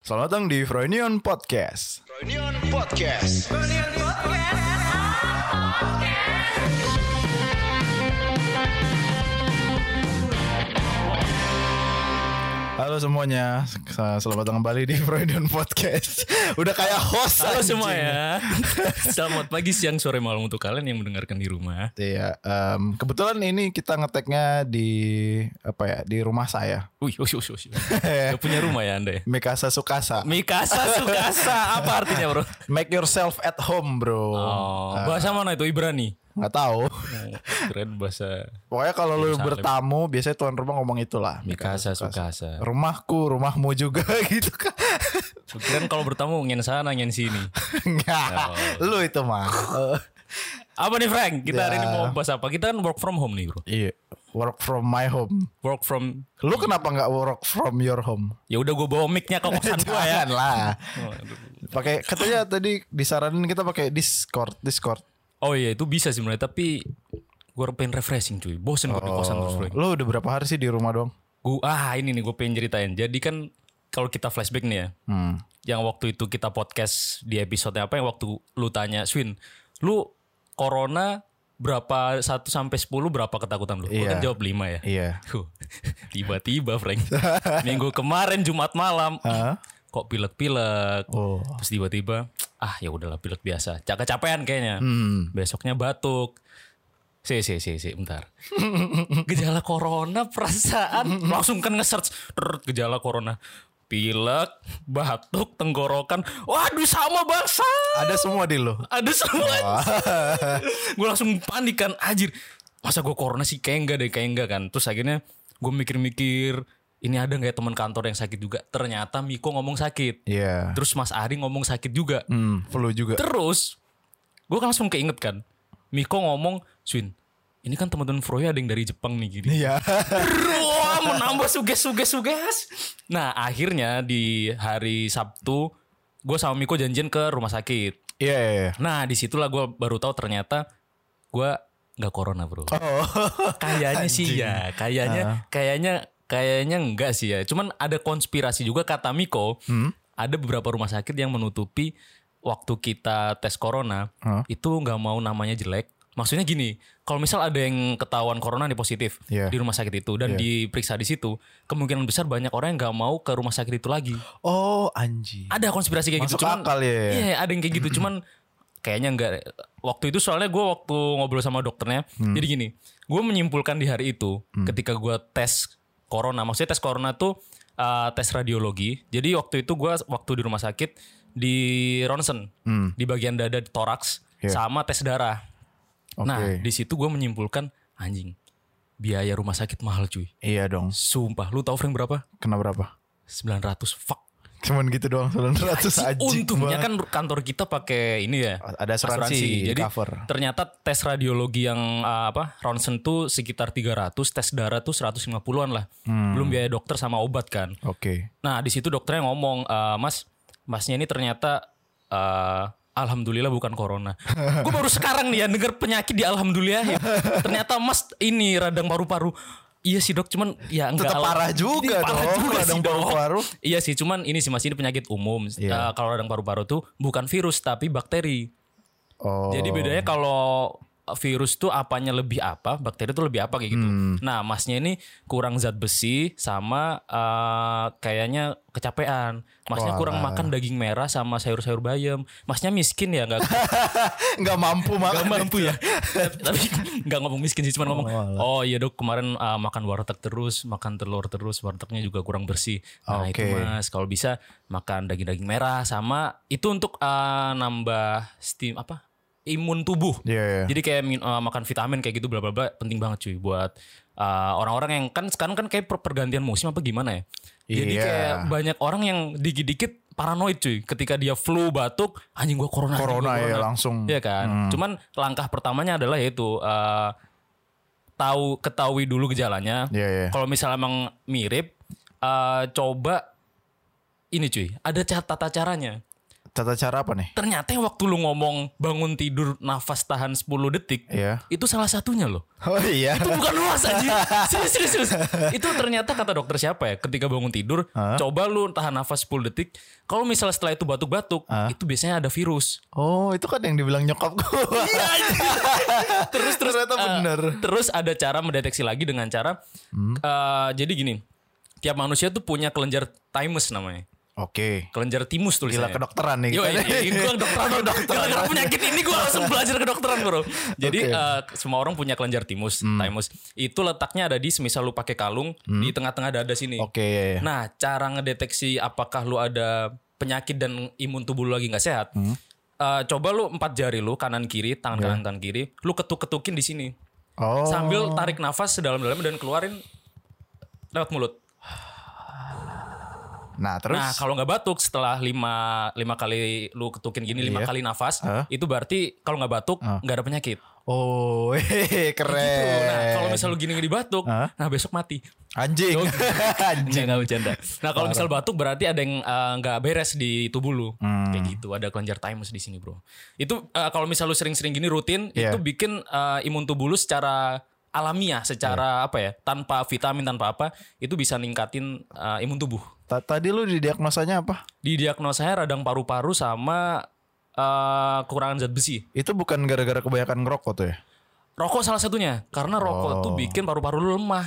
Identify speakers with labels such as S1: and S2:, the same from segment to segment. S1: Selamat datang di Froynion Podcast.
S2: Reunion Podcast.
S1: Halo semuanya, selamat datang kembali di Froynion Podcast. Udah kayak host.
S3: Halo
S1: anjing.
S3: semua ya. Selamat pagi, siang, sore, malam untuk kalian yang mendengarkan di rumah.
S1: Iya, em, kebetulan ini kita ngeteknya di apa ya? Di rumah saya.
S3: Wih, wih, wih, wih. Gak punya rumah ya Anda ya?
S1: Mikasa Sukasa.
S3: Mikasa Sukasa, apa artinya bro?
S1: Make yourself at home, bro.
S3: Oh, bahasa mana itu Ibrani?
S1: Nggak tahu.
S3: Oh, Keren bahasa
S1: Pokoknya kalau lu bertamu, biasanya tuan rumah ngomong itulah.
S3: Mikasa Sukasa.
S1: Rumahku, rumahmu juga gitu kan.
S3: Keren kalau bertamu ngen sana ngen sini.
S1: Enggak.
S3: Oh.
S1: Lu itu mah. Eh,
S3: Apa nih Frank? Kita hari ini
S1: Ya.
S3: mau bahas apa? Kita kan work from home nih bro.
S1: Iya, work from my home.
S3: Work from
S1: Lu kenapa nggak work from your home?
S3: ya udah gue bawa mic-nya ke kosan gue ya.
S1: Jangan lah. Pakai katanya tadi disaranin kita pakai Discord, Discord.
S3: Oh iya itu bisa sih sebenarnya tapi gue pengen refreshing cuy. Bosen gue di kosan terus Frank.
S1: Oh, Lu udah berapa hari sih di rumah dong?
S3: Gua ah ini nih gue pengen ceritain. Jadi kan kalau kita flashback nih ya,
S1: Hmm.
S3: yang waktu itu kita podcast di episode apa yang waktu lu tanya Swin, lu corona berapa 1 sampai 10 berapa ketakutan lu? Gua
S1: Iya.
S3: kan jawab 5 ya.
S1: Iya.
S3: Huh, Tiba-tiba Frank Minggu kemarin Jumat malam Kok pilek-pilek
S1: Oh.
S3: Terus tiba-tiba Ah ya udahlah pilek biasa Cak kecapean kayaknya Besoknya batuk Si si si si bentar Gejala corona perasaan Langsung kan nge-search Trrrt, Gejala corona Pilek Batuk Tenggorokan Waduh sama bangsa
S1: Ada semua di lu.
S3: ada semua. gue langsung panik kan, anjir. Masa gue corona sih kayak enggak deh, kayak enggak kan. Terus akhirnya gue mikir-mikir, ini ada nggak ya teman kantor yang sakit juga? Ternyata Miko ngomong sakit.
S1: Iya.
S3: Terus Mas Ari ngomong sakit juga.
S1: Hmm, flu juga.
S3: Terus gue langsung keinget kan, Miko ngomong, Swin, ini kan teman-teman Froy ada yang dari Jepang nih gini.
S1: Iya.
S3: Wah, menambah suges suges suges. Nah akhirnya di hari Sabtu, gue sama Miko janjian ke rumah sakit.
S1: Iya, iya. iya.
S3: Nah disitulah gue baru tahu ternyata gue nggak corona bro. kayaknya sih ya, kayaknya, kayaknya, kayaknya enggak sih ya. Cuman ada konspirasi juga kata Miko.
S1: Hmm?
S3: Ada beberapa rumah sakit yang menutupi waktu kita tes corona itu nggak mau namanya jelek. Maksudnya gini, kalau misal ada yang ketahuan corona nih positif
S1: Iya.
S3: di rumah sakit itu dan diperiksa di situ, kemungkinan besar banyak orang yang nggak mau ke rumah sakit itu lagi
S1: Oh, anji.
S3: ada konspirasi kayak
S1: Masuk
S3: gitu cuman
S1: akal ya.
S3: iya ada yang kayak gitu cuman kayaknya enggak waktu itu soalnya gue waktu ngobrol sama dokternya
S1: Hmm.
S3: jadi gini gue menyimpulkan di hari itu ketika gue tes corona maksudnya tes corona tuh uh, tes radiologi jadi waktu itu gue waktu di rumah sakit di ronsen di bagian dada di toraks
S1: Hmm. Iya.
S3: sama tes darah
S1: Oke.
S3: nah di situ gue menyimpulkan anjing biaya rumah sakit mahal cuy
S1: Iya dong.
S3: sumpah lu tahu frame berapa
S1: Kena berapa?
S3: 900 fuck
S1: Cuman gitu doang 900
S3: Iya,
S1: anjing. banget.
S3: Untungnya kan kantor kita pakai ini ya.
S1: Ada asuransi, di
S3: Jadi
S1: cover.
S3: ternyata tes radiologi yang uh, apa? Ronsen tuh sekitar 300, tes darah tuh 150-an lah.
S1: Hmm.
S3: Belum biaya dokter sama obat kan.
S1: Oke.
S3: Nah, di situ dokternya ngomong, "Eh, "Mas, Masnya ini ternyata eh, alhamdulillah bukan corona." Gue baru sekarang nih ya denger penyakit di alhamdulillah. ya. Ternyata Mas ini radang paru-paru. Iya sih dok, cuman ya enggak
S1: Tetap
S3: lah.
S1: parah juga
S3: Ini parah
S1: dong,
S3: juga
S1: radang
S3: sih, Dok.
S1: paru-paru.
S3: Iya sih, cuman ini sih Mas ini penyakit umum.
S1: Iya.
S3: Eh, kalau radang paru-paru tuh bukan virus tapi bakteri.
S1: Oh.
S3: Jadi bedanya kalau uh, virus tuh apanya lebih apa, bakteri tuh lebih apa kayak gitu.
S1: Hmm.
S3: Nah, masnya ini kurang zat besi sama eh, kayaknya kecapean. Masnya kurang makan daging merah sama sayur-sayur bayam. Masnya miskin ya nggak
S1: nggak mampu makan.
S3: nggak mampu ya. Tapi nggak ngomong miskin sih, cuma ngomong oh iya dok kemarin eh, makan warteg terus, makan telur terus, wartegnya juga kurang bersih. Nah itu
S1: Oke.
S3: mas kalau bisa makan daging-daging merah sama itu untuk eh, nambah steam apa imun tubuh.
S1: Iya, iya.
S3: Jadi kayak min- eh, makan vitamin kayak gitu bla bla bla penting banget cuy buat eh, orang-orang yang kan sekarang kan kayak per- pergantian musim apa gimana ya. Jadi
S1: Iya.
S3: kayak banyak orang yang dikit-dikit paranoid cuy ketika dia flu batuk anjing gua corona anjing
S1: Corona Hmm.
S3: gua
S1: ya, langsung.
S3: Iya kan? Cuman langkah pertamanya adalah yaitu eh, tahu ketahui dulu gejalanya.
S1: Iya, iya.
S3: Kalau misalnya emang mirip eh, coba ini cuy, ada ca- tata caranya.
S1: Tata cara apa nih?
S3: Ternyata yang waktu lu ngomong bangun tidur nafas tahan 10 detik,
S1: Iya.
S3: itu salah satunya loh.
S1: Oh iya.
S3: Itu bukan luas aja. Serius, serius, serius. Itu ternyata kata dokter siapa ya? Ketika bangun tidur, coba lu tahan nafas 10 detik. Kalau misalnya setelah itu batuk-batuk, itu biasanya ada virus.
S1: Oh itu kan yang dibilang nyokap gua. Iya. terus terus ternyata
S3: Eh,
S1: bener.
S3: Terus ada cara mendeteksi lagi dengan cara,
S1: Hmm.
S3: eh, jadi gini, tiap manusia tuh punya kelenjar thymus namanya.
S1: Oke.
S3: Kelenjar timus tulisannya.
S1: Gila kedokteran nih.
S3: Yo, iya,
S1: kita.
S3: ini gue dokteran dokter. Gara-gara penyakit ini gue langsung belajar kedokteran bro. Jadi
S1: Oke. Hmm.
S3: eh, semua orang punya kelenjar timus, thymus. Itu letaknya ada di semisal lu pakai kalung di tengah-tengah dada sini.
S1: Oke. iya, iya.
S3: Nah, cara ngedeteksi apakah lu ada penyakit dan imun tubuh lu lagi nggak sehat.
S1: Hmm.
S3: eh, coba lu empat jari lu kanan kiri, tangan kanan tangan kiri, lu ketuk-ketukin di sini.
S1: Oh.
S3: Sambil tarik nafas sedalam-dalam dan keluarin lewat mulut.
S1: Nah terus.
S3: Nah, kalau nggak batuk setelah lima lima kali lu ketukin gini lima
S1: Iya.
S3: kali nafas,
S1: Hah?
S3: itu berarti kalau nggak batuk nggak ada penyakit.
S1: Oh hehehe, keren.
S3: Gitu. Nah, kalau misal lu gini-gini batuk, nah besok mati.
S1: Anjing.
S3: Enggak,
S1: Anjing.
S3: enggak bercanda. Nah, kalau misal batuk berarti ada yang eh, nggak beres di tubuh lu.
S1: Hmm.
S3: Kayak gitu, ada kelenjar thymus di sini, Bro. Itu eh, kalau misal lu sering-sering gini rutin,
S1: Iya.
S3: itu bikin eh, imun tubuh lu secara alamiah,
S1: Iya.
S3: secara apa ya? Tanpa vitamin, tanpa apa, itu bisa ningkatin eh, imun tubuh.
S1: Ta- Tadi lu didiagnosanya apa?
S3: Di diagnosanya radang paru-paru sama eh, kekurangan zat besi.
S1: Itu bukan gara-gara kebanyakan ngerokok tuh ya?
S3: Rokok salah satunya, karena rokok tuh bikin paru-paru lu lemah.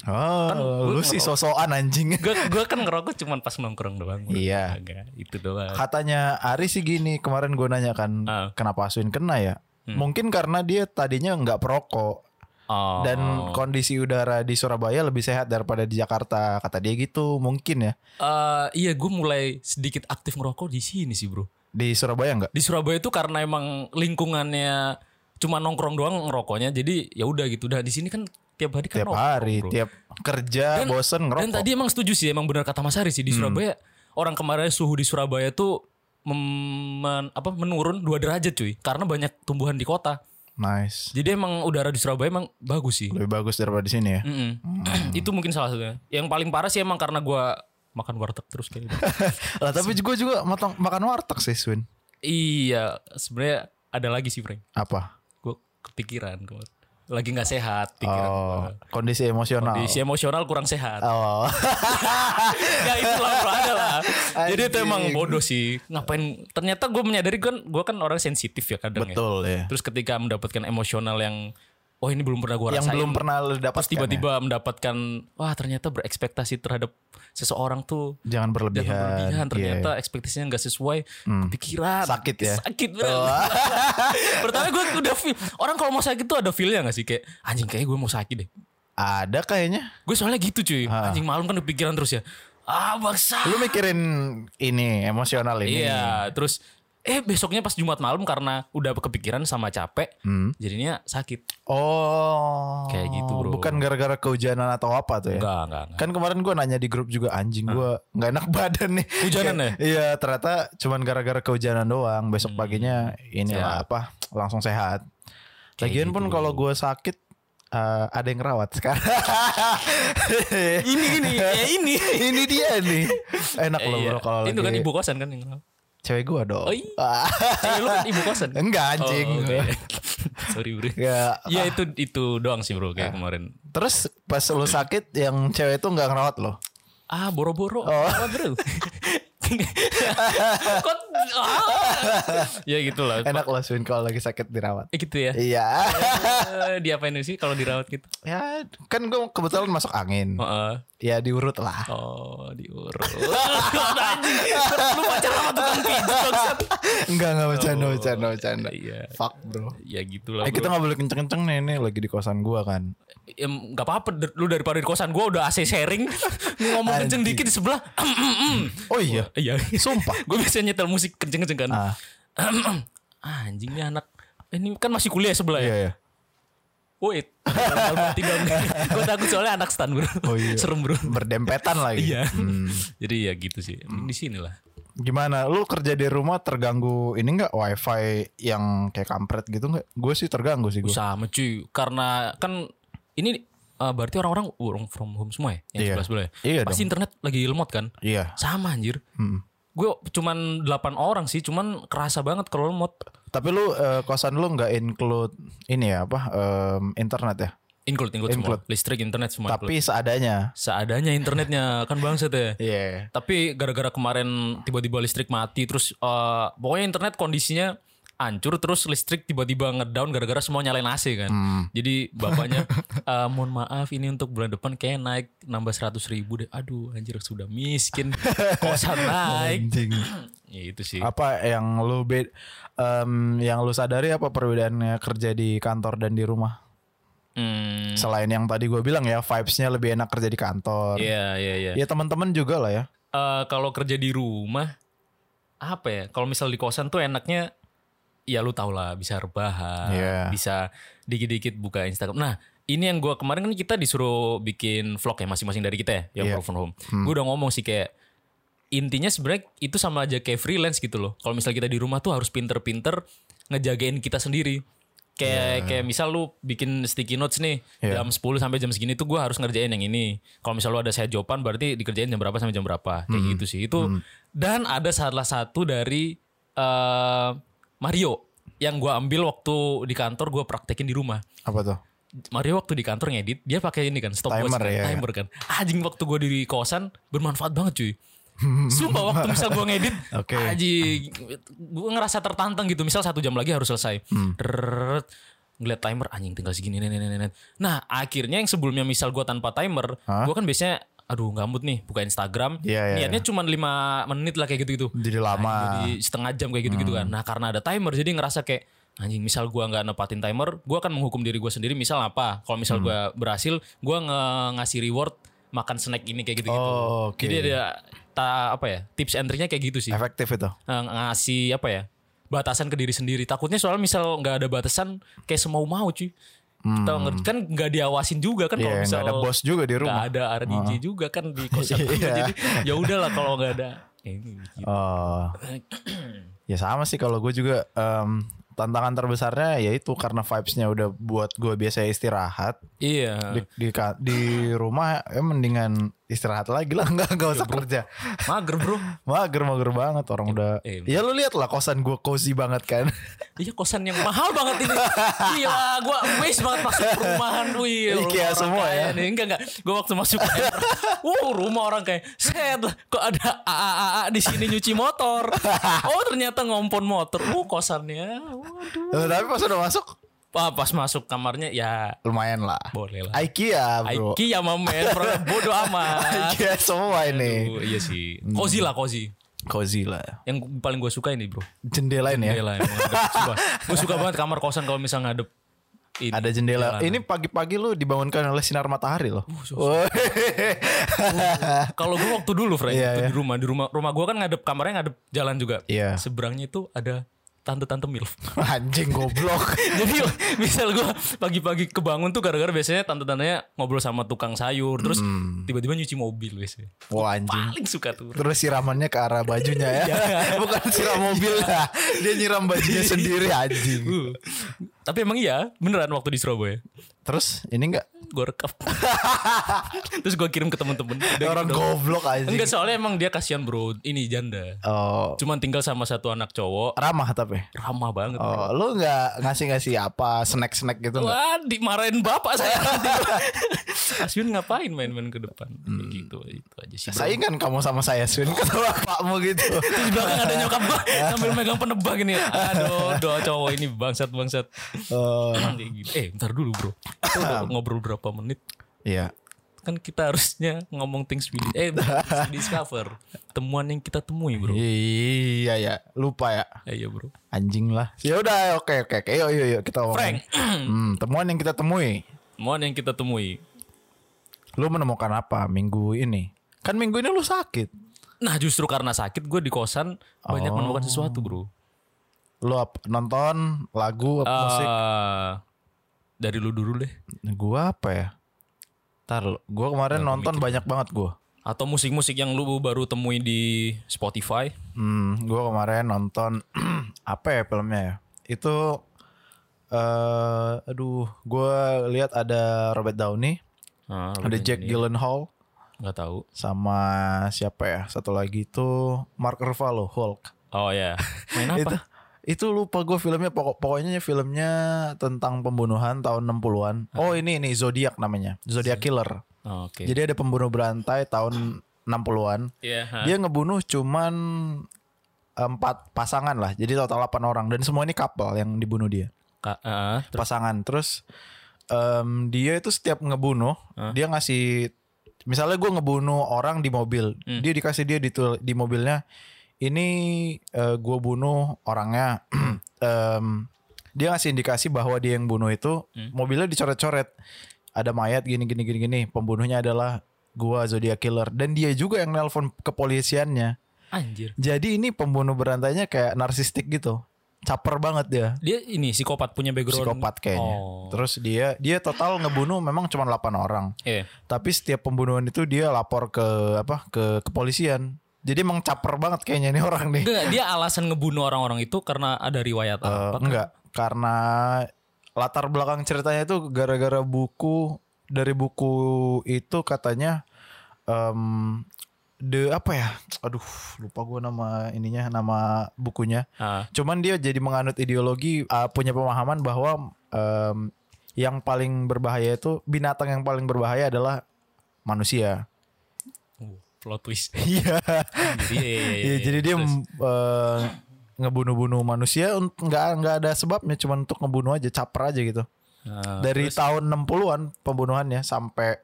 S3: Kan
S1: Oh, lu sih sosokan anjing.
S3: Gue gua kan ngerokok cuman pas nongkrong doang. bro.
S1: Iya.
S3: Agak, itu doang.
S1: Katanya Ari sih gini kemarin gue nanya kan
S3: Ah. Hmm.
S1: kenapa Aswin kena ya? Mungkin karena dia tadinya nggak perokok
S3: Oh.
S1: dan kondisi udara di Surabaya lebih sehat daripada di Jakarta kata dia gitu mungkin ya
S3: Eh, iya, gue mulai sedikit aktif ngerokok di sini sih, bro.
S1: di Surabaya nggak?
S3: Di Surabaya itu karena emang lingkungannya cuma nongkrong doang ngerokoknya, jadi ya udah gitu. Dah di sini kan tiap hari kan
S1: Tiap
S3: nongkrong,
S1: hari
S3: bro.
S1: tiap kerja bosen ngerokok.
S3: Dan tadi emang setuju sih, emang benar kata Mas Ari sih di Surabaya orang kemarin suhu di Surabaya tuh mem- men- apa menurun 2 derajat cuy, karena banyak tumbuhan di kota.
S1: Nice
S3: Jadi emang udara di Surabaya emang bagus sih.
S1: lebih bagus daripada di sini ya.
S3: Mm-mm. itu mungkin salah satunya. Yang paling parah sih emang karena gua makan warteg terus kayak gitu.
S1: lah tapi gue juga matang, makan warteg sih Swin.
S3: iya, sebenarnya ada lagi sih, Frank.
S1: Apa?
S3: Gue kepikiran gua lagi nggak sehat pikiran
S1: Oh,
S3: gua.
S1: kondisi emosional.
S3: Kondisi emosional kurang sehat.
S1: Oh.
S3: ya itu lah bro, ada lah. Jadi itu
S1: Anjing.
S3: emang bodoh sih. Ngapain? Ternyata gue menyadari kan gue kan orang sensitif ya kadang ya.
S1: Betul ya.
S3: Terus ketika mendapatkan emosional yang oh ini belum pernah gue rasain.
S1: Yang belum ya? pernah lu dapat
S3: Terus tiba-tiba mendapatkan wah ternyata berekspektasi terhadap seseorang tuh
S1: jangan berlebihan.
S3: jangan berlebihan
S1: Iya. Hmm.
S3: ternyata ekspektasinya nggak sesuai kepikiran
S1: Sakit ya?
S3: sakit bener pertama gue udah feel orang kalau mau sakit tuh ada feelnya nggak sih kayak anjing kayak gue mau sakit deh
S1: Ada kayaknya.
S3: gue soalnya gitu cuy anjing malam kan kepikiran terus ya ah baksa
S1: Lu mikirin ini emosional ini.
S3: iya terus eh besoknya pas jumat malam karena udah kepikiran sama capek
S1: Hmm.
S3: jadinya sakit
S1: Oh.
S3: Kayak gitu, bro.
S1: Bukan gara-gara kehujanan atau apa tuh ya?
S3: enggak enggak enggak
S1: Kan kemarin gua nanya di grup juga anjing gua nggak enak badan nih.
S3: Hujanan ya? Hmm,
S1: Iya, ternyata cuman gara-gara kehujanan doang. Besok paginya ini
S3: Sehat.
S1: apa? Langsung sehat.
S3: Kayak
S1: Lagian pun
S3: gitu.
S1: kalau gua sakit eh, ada yang ngerawat sekarang.
S3: ini ini ya ini
S1: ini dia nih. Enak loh
S3: Iya.
S1: bro kalau
S3: itu kan
S1: lagi-
S3: ibu kosan kan yang ngerawat.
S1: cewek gua dong.
S3: Oh, Eh, lu kan ibu kosan
S1: Enggak anjing.
S3: Oh, oke. sorry bro
S1: Ya,
S3: Ya itu itu doang sih bro
S1: Ah.
S3: kayak kemarin.
S1: terus pas lu sakit yang cewek itu nggak ngerawat lo.
S3: Ah boro-boro.
S1: Oh.
S3: Apa, bro? Kok ah. Ya gitu lah.
S1: Enak lo Swin kalau lagi sakit dirawat.
S3: Eh, gitu ya.
S1: Iya.
S3: Eh, Diapain sih kalau dirawat gitu?
S1: ya, kan gue kebetulan masuk angin.
S3: Heeh.
S1: Ya diurut lah.
S3: Oh, diurut. Anjing. Lu pacar sama tukang pijit bangsat.
S1: Enggak enggak bercanda bercanda bercanda.
S3: Iya.
S1: Fuck bro.
S3: Ya gitu lah.
S1: Eh kita
S3: Bro.
S1: nggak boleh kenceng-kenceng nih nih lagi di kosan gua kan.
S3: Ya, nggak apa-apa der- lu daripada di kosan gua udah AC sharing. Lu ngomong kenceng dikit di sebelah.
S1: Oh iya.
S3: Iya.
S1: Sumpah.
S3: gue biasanya nyetel musik kenceng-kenceng kan. Ah, anjing nih anak. Ini kan masih kuliah sebelah ya.
S1: Iya iya.
S3: Wait. gue takut soalnya anak stan bro.
S1: Oh, iya. Hmm.
S3: Serem bro.
S1: Berdempetan lagi.
S3: Iya. Jadi ya gitu sih. Di sinilah.
S1: Gimana? Lu kerja di rumah terganggu ini enggak wifi yang kayak kampret gitu enggak? Gue sih terganggu sih gue.
S3: Sama cuy. Karena kan ini eh, berarti orang-orang work from home semua ya yang
S1: Iya.
S3: sebelah sebelah ya.
S1: Iya
S3: Pasti internet lagi lemot kan.
S1: Iya.
S3: Sama anjir. Gue cuman 8 orang sih, cuman kerasa banget kalau remote.
S1: Tapi lu eh, kosan lu nggak include ini ya apa em, internet ya?
S3: Include, include,
S1: Include.
S3: semua. Listrik, internet semua
S1: Tapi seadanya.
S3: include. Seadanya internetnya kan bangset ya.
S1: Iya.
S3: Tapi gara-gara kemarin tiba-tiba listrik mati terus eh, pokoknya internet kondisinya hancur terus listrik tiba-tiba ngedown gara-gara semua nyalain AC kan.
S1: Hmm.
S3: Jadi bapaknya "Eh, mohon maaf ini untuk bulan depan kayak naik nambah 100 ribu deh. Aduh anjir sudah miskin kosan naik.
S1: Anjing.
S3: ya itu sih.
S1: Apa yang lu be- em, yang lu sadari apa perbedaannya kerja di kantor dan di rumah?
S3: Hmm,
S1: Selain yang tadi gue bilang ya, vibes-nya lebih enak kerja di kantor.
S3: Iya iya iya.
S1: Ya teman-teman juga lah ya.
S3: Eh, kalau kerja di rumah apa ya? Kalau misal di kosan tuh enaknya ya lu tau lah bisa rebahan,
S1: Iya.
S3: bisa dikit-dikit buka Instagram. Nah, ini yang gua kemarin kan kita disuruh bikin vlog ya masing-masing dari kita ya yang
S1: Iya.
S3: work from home. Gua udah ngomong sih kayak intinya sebenarnya itu sama aja kayak freelance gitu loh. Kalau misal kita di rumah tuh harus pinter-pinter ngejagain kita sendiri. Kayak kayak misal lu bikin sticky notes nih
S1: Iya.
S3: jam 10 sampai jam segini tuh gua harus ngerjain yang ini. Kalau misal lu ada saya jawaban berarti dikerjain jam berapa sampai jam berapa. Kayak gitu sih. Itu dan ada salah satu dari eh, Mario yang gua ambil waktu di kantor gua praktekin di rumah.
S1: Apa tuh?
S3: Mario waktu di kantor ngedit dia pakai ini kan stopwatch
S1: Timer,
S3: kan,
S1: ya.
S3: timer kan. Anjing waktu gue di kosan bermanfaat banget cuy. Sumpah waktu misal gue ngedit
S1: Oke.
S3: Anjing Gue ngerasa tertantang gitu Misal satu jam lagi harus selesai
S1: Hmm.
S3: Drrrrt. Ngeliat timer Anjing tinggal segini nenek, nenek, nenek. Nah akhirnya yang sebelumnya Misal gue tanpa timer
S1: Hah?
S3: Gue kan biasanya Aduh ngamut nih Buka Instagram
S1: Iya, iya,
S3: Niatnya cuma 5 menit lah kayak gitu-gitu
S1: Jadi lama.
S3: Nah, jadi setengah jam kayak gitu-gitu
S1: Hmm.
S3: kan. Nah karena ada timer jadi ngerasa kayak anjing misal gua nggak nepatin timer, gua akan menghukum diri gua sendiri. Misal apa? Kalau
S1: Hmm.
S3: misal gua berhasil, gua nge- ngasih reward makan snack ini kayak gitu-gitu.
S1: Oh, oke.
S3: Jadi ada ta apa ya tips and triknya kayak gitu sih.
S1: Efektif itu.
S3: Eh, ngasih apa ya batasan ke diri sendiri. Takutnya soal misal nggak ada batasan kayak semau-mau cuy. Kita ngerti kan nggak diawasin juga kan kalau
S1: Hmm. Iya,
S3: misal
S1: nggak ada bos juga di rumah. Hmm.
S3: nggak ada RDJ juga kan di kosan.
S1: Iya.
S3: Jadi ya udahlah kalau nggak ada. Ini, gitu.
S1: Oh. ya sama sih kalau gue juga em, tantangan terbesarnya yaitu karena vibes-nya udah buat gue biasa istirahat
S3: Iya.
S1: di, di ka- di rumah ya mendingan istirahat lagi lah nggak nggak
S3: Iya,
S1: usah kerja
S3: Mager bro.
S1: mager mager banget orang udah
S3: eh,
S1: ya lu lihat lah kosan gue cozy banget kan
S3: Iya kosan yang mahal banget ini. Gila, gua waste banget masuk perumahan.
S1: Ikea
S3: Wih, rumah orang
S1: semua
S3: kaya
S1: ya.
S3: Nih. Enggak enggak, gua waktu masuk ke Wow, rumah orang kayak set lah. Kok ada AAA di sini nyuci motor. Oh, ternyata ngompon motor. Uh, kosannya.
S1: Eh,
S3: Waduh.
S1: tapi pas udah masuk
S3: Pa- Pas masuk kamarnya ya
S1: lumayan lah
S3: boleh lah.
S1: IKEA bro
S3: IKEA mah men, produk bodoh amat.
S1: IKEA semua ini
S3: Aduh, iya sih.
S1: Hmm.
S3: Cozy lah, cozy.
S1: cozy lah
S3: Yang paling gue suka ini, Bro.
S1: jendelain ya
S3: Jendela emang ngadep. Sumpah. Gue suka banget kamar kosan kalau misal ngadep. Ini.
S1: ada jendela ini pagi-pagi lu dibangunkan oleh sinar matahari loh
S3: Uh, Kalau gue waktu dulu, Frank,
S1: Iya,
S3: itu
S1: iya.
S3: di rumah, di rumah, rumah gue kan ngadep kamarnya ngadep jalan juga.
S1: Iya.
S3: Seberangnya itu ada tante-tante milf.
S1: anjing goblok
S3: Jadi misal gue pagi-pagi kebangun tuh gara-gara biasanya tante-tantenya ngobrol sama tukang sayur, terus
S1: Hmm.
S3: tiba-tiba nyuci mobil biasanya.
S1: Wah anjing.
S3: Paling suka tuh.
S1: Terus siramannya ke arah bajunya ya.
S3: Iya.
S1: Bukan siram mobil ya. Dia nyiram bajunya sendiri anjing.
S3: Uh. Tapi emang iya, beneran waktu di Surabaya.
S1: Terus ini enggak
S3: Gue rekam. terus gue kirim ke temen-temen. Udah
S1: orang
S3: gitu.
S1: goblok anjing.
S3: Enggak soalnya emang dia kasihan bro, ini janda.
S1: Oh,
S3: Cuman tinggal sama satu anak cowok,
S1: ramah tapi.
S3: ramah banget.
S1: Oh, lu enggak ngasih-ngasih apa snack-snack gitu enggak?
S3: Wah, dimarahin bapak saya. Asyun ngapain main-main ke depan? Begitu itu aja sih. Bro.
S1: Saingan kamu sama saya Sun kata bapakmu gitu.
S3: Terus di belakang ada nyokap gua sambil megang penebak ini. Aduh, doa cowok ini bangsat-bangsat.
S1: Oh,
S3: Kayak gitu. eh, bentar dulu, Bro. Kita udah ngobrol berapa menit?
S1: iya.
S3: Kan kita harusnya ngomong things we eh bukan things we discover. Temuan yang kita temui, Bro.
S1: Iya ya, lupa ya.
S3: Ayo, Bro.
S1: Anjing lah. Ya udah, oke oke oke. Yuk yuk yuk kita ngomongin. Hmm, temuan yang kita temui.
S3: Temuan yang kita temui.
S1: Lu menemukan apa minggu ini? Kan minggu ini lu sakit.
S3: Nah, justru karena sakit gue di kosan banyak menemukan sesuatu, Bro.
S1: lu ap- nonton lagu apa musik
S3: Eh, dari lu dulu deh.
S1: gua apa ya Ntar lu, gua kemarin nonton banyak banget gua
S3: Atau musik-musik yang lu baru temui di Spotify.
S1: hmm gua kemarin nonton apa ya filmnya ya itu eh aduh gua lihat ada Robert Downey
S3: Ah, lu
S1: ada
S3: nyanyi.
S1: Jack Gyllenhaal
S3: Nggak tahu.
S1: sama siapa ya satu lagi itu Mark Ruffalo Hulk
S3: Oh ya. Main
S1: itu
S3: apa?
S1: itu lupa gue filmnya pokok pokoknya filmnya tentang pembunuhan tahun 60-an oh ini ini Zodiac namanya Zodiac Killer
S3: Oh, Oke.
S1: jadi ada pembunuh berantai tahun 60-an
S3: Iya, ha.
S1: dia ngebunuh cuman eh, empat pasangan lah jadi total 8 orang dan semua ini couple yang dibunuh dia
S3: Ka- ah, terus-
S1: pasangan terus em, dia itu setiap ngebunuh dia ngasih misalnya gue ngebunuh orang di mobil dia dikasih dia di di mobilnya ini gue bunuh orangnya Em, dia ngasih indikasi bahwa dia yang bunuh itu mobilnya dicoret-coret ada mayat gini gini gini gini pembunuhnya adalah gua zodiac killer dan dia juga yang nelpon kepolisiannya
S3: Anjir.
S1: jadi ini pembunuh berantainya kayak narsistik gitu caper banget dia
S3: Dia ini psikopat punya background.
S1: psikopat kayaknya.
S3: Oh.
S1: Terus dia dia total ngebunuh memang cuma 8 orang.
S3: Iya.
S1: Tapi setiap pembunuhan itu dia lapor ke apa? ke kepolisian. Jadi emang caper banget kayaknya ini orang nih.
S3: Enggak, dia alasan ngebunuh orang-orang itu karena ada
S1: Eh,
S3: riwayat apa?
S1: enggak, karena latar belakang ceritanya itu gara-gara buku dari buku itu katanya em the apa ya? Aduh, lupa gua nama ininya, nama bukunya.
S3: Ah,
S1: Cuman dia jadi menganut ideologi uh, punya pemahaman bahwa um, yang paling berbahaya itu binatang yang paling berbahaya adalah manusia.
S3: uh, plot twist.
S1: Iya.
S3: Anjir, Iya. iya, iya,
S1: Iya,
S3: iya.
S1: jadi dia
S3: Terus,
S1: m- eh, ngebunuh-bunuh manusia un- nggak nggak ada sebabnya cuman untuk ngebunuh aja caper aja gitu.
S3: ah,
S1: Dari tahun 60-an pembunuhannya sampai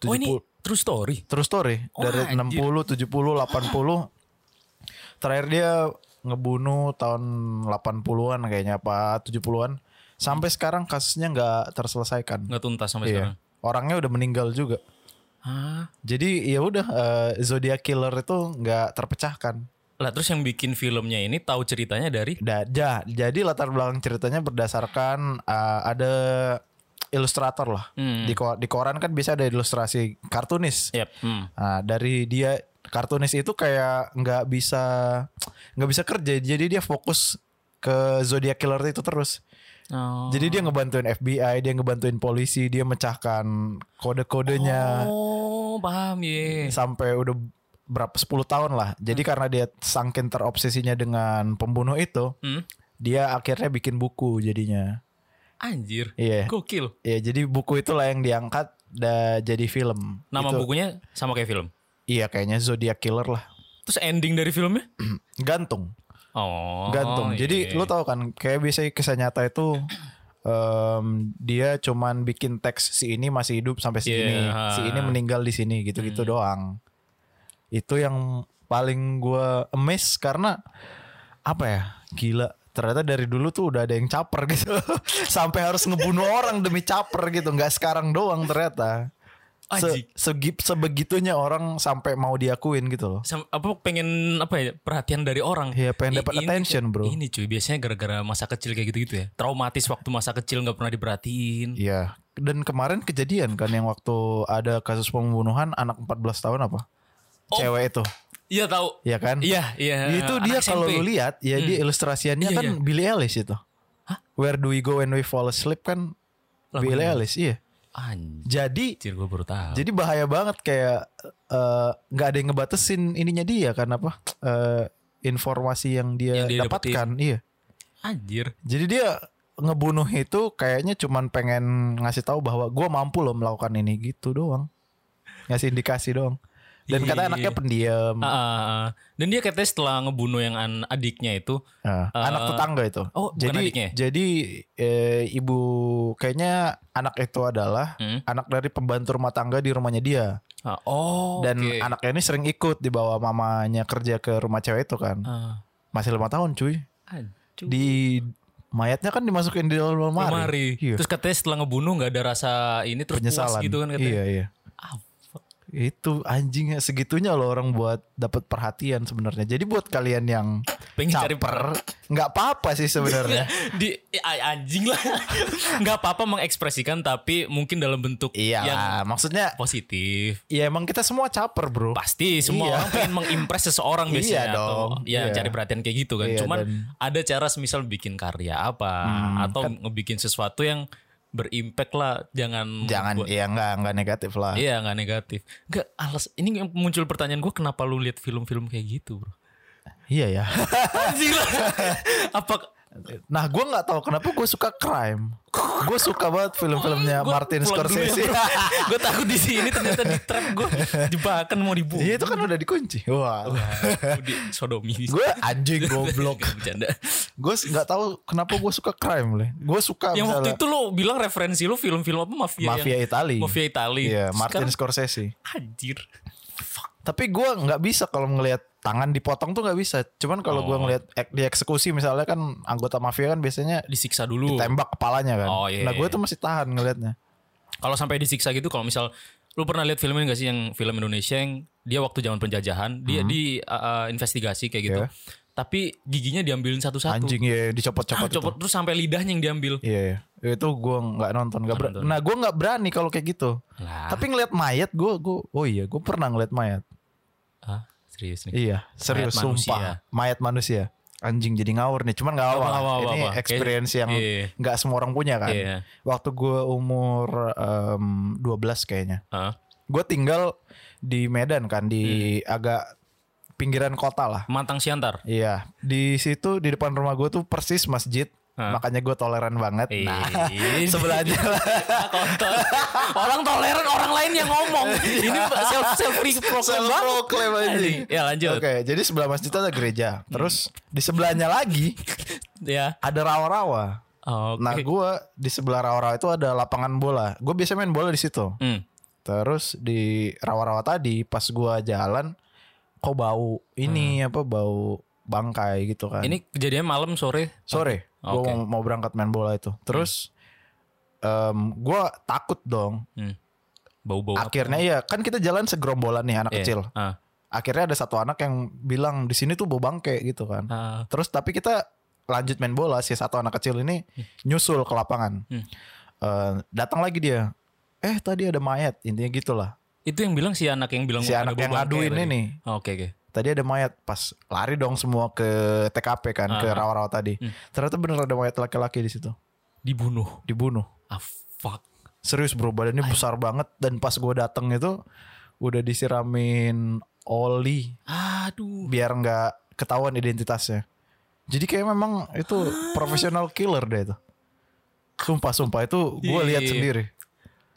S1: 70
S3: Oh ini true story.
S1: True story
S3: Oh,
S1: dari
S3: anjir.
S1: 60, 70, 80. Terakhir dia ngebunuh tahun 80-an kayaknya apa 70-an. Sampai sekarang kasusnya nggak terselesaikan.
S3: Nggak tuntas sampai sekarang.
S1: Iya. Orangnya udah meninggal juga.
S3: Ah.
S1: Jadi ya udah eh, Zodiac Killer itu nggak terpecahkan.
S3: Lah terus yang bikin filmnya ini tahu ceritanya dari
S1: Da, ja- jadi latar belakang ceritanya berdasarkan eh, ada ilustrator lah.
S3: Hmm.
S1: Di, ko- di koran kan bisa ada ilustrasi kartunis.
S3: Yep. Hmm.
S1: Nah, dari dia kartunis itu kayak nggak bisa nggak bisa kerja, jadi dia fokus ke Zodiac Killer itu terus.
S3: Oh.
S1: Jadi dia ngebantuin FBI, dia ngebantuin polisi, dia mecahkan kode-kodenya
S3: Oh, paham ya.
S1: sampai udah berapa 10 tahun lah. Jadi
S3: Hmm.
S1: karena dia sangkin terobsesinya dengan pembunuh itu,
S3: Hmm.
S1: dia akhirnya bikin buku jadinya.
S3: Anjir.
S1: Iya.
S3: Gokil.
S1: Iya, jadi buku itulah yang diangkat dan jadi film.
S3: Nama
S1: Itu-
S3: bukunya sama kayak film.
S1: Iya, kayaknya Zodiac Killer lah.
S3: Terus ending dari filmnya?
S1: Gantung.
S3: Oh.
S1: gantung. Jadi lu tahu kan kayak biasanya kisah nyata itu em, dia cuman bikin teks si ini masih hidup sampai
S3: Iya,
S1: segini,
S3: Yeah.
S1: si ini meninggal di sini gitu-gitu
S3: Hmm.
S1: doang. Itu yang paling gua emes karena apa ya? Gila, ternyata dari dulu tuh udah ada yang caper gitu. sampai harus ngebunuh orang demi caper gitu, nggak sekarang doang ternyata. Se,
S3: Anjing.
S1: segip- sebegitunya orang sampai mau diakuin gitu loh.
S3: Sam- apa pengen apa ya perhatian dari orang
S1: Iya, pengen
S3: I-
S1: dapat
S3: ini-
S1: attention, Bro.
S3: ini cuy biasanya gara-gara masa kecil kayak gitu-gitu ya traumatis waktu masa kecil nggak pernah diperhatiin
S1: Iya. Dan kemarin kejadian kan yang waktu ada kasus pembunuhan anak 14 tahun apa? Cewek itu,
S3: iya tahu
S1: ya kan?
S3: Oh. iya iya
S1: Itu
S3: anak
S1: dia
S3: SMP.
S1: kalau lu lihat, ya dia ilustrasiannya
S3: Iya,
S1: kan Billie Eilish itu. Where do we go when we fall asleep kan Billie Eilish, iya.
S3: anjir
S1: Jadi
S3: gue baru tahu
S1: jadi bahaya banget kayak eh, nggak ada yang ngebatesin ininya dia kan apa? Eh, informasi yang dia,
S3: Yang dia
S1: dapatkan, iya.
S3: anjir
S1: Jadi dia ngebunuh itu kayaknya cuman pengen ngasih tahu bahwa gua mampu loh melakukan ini gitu doang. Ngasih indikasi doang. Dan
S3: Iya.
S1: kata anaknya pendiam.
S3: Ah, ah, ah. dan dia katanya setelah ngebunuh yang an- adiknya itu
S1: Nah, anak tetangga itu.
S3: Ah. oh, bukan
S1: jadi
S3: adiknya ya?
S1: jadi eh, ibu kayaknya anak itu adalah
S3: Hmm.
S1: anak dari pembantu rumah tangga di rumahnya dia.
S3: ah, oh
S1: Dan
S3: oke.
S1: anaknya ini sering ikut dibawa mamanya kerja ke rumah cewek itu kan.
S3: Ah,
S1: Masih lima tahun cuy.
S3: anjir.
S1: Di mayatnya kan dimasukin di dalam lemari.
S3: Lemari.
S1: Iya.
S3: Terus katanya setelah ngebunuh nggak ada rasa ini terus
S1: penyesalan
S3: puas gitu kan katanya.
S1: Iya iya.
S3: Ah, fuck.
S1: itu anjingnya segitunya loh orang buat dapat perhatian sebenarnya jadi buat kalian yang
S3: Pengen cari
S1: caper nggak apa-apa sih sebenarnya
S3: di eh, anjing lah. nggak apa-apa mengekspresikan tapi mungkin dalam bentuk
S1: iya
S3: yang
S1: lah, maksudnya
S3: positif.
S1: ya emang kita semua caper bro
S3: Pasti
S1: Iya.
S3: semua orang pengen mengimpress seseorang
S1: Iya
S3: biasanya atau
S1: dong,
S3: ya
S1: iya.
S3: cari perhatian kayak gitu kan.
S1: Iya,
S3: Cuman
S1: dan- Hmm, kan
S3: ada cara semisal bikin karya apa atau ngebikin sesuatu yang berimpact lah jangan
S1: Jangan
S3: buat-
S1: ya enggak enggak negatif lah.
S3: iya nggak negatif nggak alas ini yang muncul pertanyaan gue kenapa lu lihat film-film kayak gitu bro
S1: Iya ya.
S3: Anjir lah. apa
S1: Nah, gue nggak tahu kenapa gue suka crime. Gue suka banget film-filmnya Martin
S3: ya,
S1: Scorsese.
S3: gue takut di sini ternyata di trap gue jebakan mau dibunuh
S1: Iya itu kan udah dikunci. Wah.
S3: Aku di sodomi
S1: Gue anjing goblok.
S3: Nggak, bercanda
S1: Gue nggak tahu kenapa gue suka crime leh. Gue suka
S3: yang
S1: misalnya
S3: waktu itu lo bilang referensi lo film-film apa mafia
S1: mafia
S3: yang,
S1: Itali.
S3: mafia Itali
S1: Iya, Martin
S3: Sekarang,
S1: Scorsese.
S3: anjir
S1: Tapi gue nggak bisa kalau ngelihat tangan dipotong tuh nggak bisa. Cuman kalau gue
S3: Oh.
S1: ngelihat ek- dieksekusi misalnya kan anggota mafia kan biasanya
S3: disiksa dulu
S1: ditembak kepalanya kan.
S3: Oh, iya,
S1: Nah gue
S3: iya.
S1: tuh masih tahan ngelihatnya.
S3: kalau sampai disiksa gitu kalau misal lu pernah lihat film ini gak sih yang film Indonesia yang dia waktu zaman penjajahan dia di uh, uh, investigasi kayak gitu
S1: Hmm. Iya.
S3: tapi giginya diambilin satu-satu
S1: Anjing ya
S3: Nah, Ah,
S1: dicopot-copot. itu.
S3: copot terus sampai lidahnya yang diambil
S1: Iya, iya. itu gue nggak nonton, nggak ber-
S3: nonton. Ah.
S1: Nah, gue nggak berani kalau kayak gitu.
S3: lah
S1: Tapi ngeliat mayat, gue, gue, oh iya, gue pernah ngeliat mayat.
S3: ah, serius nih
S1: Iya, serius,
S3: Mayat
S1: sumpah, mayat manusia. Anjing jadi ngawur nih, cuman nggak apa-apa.
S3: apa-apa,
S1: Ini
S3: apa-apa.
S1: experience yang
S3: Iya.
S1: nggak semua orang punya kan.
S3: Iya.
S1: Waktu gue umur em, 12 kayaknya,
S3: Ah,
S1: gue tinggal di Medan kan, di
S3: Hmm.
S1: agak pinggiran kota lah.
S3: mantang siantar
S1: Iya, di situ di depan rumah gue tuh persis masjid, makanya gue toleran banget. Nah,
S3: Eh,
S1: sebelahnya lah.
S3: kontol. orang toleran orang lain yang ngomong
S1: Iya.
S3: ini self self
S1: Self
S3: proclaim banget
S1: proclaim anjing.
S3: ya lanjut Hmm.
S1: Oke, jadi sebelah masjid ada gereja. Terus di sebelahnya lagi
S3: ya Oh,
S1: ada rawa-rawa.
S3: oke
S1: Nah, gua di sebelah rawa-rawa itu ada lapangan bola. Gue biasa main bola di situ.
S3: Hmm.
S1: Terus di rawa-rawa tadi pas gua jalan kok bau ini apa bau bangkai gitu kan.
S3: Hmm. ini kejadiannya malam sore
S1: sore gua
S3: Oke.
S1: mau, mau berangkat main bola itu. Terus em, gua takut dong.
S3: bau-bau apa?
S1: Akhirnya iya, kan kita jalan segerombolan nih anak
S3: Iya.
S1: kecil.
S3: Ah.
S1: Akhirnya ada satu anak yang bilang di sini tuh bau bangkai gitu kan.
S3: Ah,
S1: Terus tapi kita lanjut main bola si satu anak kecil ini nyusul ke lapangan.
S3: Hmm.
S1: Eh, datang lagi dia. Eh tadi ada mayat intinya gitulah.
S3: itu yang bilang si anak yang bilang
S1: Si
S3: ada
S1: anak yang
S3: bau bangkai
S1: ngaduin
S3: tadi.
S1: ini.
S3: Oh, oke oke
S1: Tadi ada mayat pas lari dong semua ke TKP kan
S3: Ah,
S1: ke rawa-rawa tadi.
S3: Hmm.
S1: Ternyata bener ada mayat laki-laki di situ
S3: dibunuh
S1: dibunuh.
S3: ah fuck
S1: Serius bro badannya besar banget dan pas gue datang itu udah disiramin oli
S3: aduh
S1: biar nggak ketahuan identitasnya. Jadi kayak memang itu
S3: Ah.
S1: profesional killer deh itu. Sumpah sumpah itu gue lihat
S3: Iya.
S1: sendiri.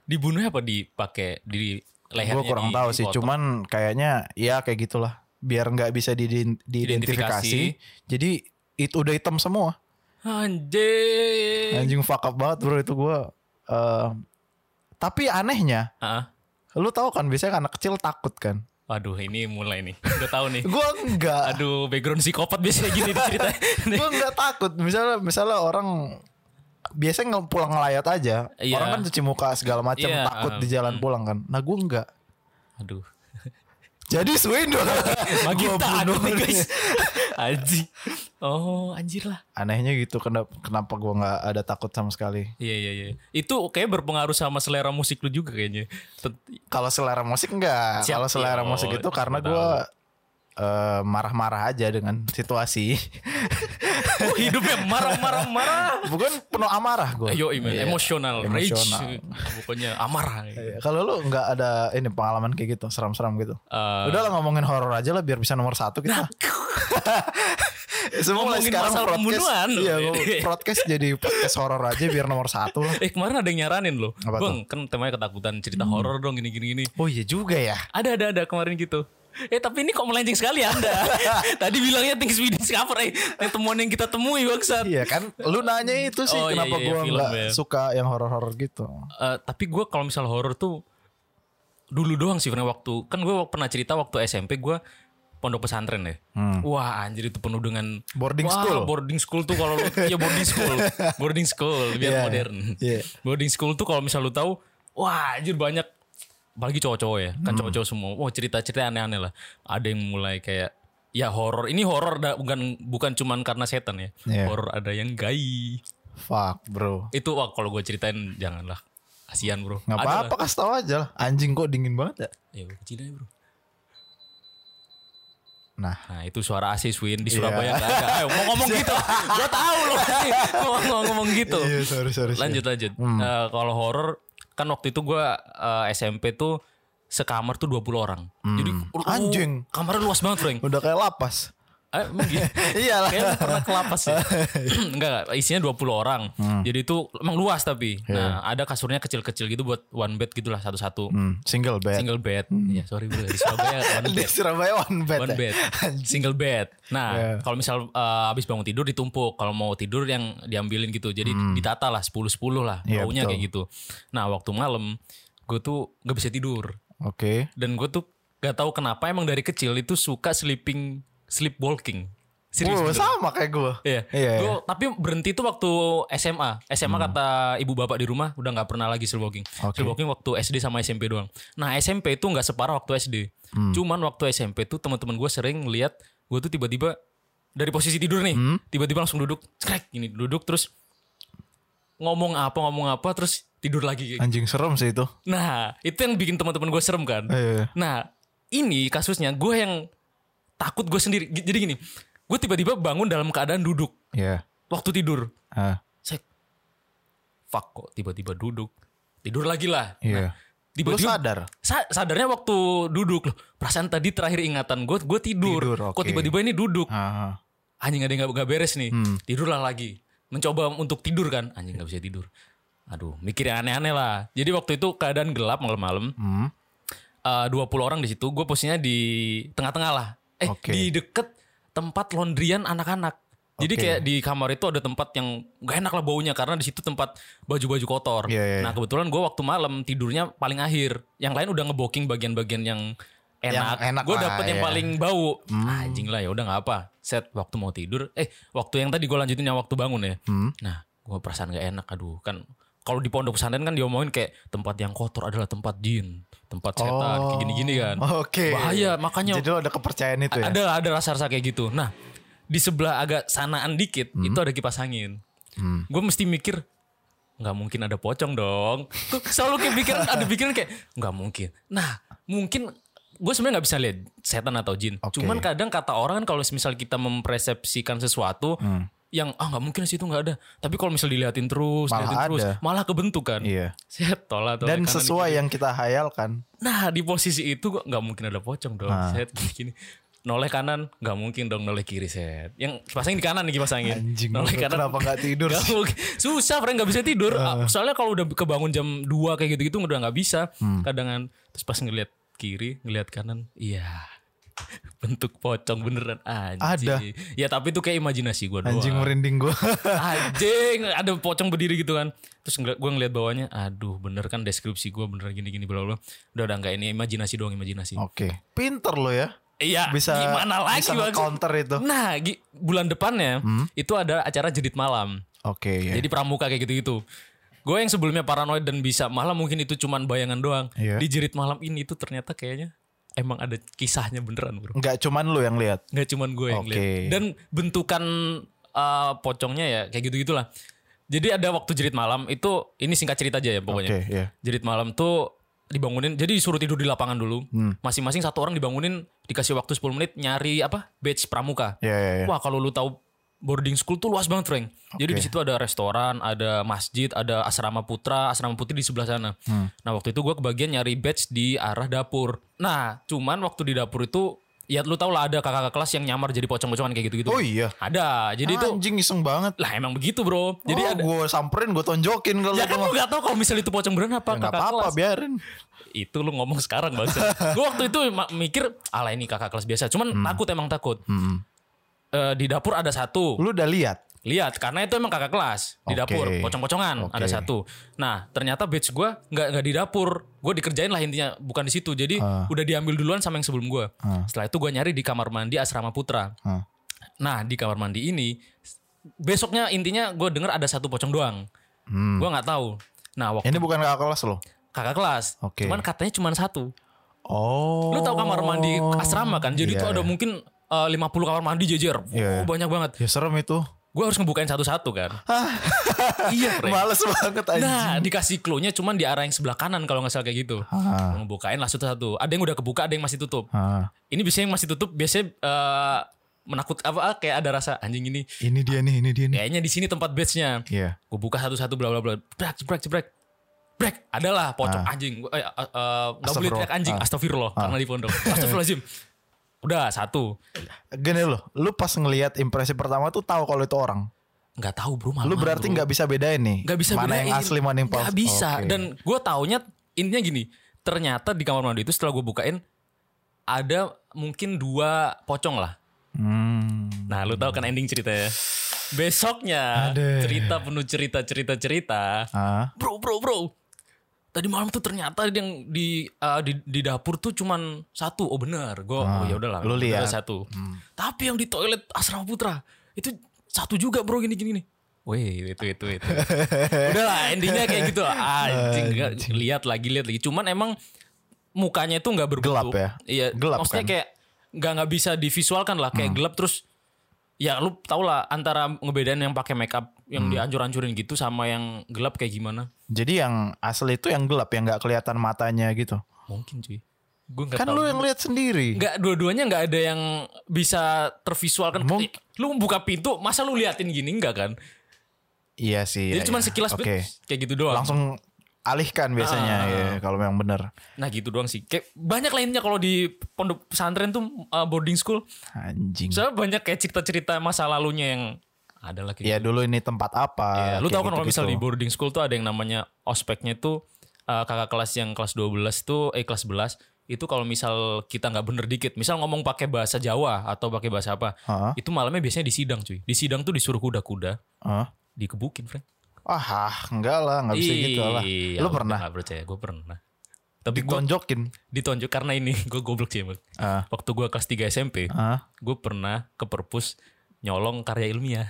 S3: dibunuhnya apa dipakai di lehernya
S1: Gue kurang
S3: di-
S1: tahu sih.
S3: dipotong?
S1: Cuman kayaknya ya kayak gitulah. Biar nggak bisa diident- diidentifikasi. Jadi itu udah hitam semua.
S3: anjing
S1: Anjing fuck up banget bro itu gue. Eh, tapi anehnya,
S3: ah
S1: lu tahu kan biasanya anak kecil takut kan?
S3: Waduh ini mulai nih Udah tahu nih
S1: Gue enggak.
S3: Aduh background psikopat biasanya gini di cerita
S1: gue nggak takut misalnya misalnya orang biasanya nge- pulang ngelayat aja
S3: Iya.
S1: orang kan cuci muka segala macam
S3: Iya,
S1: takut
S3: um,
S1: di jalan pulang kan nah gue nggak
S3: Aduh
S1: jadi Swindo
S3: Makin
S1: Gua bunuh
S3: takut nih
S1: nih.
S3: guys Anjing Oh anjir lah
S1: anehnya gitu kenapa kenapa gue nggak ada takut sama sekali
S3: Iya iya iya Itu kayak berpengaruh sama selera musik lu juga kayaknya Tet-
S1: kalau selera musik enggak
S3: Siap,
S1: kalau selera
S3: iya.
S1: musik itu
S3: Oh,
S1: karena
S3: tahu.
S1: gue eh, marah-marah aja dengan situasi
S3: Oh hidupnya marah marah marah
S1: bukan penuh amarah Iya. gue
S3: Ayo men emosional,
S1: emosional. Iya.
S3: rage Pokoknya amarah
S1: kalau lu nggak ada ini pengalaman kayak gitu seram-seram gitu
S3: Eh, Nah,
S1: Udah lah ngomongin horor aja lah biar bisa nomor satu kita. Semua mulai
S3: Ngomongin
S1: sekarang
S3: masalah
S1: podcast,
S3: pembunuhan.
S1: Iya, ngom- podcast jadi podcast horor aja biar nomor satu lah.
S3: Eh kemarin ada yang nyaranin loh
S1: Apa tuh?
S3: Bang kan temanya ketakutan cerita horor dong gini gini gini
S1: Oh iya juga ya.
S3: Ada ada ada kemarin gitu. Eh tapi ini kok melenceng sekali ya Anda. Tadi bilangnya things we discover eh eh, temuan yang kita temui bangsat.
S1: Iya kan, lu nanya itu sih
S3: Oh, iya,
S1: kenapa
S3: iya,
S1: gua
S3: film
S1: nggak
S3: ya.
S1: suka yang horor-horor gitu.
S3: Eh, tapi gue kalau misal horor tuh dulu doang sih sebenarnya waktu kan gue pernah cerita waktu SMP gue pondok pesantren ya. Wah anjir itu penuh dengan
S1: Hmm. Boarding
S3: Wah,
S1: school.
S3: Boarding school tuh kalau lu ya boarding school, boarding school biar
S1: Iya,
S3: modern.
S1: iya.
S3: Boarding school tuh kalau misal lu tahu, wah anjir banyak apalagi cowok-cowok ya kan
S1: Hmm.
S3: cowok-cowok semua wah cerita-cerita aneh-aneh lah ada yang mulai kayak ya horor ini horor da- bukan bukan cuman karena setan ya
S1: Iya.
S3: horor ada yang gai
S1: Fuck, bro.
S3: itu wah kalau gue ceritain janganlah kasihan bro
S1: Nggak
S3: Ada Ya, lah.
S1: apa-apa kasih tau aja lah. Anjing kok dingin banget ya.
S3: Ya udah kecil aja bro
S1: Nah, Iya.
S3: Nah itu suara Asis Win di Surabaya nggak ada. Ayo mau ngomong gitu, gue tahu loh pasti mau mau ngomong gitu.
S1: iya Hmm. sorry sorry. sorry.
S3: Lanjut lanjut. Eh, Kalau horor kan waktu itu gue eh, SMP tuh sekamar tuh 20 orang. Jadi lu-
S1: Hmm. Anjing.
S3: kamarnya luas banget, Frank.
S1: Udah kayak lapas.
S3: Eh, emang gitu?
S1: Iyalah.
S3: Kayaknya lu pernah kelapas ya. Enggak, enggak, isinya 20 orang.
S1: Hmm.
S3: Jadi itu emang luas tapi.
S1: Iya.
S3: Nah, ada kasurnya kecil-kecil gitu buat one bed gitulah satu-satu.
S1: Hmm, single bed.
S3: Single bed. Ya, sorry gue di Surabaya one
S1: Di
S3: bed.
S1: Surabaya one bed.
S3: One
S1: ya?
S3: bed, single bed. Nah,
S1: Iya.
S3: kalau misal eh, abis bangun tidur ditumpuk, kalau mau tidur yang diambilin gitu. Jadi ditata lah 10-10 lah,
S1: Hmm. Iya,
S3: baunya
S1: betul.
S3: kayak gitu. Nah, waktu malam gue tuh gak bisa tidur
S1: Oke.
S3: dan gue tuh gak tahu kenapa emang dari kecil itu suka sleeping sleepwalking serius
S1: Wow,
S3: bener.
S1: sama kayak gue.
S3: Iya.
S1: Iya, Hmm.
S3: Gua- tapi berhenti tuh waktu SMA. SMA kata ibu bapak di rumah udah nggak pernah lagi sleepwalking. Sleepwalking waktu SD sama SMP doang. Nah SMP itu nggak separah waktu SD.
S1: Hmm.
S3: Cuman waktu SMP tuh teman-teman gue sering lihat gue tuh tiba-tiba dari posisi tidur nih,
S1: Hmm.
S3: tiba-tiba langsung duduk, skrek gini duduk terus ngomong apa ngomong apa terus tidur lagi.
S1: Anjing serem sih itu.
S3: Nah itu yang bikin teman-teman gue serem kan.
S1: Iya.
S3: Nah, ini kasusnya gue yang takut gue sendiri. G- Jadi gini, gue tiba-tiba bangun dalam keadaan duduk
S1: Iya.
S3: waktu tidur.
S1: Ah,
S3: Saya fuck kok tiba-tiba duduk. Tidur lagi lah.
S1: Iya.
S3: Nah,
S1: Lu
S3: Tiba-tiba
S1: sadar.
S3: sa- sadarnya waktu duduk loh. Perasaan tadi terakhir ingatan gue, gue tidur.
S1: Tidur,
S3: Kok
S1: oke.
S3: tiba-tiba ini duduk?
S1: Ah, ah.
S3: anjing ada yang gak, gak beres nih
S1: Hmm.
S3: tidurlah lagi mencoba untuk tidur kan anjing gak bisa tidur aduh mikir yang aneh-aneh lah jadi waktu itu keadaan gelap malam-malam
S1: Hmm.
S3: Eh, 20 orang di situ gue posisinya di tengah-tengah lah eh
S1: Oke.
S3: di deket tempat laundryan anak-anak jadi
S1: Oke.
S3: kayak di kamar itu ada tempat yang gak enak lah baunya karena di situ tempat baju-baju kotor.
S1: Iya, iya,
S3: Nah kebetulan gue waktu malam tidurnya paling akhir. Yang lain udah ngeboking bagian-bagian yang enak.
S1: Yang enak
S3: gue
S1: lah,
S3: dapet yang
S1: iya.
S3: paling bau. Anjing lah ya udah nggak apa. Set waktu mau tidur. Eh waktu yang tadi gue lanjutin yang waktu bangun ya.
S1: hmm.
S3: Nah gue perasaan gak enak. Aduh kan kalau di pondok pesantren kan diomongin kayak tempat yang kotor adalah tempat jin, tempat setan, kayak gini-gini kan.
S1: Oh. Oke.
S3: Bahaya makanya
S1: Jadi lu ada kepercayaan itu ya.
S3: ada ada rasa-rasa kayak gitu. Nah, di sebelah agak sanaan dikit
S1: Hmm.
S3: itu ada kipas angin. Gue mesti mikir nggak mungkin ada pocong dong. Gue selalu kayak pikiran ada pikiran kayak nggak mungkin. Nah, mungkin gue sebenarnya nggak bisa lihat setan atau jin.
S1: Oke.
S3: Cuman kadang kata orang kan kalau misal kita mempersepsikan
S1: Hmm.
S3: sesuatu yang ah nggak mungkin situ nggak ada. Tapi kalau misal diliatin terus,
S1: Malah
S3: diliatin terus,
S1: ada.
S3: malah kebentuk kan.
S1: Iya.
S3: Set tolak tolak
S1: Dan
S3: kanan, gitu ya.
S1: sesuai yang kita hayalkan.
S3: Nah di posisi itu gua nggak mungkin ada pocong dong.
S1: Nah.
S3: Set gini. Noleh kanan nggak mungkin dong noleh kiri set. Yang kipas angin di kanan nih kipas angin.
S1: Anjing.
S3: noleh
S1: lu Kenapa nggak tidur? Nah.
S3: Nggak
S1: sih?
S3: mungkin. Susah Frank nggak bisa tidur. Ah, Soalnya kalau udah kebangun jam 2 kayak gitu-gitu udah nggak bisa.
S1: Hmm.
S3: Kadangan terus pas ngelihat kiri, ngelihat kanan, iya bentuk pocong beneran anjing.
S1: Ada.
S3: Ya tapi itu kayak imajinasi gua doang.
S1: Anjing merinding gue.
S3: Anjing, ada pocong berdiri gitu kan. Terus gue ngeliat bawahnya, aduh bener kan deskripsi gue bener gini-gini bla bla. bla. Udah udah enggak ini imajinasi doang imajinasi.
S1: Oke. Pinter lo ya.
S3: Iya,
S1: Bisa
S3: gimana lagi
S1: bisa Hmm?
S3: Bang?
S1: counter itu.
S3: Nah, gi- bulan depannya itu ada acara jedit malam.
S1: Oke. ya.
S3: Jadi pramuka kayak gitu-gitu. Gue yang sebelumnya paranoid dan bisa malah mungkin itu cuman bayangan doang.
S1: Iya.
S3: Di jerit malam ini tuh ternyata kayaknya emang ada kisahnya beneran, Bro.
S1: Nggak cuman lu yang lihat.
S3: Nggak cuman gue yang
S1: Oke.
S3: lihat. Dan bentukan eh, pocongnya ya kayak gitu-gitulah. Jadi ada waktu jerit malam itu ini singkat cerita aja ya
S1: Oke.
S3: pokoknya.
S1: ya.
S3: Jerit malam tuh dibangunin jadi disuruh tidur di lapangan dulu.
S1: Hmm.
S3: Masing-masing satu orang dibangunin dikasih waktu 10 menit nyari apa? badge pramuka.
S1: Ya ya ya.
S3: Wah, kalau lu tahu boarding school tuh luas banget, Frank. Jadi di situ ada restoran, ada masjid, ada asrama putra, asrama putri di sebelah sana.
S1: Hmm.
S3: Nah, waktu itu gua kebagian nyari badge di arah dapur. Nah, cuman waktu di dapur itu ya lu tau lah ada kakak kelas yang nyamar jadi pocong-pocongan kayak gitu-gitu.
S1: Oh iya.
S3: Ada. Jadi itu
S1: Anjing iseng banget.
S3: lah emang begitu, Bro. Jadi
S1: Jadi
S3: ada
S1: gue samperin, gue tonjokin kalau
S3: Ya
S1: itu
S3: kan
S1: mah.
S3: lu gak tau kalau misalnya itu pocong beneran apa
S1: Ya, nggak
S3: kakak
S1: apa-apa
S3: kelas.
S1: biarin.
S3: Itu lu ngomong sekarang bang. gue waktu itu ma- mikir ala ini kakak kelas biasa. Cuman
S1: Hmm.
S3: takut emang takut. Eh, di dapur ada satu.
S1: Lu udah lihat?
S3: Lihat, karena itu emang kakak kelas
S1: Oke.
S3: di dapur, pocong-pocongan
S1: Oke.
S3: ada satu. Nah, ternyata batch gue nggak nggak di dapur, gue dikerjain lah intinya, bukan di situ. Jadi
S1: Ah.
S3: udah diambil duluan sama yang sebelum gue. Setelah itu gue nyari di kamar mandi asrama putra.
S1: Hah.
S3: Nah, di kamar mandi ini besoknya intinya gue denger ada satu pocong doang.
S1: Hmm.
S3: Gue nggak tahu. Nah, waktu
S1: Ini bukan kakak kelas lo.
S3: kakak kelas,
S1: Eh. Oke.
S3: cuman katanya cuman satu.
S1: Oh.
S3: Lu tahu kamar mandi asrama kan? Jadi
S1: Iya,
S3: tuh ada
S1: iya.
S3: mungkin eh, 50 kamar mandi jejer, Wow,
S1: Iya, iya.
S3: banyak banget.
S1: Ya serem itu.
S3: gue harus ngebukain satu-satu kan. iya, Frank.
S1: Males banget anjing.
S3: Nah, dikasih clue-nya cuman di arah yang sebelah kanan kalau nggak salah kayak gitu.
S1: Ah.
S3: Ngebukain lah satu-satu. Ada yang udah kebuka, ada yang masih tutup.
S1: Ah,
S3: Ini biasanya yang masih tutup biasanya eh, menakut apa ah, kayak ada rasa anjing ini.
S1: ini dia nih, ini dia nih.
S3: Kayaknya di sini tempat batch-nya.
S1: Iya.
S3: Gue buka satu-satu bla bla bla. Brek, brek, brek. Brek, adalah pocong anjing. Gua- Eh, eh, eh, nggak boleh
S1: Ah. Astagfirullah.
S3: teriak anjing.
S1: Ah.
S3: Astagfirullah, karena di pondok. Astagfirullahaladzim. Udah satu.
S1: Gini loh, lu pas ngelihat impresi pertama tuh tahu kalau itu orang.
S3: Nggak tahu bro malam.
S1: Lu berarti nggak bisa bedain nih.
S3: Ah, nggak bisa
S1: mana
S3: bedain.
S1: yang asli mana yang palsu.
S3: Nggak bisa.
S1: Oke.
S3: Dan gue taunya intinya gini. Ternyata di kamar mandi itu setelah gue bukain ada mungkin dua pocong lah.
S1: Hmm.
S3: Nah lu tahu kan ending ceritanya. Besoknya
S1: Aduh.
S3: cerita penuh cerita cerita cerita.
S1: Ah,
S3: Bro bro bro. Tadi malam tuh ternyata yang di eh, di, di dapur tuh cuman satu. Oh benar. Gue oh ya udahlah.
S1: Ah, lu
S3: bener
S1: lihat. Hmm.
S3: satu. Tapi yang di toilet asrama putra itu satu juga bro gini gini nih. Weh, itu itu itu. Udahlah, endingnya kayak gitu. Anjing, nggak- lihat lagi lihat lagi. Cuman emang mukanya itu nggak berbentuk.
S1: Gelap ya?
S3: Iya,
S1: Gelap kan?
S3: maksudnya
S1: Hmm.
S3: kayak nggak nggak bisa divisualkan lah kayak gelap terus ya lu tau lah antara ngebedain yang pakai makeup yang
S1: Hmm.
S3: diancur-ancurin gitu sama yang gelap kayak gimana.
S1: Jadi yang asli itu yang gelap yang nggak kelihatan matanya gitu.
S3: Mungkin cuy. Gue
S1: Kan lu yang lihat sendiri.
S3: nggak dua-duanya nggak ada yang bisa tervisualkan.
S1: Mung-
S3: Eh, Lu buka pintu, masa lu liatin gini nggak kan?
S1: Iya sih.
S3: Jadi
S1: iya,
S3: cuma
S1: iya.
S3: sekilas
S1: Oke.
S3: bet, kayak gitu doang.
S1: Langsung alihkan biasanya
S3: Ah.
S1: ya, kalau yang bener.
S3: Nah gitu doang sih. Kayak banyak lainnya kalau di pondok pesantren tuh uh, boarding school.
S1: Anjing.
S3: Soalnya banyak kayak cerita-cerita masa lalunya yang ada lah kayak.
S1: ya dulu ini tempat apa?
S3: Ya,
S1: Iya, kayak
S3: lu tahu kan kalau
S1: gitu-gitu.
S3: misal di boarding school tuh ada yang namanya ospeknya tuh uh, kakak kelas yang kelas 12 tuh eh kelas 11 itu kalau misal kita nggak bener dikit, misal ngomong pakai bahasa Jawa atau pakai bahasa apa,
S1: Hah?
S3: itu malamnya biasanya di sidang cuy. Di sidang tuh disuruh kuda-kuda
S1: Hah?
S3: dikebukin, Frank.
S1: Ah, ah, enggak lah, enggak bisa gitu lah.
S3: Iya,
S1: Lu
S3: gua
S1: pernah
S3: nggak percaya, gue pernah. Tapi gue
S1: ditonjokin?
S3: ditonjok karena ini gue goblok sih emang.
S1: Ah,
S3: waktu gue kelas 3 SMP,
S1: ah,
S3: gue pernah ke perpus nyolong karya ilmiah.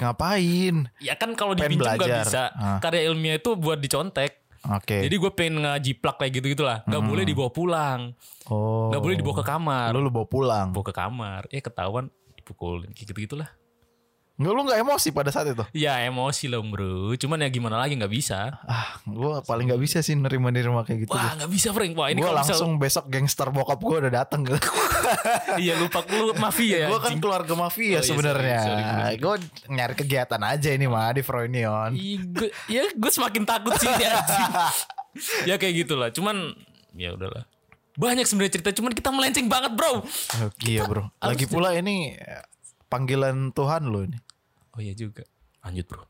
S1: ngapain?
S3: Ya kan kalau
S1: Pengen
S3: dipinjam
S1: belajar.
S3: gak bisa.
S1: Ah.
S3: Karya ilmiah itu buat dicontek.
S1: Oke.
S3: Jadi gue pengen ngejiplak kayak gitu-gitulah. Gak boleh dibawa pulang.
S1: Oh.
S3: Gak boleh dibawa ke kamar.
S1: Lu lu bawa pulang.
S3: Bawa ke kamar. Eh ketahuan dipukulin. Kayak gitu-gitulah.
S1: Enggak lu enggak emosi pada saat itu.
S3: Ya emosi loh bro. Cuman ya gimana lagi gak bisa.
S1: Ah, gua paling nggak bisa sih nerima-nerima kayak gitu.
S3: Wah gak bisa Frank. Wah ini
S1: Gue
S3: kalau misal-
S1: langsung besok gangster bokap gue udah datang.
S3: Iya lupa lu mafia ya.
S1: gue kan
S3: anjing.
S1: keluarga mafia
S3: Oh, iya,
S1: sebenarnya.
S3: sorry, sorry,
S1: gue nyari kegiatan aja ini mah di Froynion.
S3: Ih, gua- ya gue semakin takut sih ini anjing. ya kayak gitulah cuman ya udahlah banyak sebenarnya cerita cuman kita melenceng banget bro
S1: Iya bro. Lagi pula ini eh, panggilan Tuhan lo ini.
S3: oh iya juga lanjut bro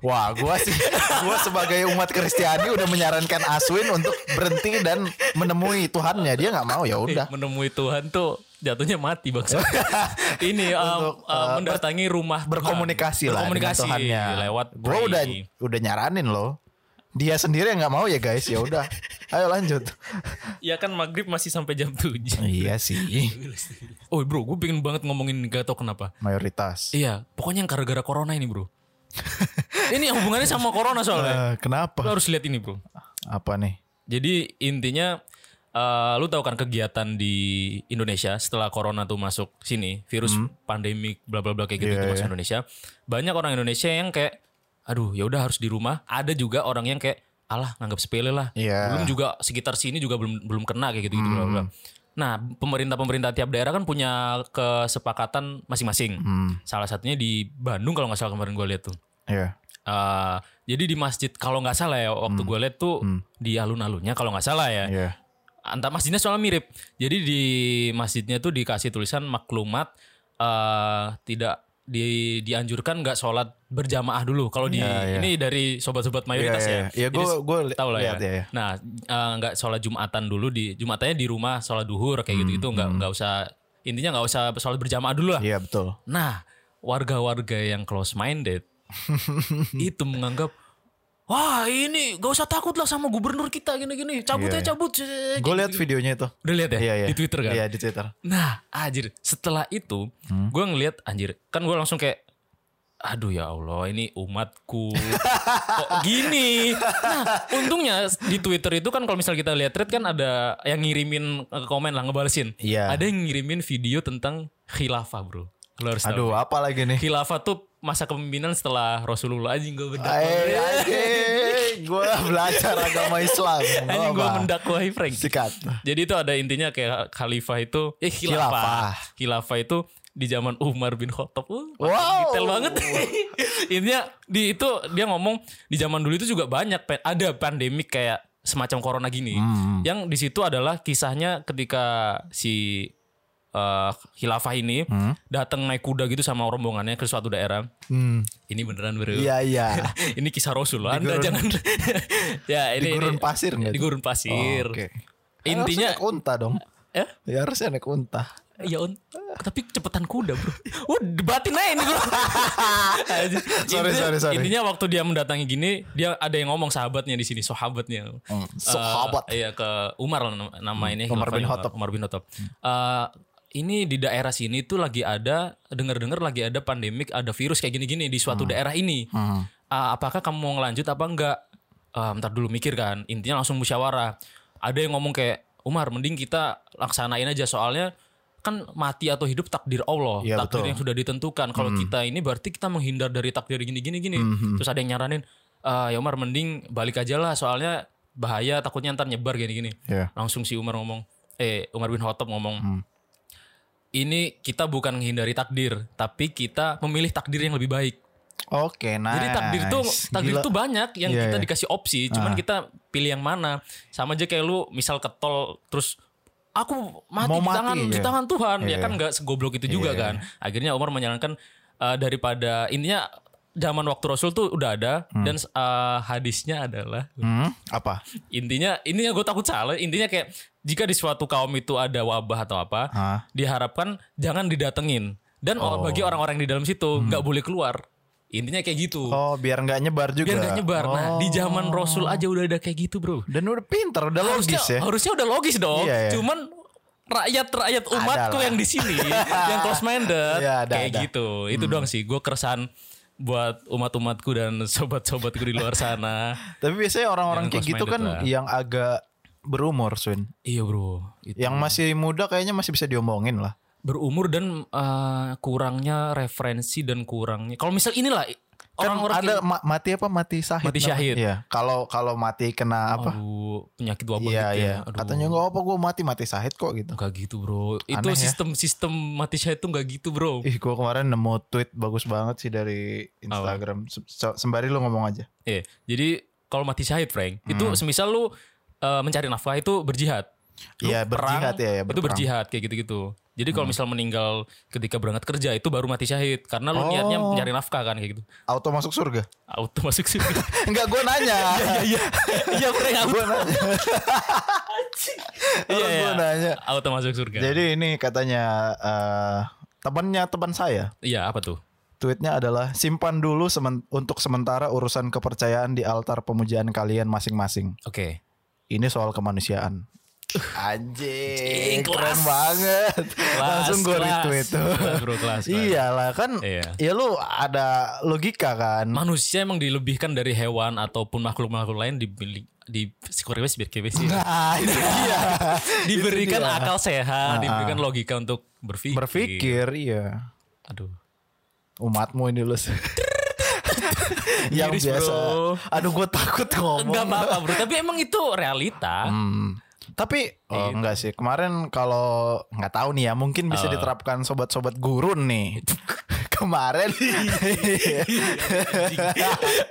S1: Wah, gue sih, gue sebagai umat Kristiani udah menyarankan Aswin untuk berhenti dan menemui Tuhannya. Dia nggak mau ya udah.
S3: Iya,
S1: Iya.
S3: menemui Tuhan tuh jatuhnya mati bangsa ini um,
S1: Untuk,
S3: uh, mendatangi rumah Tuhan.
S1: berkomunikasi lah dengan
S3: berkomunikasi
S1: Tuhannya.
S3: lewat
S1: Gue
S3: pray.
S1: udah udah nyaranin loh. Dia sendiri yang nggak mau ya guys. Ya udah. Ayo lanjut.
S3: ya kan maghrib masih sampai jam 7
S1: iya sih.
S3: oh bro gue pengen banget ngomongin gak tau kenapa
S1: Mayoritas.
S3: iya pokoknya yang gara-gara corona ini bro ini hubungannya sama corona soalnya
S1: Eh,
S3: Lo
S1: kenapa?
S3: harus lihat ini bro
S1: Apa nih?
S3: Jadi intinya eh, lu tahu kan kegiatan di Indonesia setelah corona tuh masuk sini, virus pandemik bla bla bla kayak gitu
S1: Hmm. Iya,
S3: tuh masuk
S1: iya.
S3: Indonesia. Banyak orang Indonesia yang kayak aduh ya udah harus di rumah. Ada juga orang yang kayak alah nganggap sepele lah.
S1: Iya. Hmm.
S3: Belum juga sekitar sini juga belum belum kena kayak gitu gitu bla bla. Nah, pemerintah-pemerintah tiap daerah kan punya kesepakatan masing-masing.
S1: Hmm.
S3: Salah satunya di Bandung kalau nggak salah kemarin gue lihat tuh.
S1: Iya.
S3: Eh, jadi di masjid kalau nggak salah ya waktu gue lihat tuh di alun-alunnya kalau nggak salah ya
S1: Hmm. Iya.
S3: antar masjidnya soalnya mirip. Jadi di masjidnya tuh dikasih tulisan maklumat eh tidak di dianjurkan nggak sholat berjamaah dulu. Kalau di
S1: Iya, iya.
S3: ini dari sobat-sobat mayoritas
S1: Iya,
S3: ya.
S1: iya. Iya,
S3: Jadi
S1: gua- gua li-
S3: tahu lah ya.
S1: lihat, iya, iya.
S3: Nah eh, nggak sholat jumatan dulu di jumatannya di rumah sholat duhur
S1: Hmm,
S3: kayak gitu gitu nggak nggak usah intinya nggak usah sholat berjamaah dulu lah.
S1: Iya betul.
S3: Nah, warga-warga yang close minded itu menganggap Wah ini gak usah takut lah sama gubernur kita gini-gini
S1: Iya,
S3: Cabut
S1: iya.
S3: ya cabut Kayak
S1: Gue lihat
S3: gitu-gitu.
S1: videonya itu.
S3: Udah lihat ya
S1: Iya, iya.
S3: di Twitter kan
S1: Iya Hmm? di Twitter.
S3: Nah anjir setelah itu Gue ngelihat anjir Kan gue langsung kayak Aduh ya Allah ini umatku Kok gini Nah untungnya di Twitter itu kan Kalau misalnya kita lihat thread kan ada Yang ngirimin eh, komen lah ngebalesin
S1: Iya.
S3: Ada yang ngirimin video tentang khilafah bro Lo harus tahu.
S1: Aduh, apa lagi nih?
S3: Khilafah tuh masa kepemimpinan setelah Rasulullah anjing
S1: Eh,
S3: gue mendakwahi.
S1: gue belajar agama Islam. Gua
S3: Anjing gue
S1: apa?
S3: mendakwahi Frank.
S1: Sikat.
S3: Jadi itu ada intinya kayak khalifah itu eh
S1: Khilafah.
S3: khilafah. Khilafah, itu di zaman Umar bin Khattab. Uh, makin
S1: Wow.
S3: detail banget. intinya di itu dia ngomong di zaman dulu itu juga banyak pe- ada pandemik kayak semacam corona gini.
S1: Hmm.
S3: Yang di situ adalah kisahnya ketika si eh, khilafah ini datang naik kuda gitu sama rombongannya ke suatu daerah.
S1: Hmm,
S3: Ini beneran bro.
S1: Iya iya.
S3: ini kisah Rasul. Anda jangan ya
S1: Di
S3: ini
S1: gurun
S3: ini-
S1: pasir nggak?
S3: di
S1: tuh?
S3: gurun pasir.
S1: Oh, oke. Oh,
S3: Intinya
S1: Harusnya naik unta dong.
S3: eh
S1: Ya harusnya naik unta.
S3: Ya on, tapi cepetan kuda bro. Wah debatin aja ini bro.
S1: Sorry, sorry, sorry.
S3: Intinya waktu dia mendatangi gini, dia ada yang ngomong sahabatnya di sini, sahabatnya.
S1: Oh. Sahabat.
S3: Hmm. Eh, iya ke Umar lah nama- namanya.
S1: Hmm, Umar
S3: Khilafah
S1: bin
S3: Umar-
S1: Khattab.
S3: Umar bin Khattab. Eh, ini di daerah sini tuh lagi ada, dengar-dengar lagi ada pandemik, ada virus kayak gini-gini di suatu
S1: Hmm.
S3: daerah ini. Ah, apakah kamu mau ngelanjut apa enggak? Ah, ntar dulu mikir kan. Intinya langsung musyawarah. Ada yang ngomong kayak Umar, mending kita laksanain aja soalnya kan mati atau hidup takdir Allah,
S1: Iya,
S3: takdir
S1: betul.
S3: yang sudah ditentukan. Kalau kita ini berarti kita menghindar dari takdir gini gini gini. Terus ada yang nyaranin, "Ah, ya Umar mending balik aja lah soalnya bahaya takutnya ntar nyebar gini gini.
S1: Iya.
S3: Langsung si Umar ngomong, eh Umar bin Khattab ngomong, ini kita bukan menghindari takdir, tapi kita memilih takdir yang lebih baik.
S1: Oke, Ah, nice.
S3: Jadi takdir tuh takdir
S1: Gila.
S3: tuh banyak yang
S1: Iya,
S3: kita
S1: iya.
S3: dikasih opsi, cuman kita pilih yang mana. Sama aja kayak lu misal ketol terus aku mati,
S1: Mau
S3: di
S1: mati,
S3: tangan di
S1: iya.
S3: tangan Tuhan,
S1: Iya.
S3: ya kan nggak segoblok itu juga
S1: Iya.
S3: kan. Akhirnya Umar menyarankan eh, daripada intinya zaman waktu Rasul tuh udah ada dan eh, hadisnya adalah
S1: Hmm, apa?
S3: intinya intinya gue takut salah intinya kayak jika di suatu kaum itu ada wabah atau apa
S1: Ah.
S3: diharapkan jangan didatengin dan
S1: Oh. Hmm.
S3: bagi orang-orang di dalam situ nggak boleh keluar intinya kayak gitu
S1: Oh, biar nggak nyebar juga. Oh.
S3: biar nggak nyebar. Nah, di zaman Rasul aja udah ada kayak gitu, bro.
S1: Dan udah pinter, udah logis
S3: harusnya,
S1: ya.
S3: harusnya udah logis dong.
S1: Iya, iya.
S3: Cuman rakyat-rakyat umatku
S1: lah.
S3: yang di sini yang close minded
S1: Iya, ada, Hmm.
S3: kayak
S1: ada.
S3: gitu. Itu doang sih gue keresahan buat umat-umatku dan sobat-sobatku di luar sana.
S1: Tapi biasanya orang-orang
S3: Jangan
S1: kayak gitu kan
S3: close-minded
S1: yang agak berumur, Swin.
S3: iya, bro. Itu.
S1: Yang masih muda kayaknya masih bisa diomongin lah.
S3: Berumur dan eh, kurangnya referensi dan kurangnya. Kalau misal inilah
S1: Kan
S3: orang-orang
S1: ada
S3: yang-
S1: ma- mati apa mati syahid.
S3: gitu. Mati
S1: namanya.
S3: syahid.
S1: Iya. Kalau kalau mati kena apa?
S3: Aduh, penyakit wabah
S1: Iya
S3: gitu
S1: iya.
S3: ya. Aduh.
S1: Katanya nggak apa gue mati mati syahid kok gitu.
S3: Gak gitu bro Itu
S1: Aneh ya.
S3: sistem-sistem mati syahid tuh gak gitu bro
S1: Ih gue kemarin nemu tweet bagus banget sih dari Instagram. Se- se- Sembari lu ngomong aja.
S3: Iya, jadi kalau mati syahid, Frank, itu
S1: Hmm.
S3: semisal lu eh, mencari nafkah itu berjihad. Lu
S1: Iya,
S3: perang,
S1: berjihad ya, ya,
S3: Itu
S1: berperang. Hmm.
S3: berjihad kayak gitu-gitu. Jadi kalau misal meninggal ketika berangkat kerja itu baru mati syahid karena lu niatnya
S1: Oh.
S3: mencari nafkah kan kayak gitu.
S1: Auto masuk surga?
S3: Auto masuk surga.
S1: Enggak gue nanya.
S3: Iya, iya Frank auto.
S1: Gue nanya.
S3: Iya,
S1: Orang
S3: iya.
S1: gua nanya.
S3: Auto masuk surga.
S1: Jadi ini katanya eh, temannya teman saya.
S3: iya, apa tuh?
S1: Tweetnya adalah simpan dulu semen- untuk sementara urusan kepercayaan di altar pemujaan kalian masing-masing.
S3: Oke.
S1: Ini soal kemanusiaan. Anjing,
S3: Anjing,
S1: keren
S3: kelas.
S1: banget. Langsung gue
S3: kelas.
S1: retweet tuh.
S3: Kelas, bro, kelas, kelas.
S1: Iyalah kan,
S3: Iya.
S1: ya lu ada logika kan.
S3: Manusia emang dilebihkan dari hewan ataupun makhluk-makhluk lain dibeli di psikoris
S1: Nah, itu dia.
S3: Iya. diberikan
S1: Itu dia.
S3: akal sehat, diberikan logika untuk berpikir.
S1: Ah, Berpikir, iya.
S3: Aduh.
S1: Umatmu ini lu. Yang
S3: Miris,
S1: biasa.
S3: bro.
S1: Aduh, gue takut ngomong.
S3: Enggak apa-apa bro, tapi emang itu realita.
S1: Hmm. Tapi
S3: Iya.
S1: oh, enggak sih. Kemarin kalau nggak tahu nih ya, mungkin bisa
S3: Eh.
S1: diterapkan sobat-sobat gurun nih. Kemarin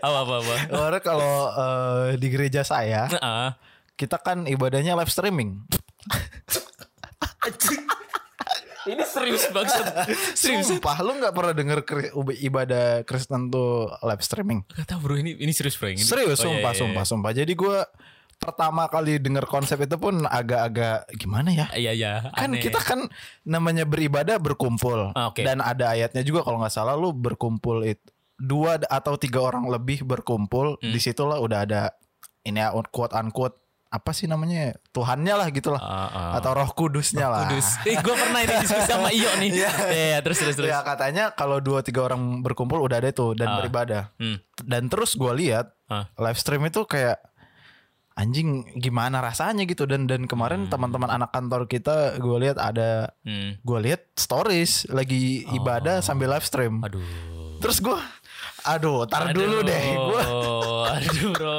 S3: Apa-apa.
S1: Kemarin kalau eh, di gereja saya,
S3: Heeh.
S1: kita kan ibadahnya live streaming.
S3: Ini serius banget. serius.
S1: Sumpah, lu nggak pernah denger kri- ibadah Kristen tuh live streaming?
S3: Gak tau bro, ini ini serius Frank. Ini-
S1: Serius,
S3: Oh, iya,
S1: sumpah,
S3: iya,
S1: sumpah, sumpah. Jadi gue pertama kali denger konsep itu pun agak-agak gimana ya?
S3: Iya iya.
S1: kan
S3: aneh.
S1: kita kan namanya beribadah berkumpul
S3: Ah, oke.
S1: dan ada ayatnya juga kalau nggak salah lu berkumpul itu dua atau tiga orang lebih berkumpul
S3: Hmm.
S1: disitulah udah ada ini ya quote unquote apa sih namanya ya? Tuhannya lah gitulah
S3: Ah, ah.
S1: atau Roh Kudusnya lah
S3: Kudus. Eh gue pernah ini diskusi sama Iyo nih. Iya iya, terus terus terus.
S1: ya katanya kalau dua tiga orang berkumpul udah ada itu dan beribadah
S3: Hmm.
S1: dan terus gue lihat
S3: Ah.
S1: live stream itu kayak anjing gimana rasanya gitu dan dan kemarin teman-teman anak kantor kita gue lihat ada
S3: Hmm.
S1: gue lihat stories lagi ibadah sambil live stream
S3: Oh. Aduh.
S1: terus gue aduh tar dulu deh Iya. gue
S3: Aduh, aduh bro.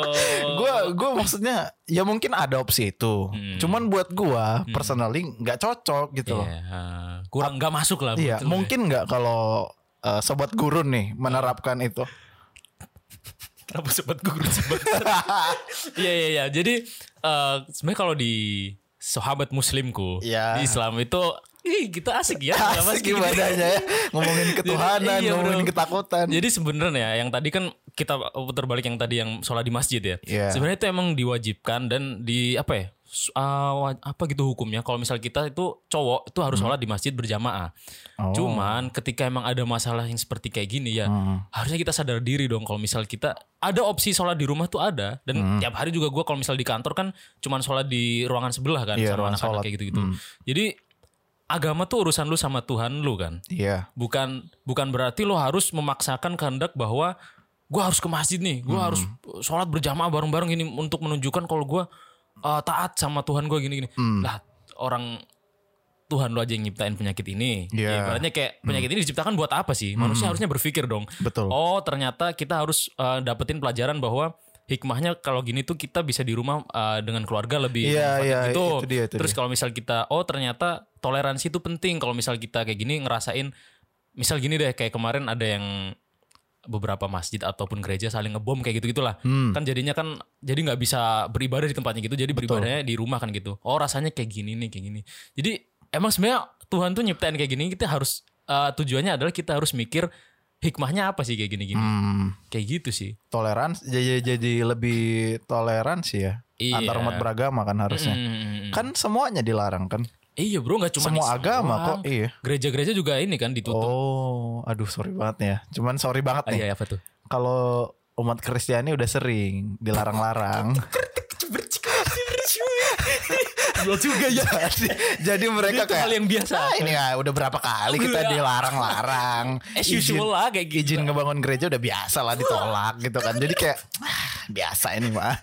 S1: gue gue maksudnya ya mungkin ada opsi itu
S3: Hmm.
S1: cuman buat gue personally nggak cocok gitu loh
S3: Iya, kurang nggak masuk lah.
S1: Iya,
S3: betul.
S1: mungkin nggak kalau eh, sobat gurun nih menerapkan itu.
S3: Kenapa sempat gugur sempat. Iya iya iya. Jadi eh, sebenarnya kalau di sahabat muslimku
S1: Iya.
S3: di Islam itu Ih, kita asik ya. Kenapa
S1: Asik
S3: sih gini?
S1: ibadahnya ya, ngomongin ketuhanan,
S3: Iya, bro.
S1: ngomongin ketakutan.
S3: Jadi sebenarnya yang tadi kan kita putar balik yang tadi yang sholat di masjid ya.
S1: Iya.
S3: Sebenarnya itu emang diwajibkan dan di apa ya? su- ah, wa- apa gitu hukumnya kalau misal kita itu cowok itu harus sholat di masjid berjamaah.
S1: Hmm. Oh.
S3: Cuman ketika emang ada masalah yang seperti kayak gini ya, harusnya kita sadar diri dong kalau misal kita ada opsi sholat di rumah tuh ada dan
S1: Hmm.
S3: tiap hari juga gua kalau misal di kantor kan cuman sholat di ruangan sebelah kan
S1: Iya,
S3: sama
S1: ruangan
S3: anak-anak
S1: sholat.
S3: kayak gitu-gitu. Jadi agama tuh urusan lu sama Tuhan lu kan
S1: Iya.
S3: bukan bukan berarti lo harus memaksakan kehendak bahwa gue harus ke masjid nih
S1: Hmm.
S3: gue harus sholat berjamaah bareng-bareng ini untuk menunjukkan kalau gue uh, taat sama Tuhan gue gini-gini
S1: Hmm.
S3: lah orang Tuhan lo aja yang nyiptain penyakit ini
S1: Iya. Hmm.
S3: Ya, ibaratnya kayak penyakit ini diciptakan buat apa sih manusia harusnya berpikir dong
S1: Betul.
S3: oh ternyata kita harus uh, dapetin pelajaran bahwa hikmahnya kalau gini tuh kita bisa di rumah uh, dengan keluarga lebih
S1: Iya,
S3: manfaatin
S1: iya,
S3: gitu.
S1: itu dia, itu
S3: terus kalau misal kita oh ternyata toleransi itu penting kalau misal kita kayak gini ngerasain misal gini deh kayak kemarin ada yang beberapa masjid ataupun gereja saling ngebom kayak gitu gitulah
S1: Hmm,
S3: kan jadinya kan jadi nggak bisa beribadah di tempatnya gitu jadi beribadahnya di rumah kan gitu oh rasanya kayak gini nih kayak gini jadi emang sebenarnya Tuhan tuh nyiptain kayak gini kita harus eh, tujuannya adalah kita harus mikir hikmahnya apa sih kayak gini gini
S1: Hmm,
S3: kayak gitu sih
S1: toleransi jadi jadi lebih toleransi ya
S3: Iya.
S1: antar umat beragama kan harusnya.
S3: Mm.
S1: Kan semuanya dilarang kan.
S3: iya bro nggak cuma
S1: Semua
S3: Islam
S1: agama
S3: doang.
S1: kok iya.
S3: gereja-gereja juga ini kan ditutup
S1: Oh, aduh sorry banget nih ya. Cuman sorry banget
S3: Ah,
S1: nih.
S3: iya apa tuh
S1: Kalau umat Kristiani udah sering dilarang-larang. juga ya. jadi, jadi mereka
S3: itu
S1: kayak
S3: hal yang biasa
S1: "Ah, ini ya, udah berapa kali kita dilarang-larang.
S3: as
S1: Izin-
S3: usual lah kayak gitu
S1: izin ngebangun gereja udah biasa lah ditolak gitu kan. Jadi kayak "Ah, biasa ini mah.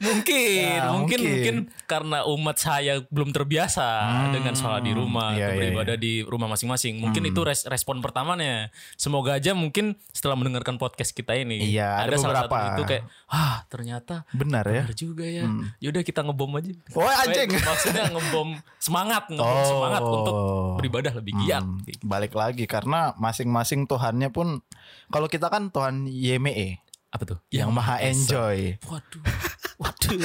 S3: mungkin,
S1: Ya, mungkin.
S3: mungkin, mungkin karena umat saya belum terbiasa dengan sholat di rumah,
S1: Iya,
S3: atau
S1: Hmm, iya, Hmm.
S3: beribadah di rumah masing-masing. Mungkin itu res- respon pertamanya. Semoga aja mungkin setelah mendengarkan podcast kita ini,
S1: Iya, ada
S3: salah satu
S1: beberapa.
S3: itu kayak, ah ternyata
S1: Benar ya.
S3: benar juga ya. Yaudah kita ngebom aja.
S1: Woi, anjing.
S3: Eh, Maksudnya ngebom semangat, ngebom
S1: Oh.
S3: semangat untuk beribadah lebih giat.
S1: Hmm, balik lagi karena masing-masing Tuhannya pun kalau kita kan Tuhan YME
S3: Apa tuh?
S1: yang maha enjoy.
S3: Waduh, waduh.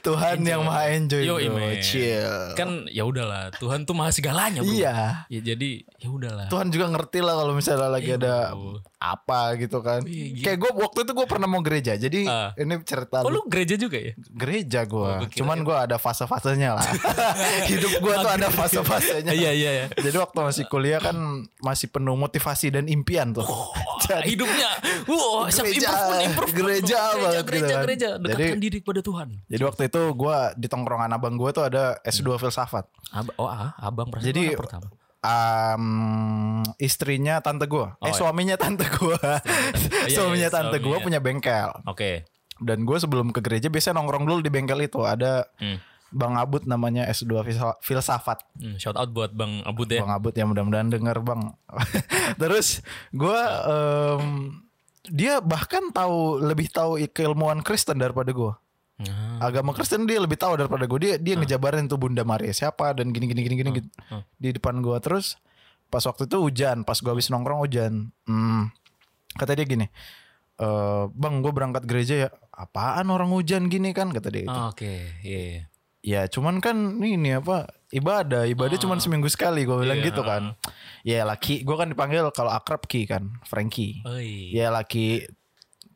S1: Tuhan yang maha enjoy.
S3: Yo,
S1: bro.
S3: man.
S1: Chill.
S3: kan ya udahlah, Tuhan tuh maha segalanya. Bro.
S1: Iya.
S3: Ya jadi ya udahlah.
S1: Tuhan juga ngerti lah kalau misalnya lagi
S3: Iya.
S1: ada apa gitu kan. Kayak gue waktu itu gue pernah mau gereja. Jadi
S3: Ah.
S1: ini cerita
S3: Oh lu gereja juga ya?
S1: gereja gue.
S3: gua kira ya.
S1: Cuman gue ada fase-fasenya lah. Hidup gue tuh ada fase-fasenya.
S3: Iya iya iya.
S1: Jadi waktu masih kuliah kan masih penuh motivasi dan impian tuh.
S3: Oh,
S1: Jadi
S3: Hidupnya, wow, self
S1: Gereja,
S3: improvement, improvement.
S1: gereja
S3: gereja,
S1: banget gitu
S3: gereja,
S1: kan.
S3: gereja. Dekatkan
S1: Jadi-
S3: diri kepada Tuhan.
S1: jadi waktu itu gue di tongkrongan abang gue tuh ada S2
S3: Hmm.
S1: filsafat.
S3: Ab- oh, ah, abang perasaan
S1: Jadi-
S3: orang pertama.
S1: Um, istrinya tante gue, eh
S3: Oh, iya.
S1: suaminya tante gue,
S3: iya,
S1: suaminya tante gue
S3: suaminya.
S1: punya bengkel.
S3: Oke.
S1: Dan gue sebelum ke gereja biasanya nongkrong dulu di bengkel itu ada
S3: Hmm.
S1: Bang Abut namanya S2 filsa- filsafat.
S3: Hmm, shout out buat Bang Abud ya.
S1: Bang Abut ya mudah-mudahan denger bang. Terus gue em, dia bahkan tahu lebih tahu keilmuan Kristen daripada gue.
S3: Ah,
S1: Hmm. Agama Kristen dia lebih tahu daripada gue. Dia dia ngejabarin tuh Bunda Maria siapa dan gini gini gini gini gitu.
S3: hmm.
S1: di depan gue terus. Pas waktu itu hujan, pas gue habis nongkrong hujan. Hmm. Kata dia gini, "Eh, bang gue berangkat gereja ya. Apaan orang hujan gini kan kata dia.
S3: ah, Oke, iya. iya.
S1: Ya cuman kan ini apa ibadah ibadah cuman seminggu sekali gue bilang
S3: Hmm. Iya.
S1: gitu kan. Ya laki gue kan dipanggil kalau akrab Ki kan Frankie.
S3: Oi.
S1: Ya laki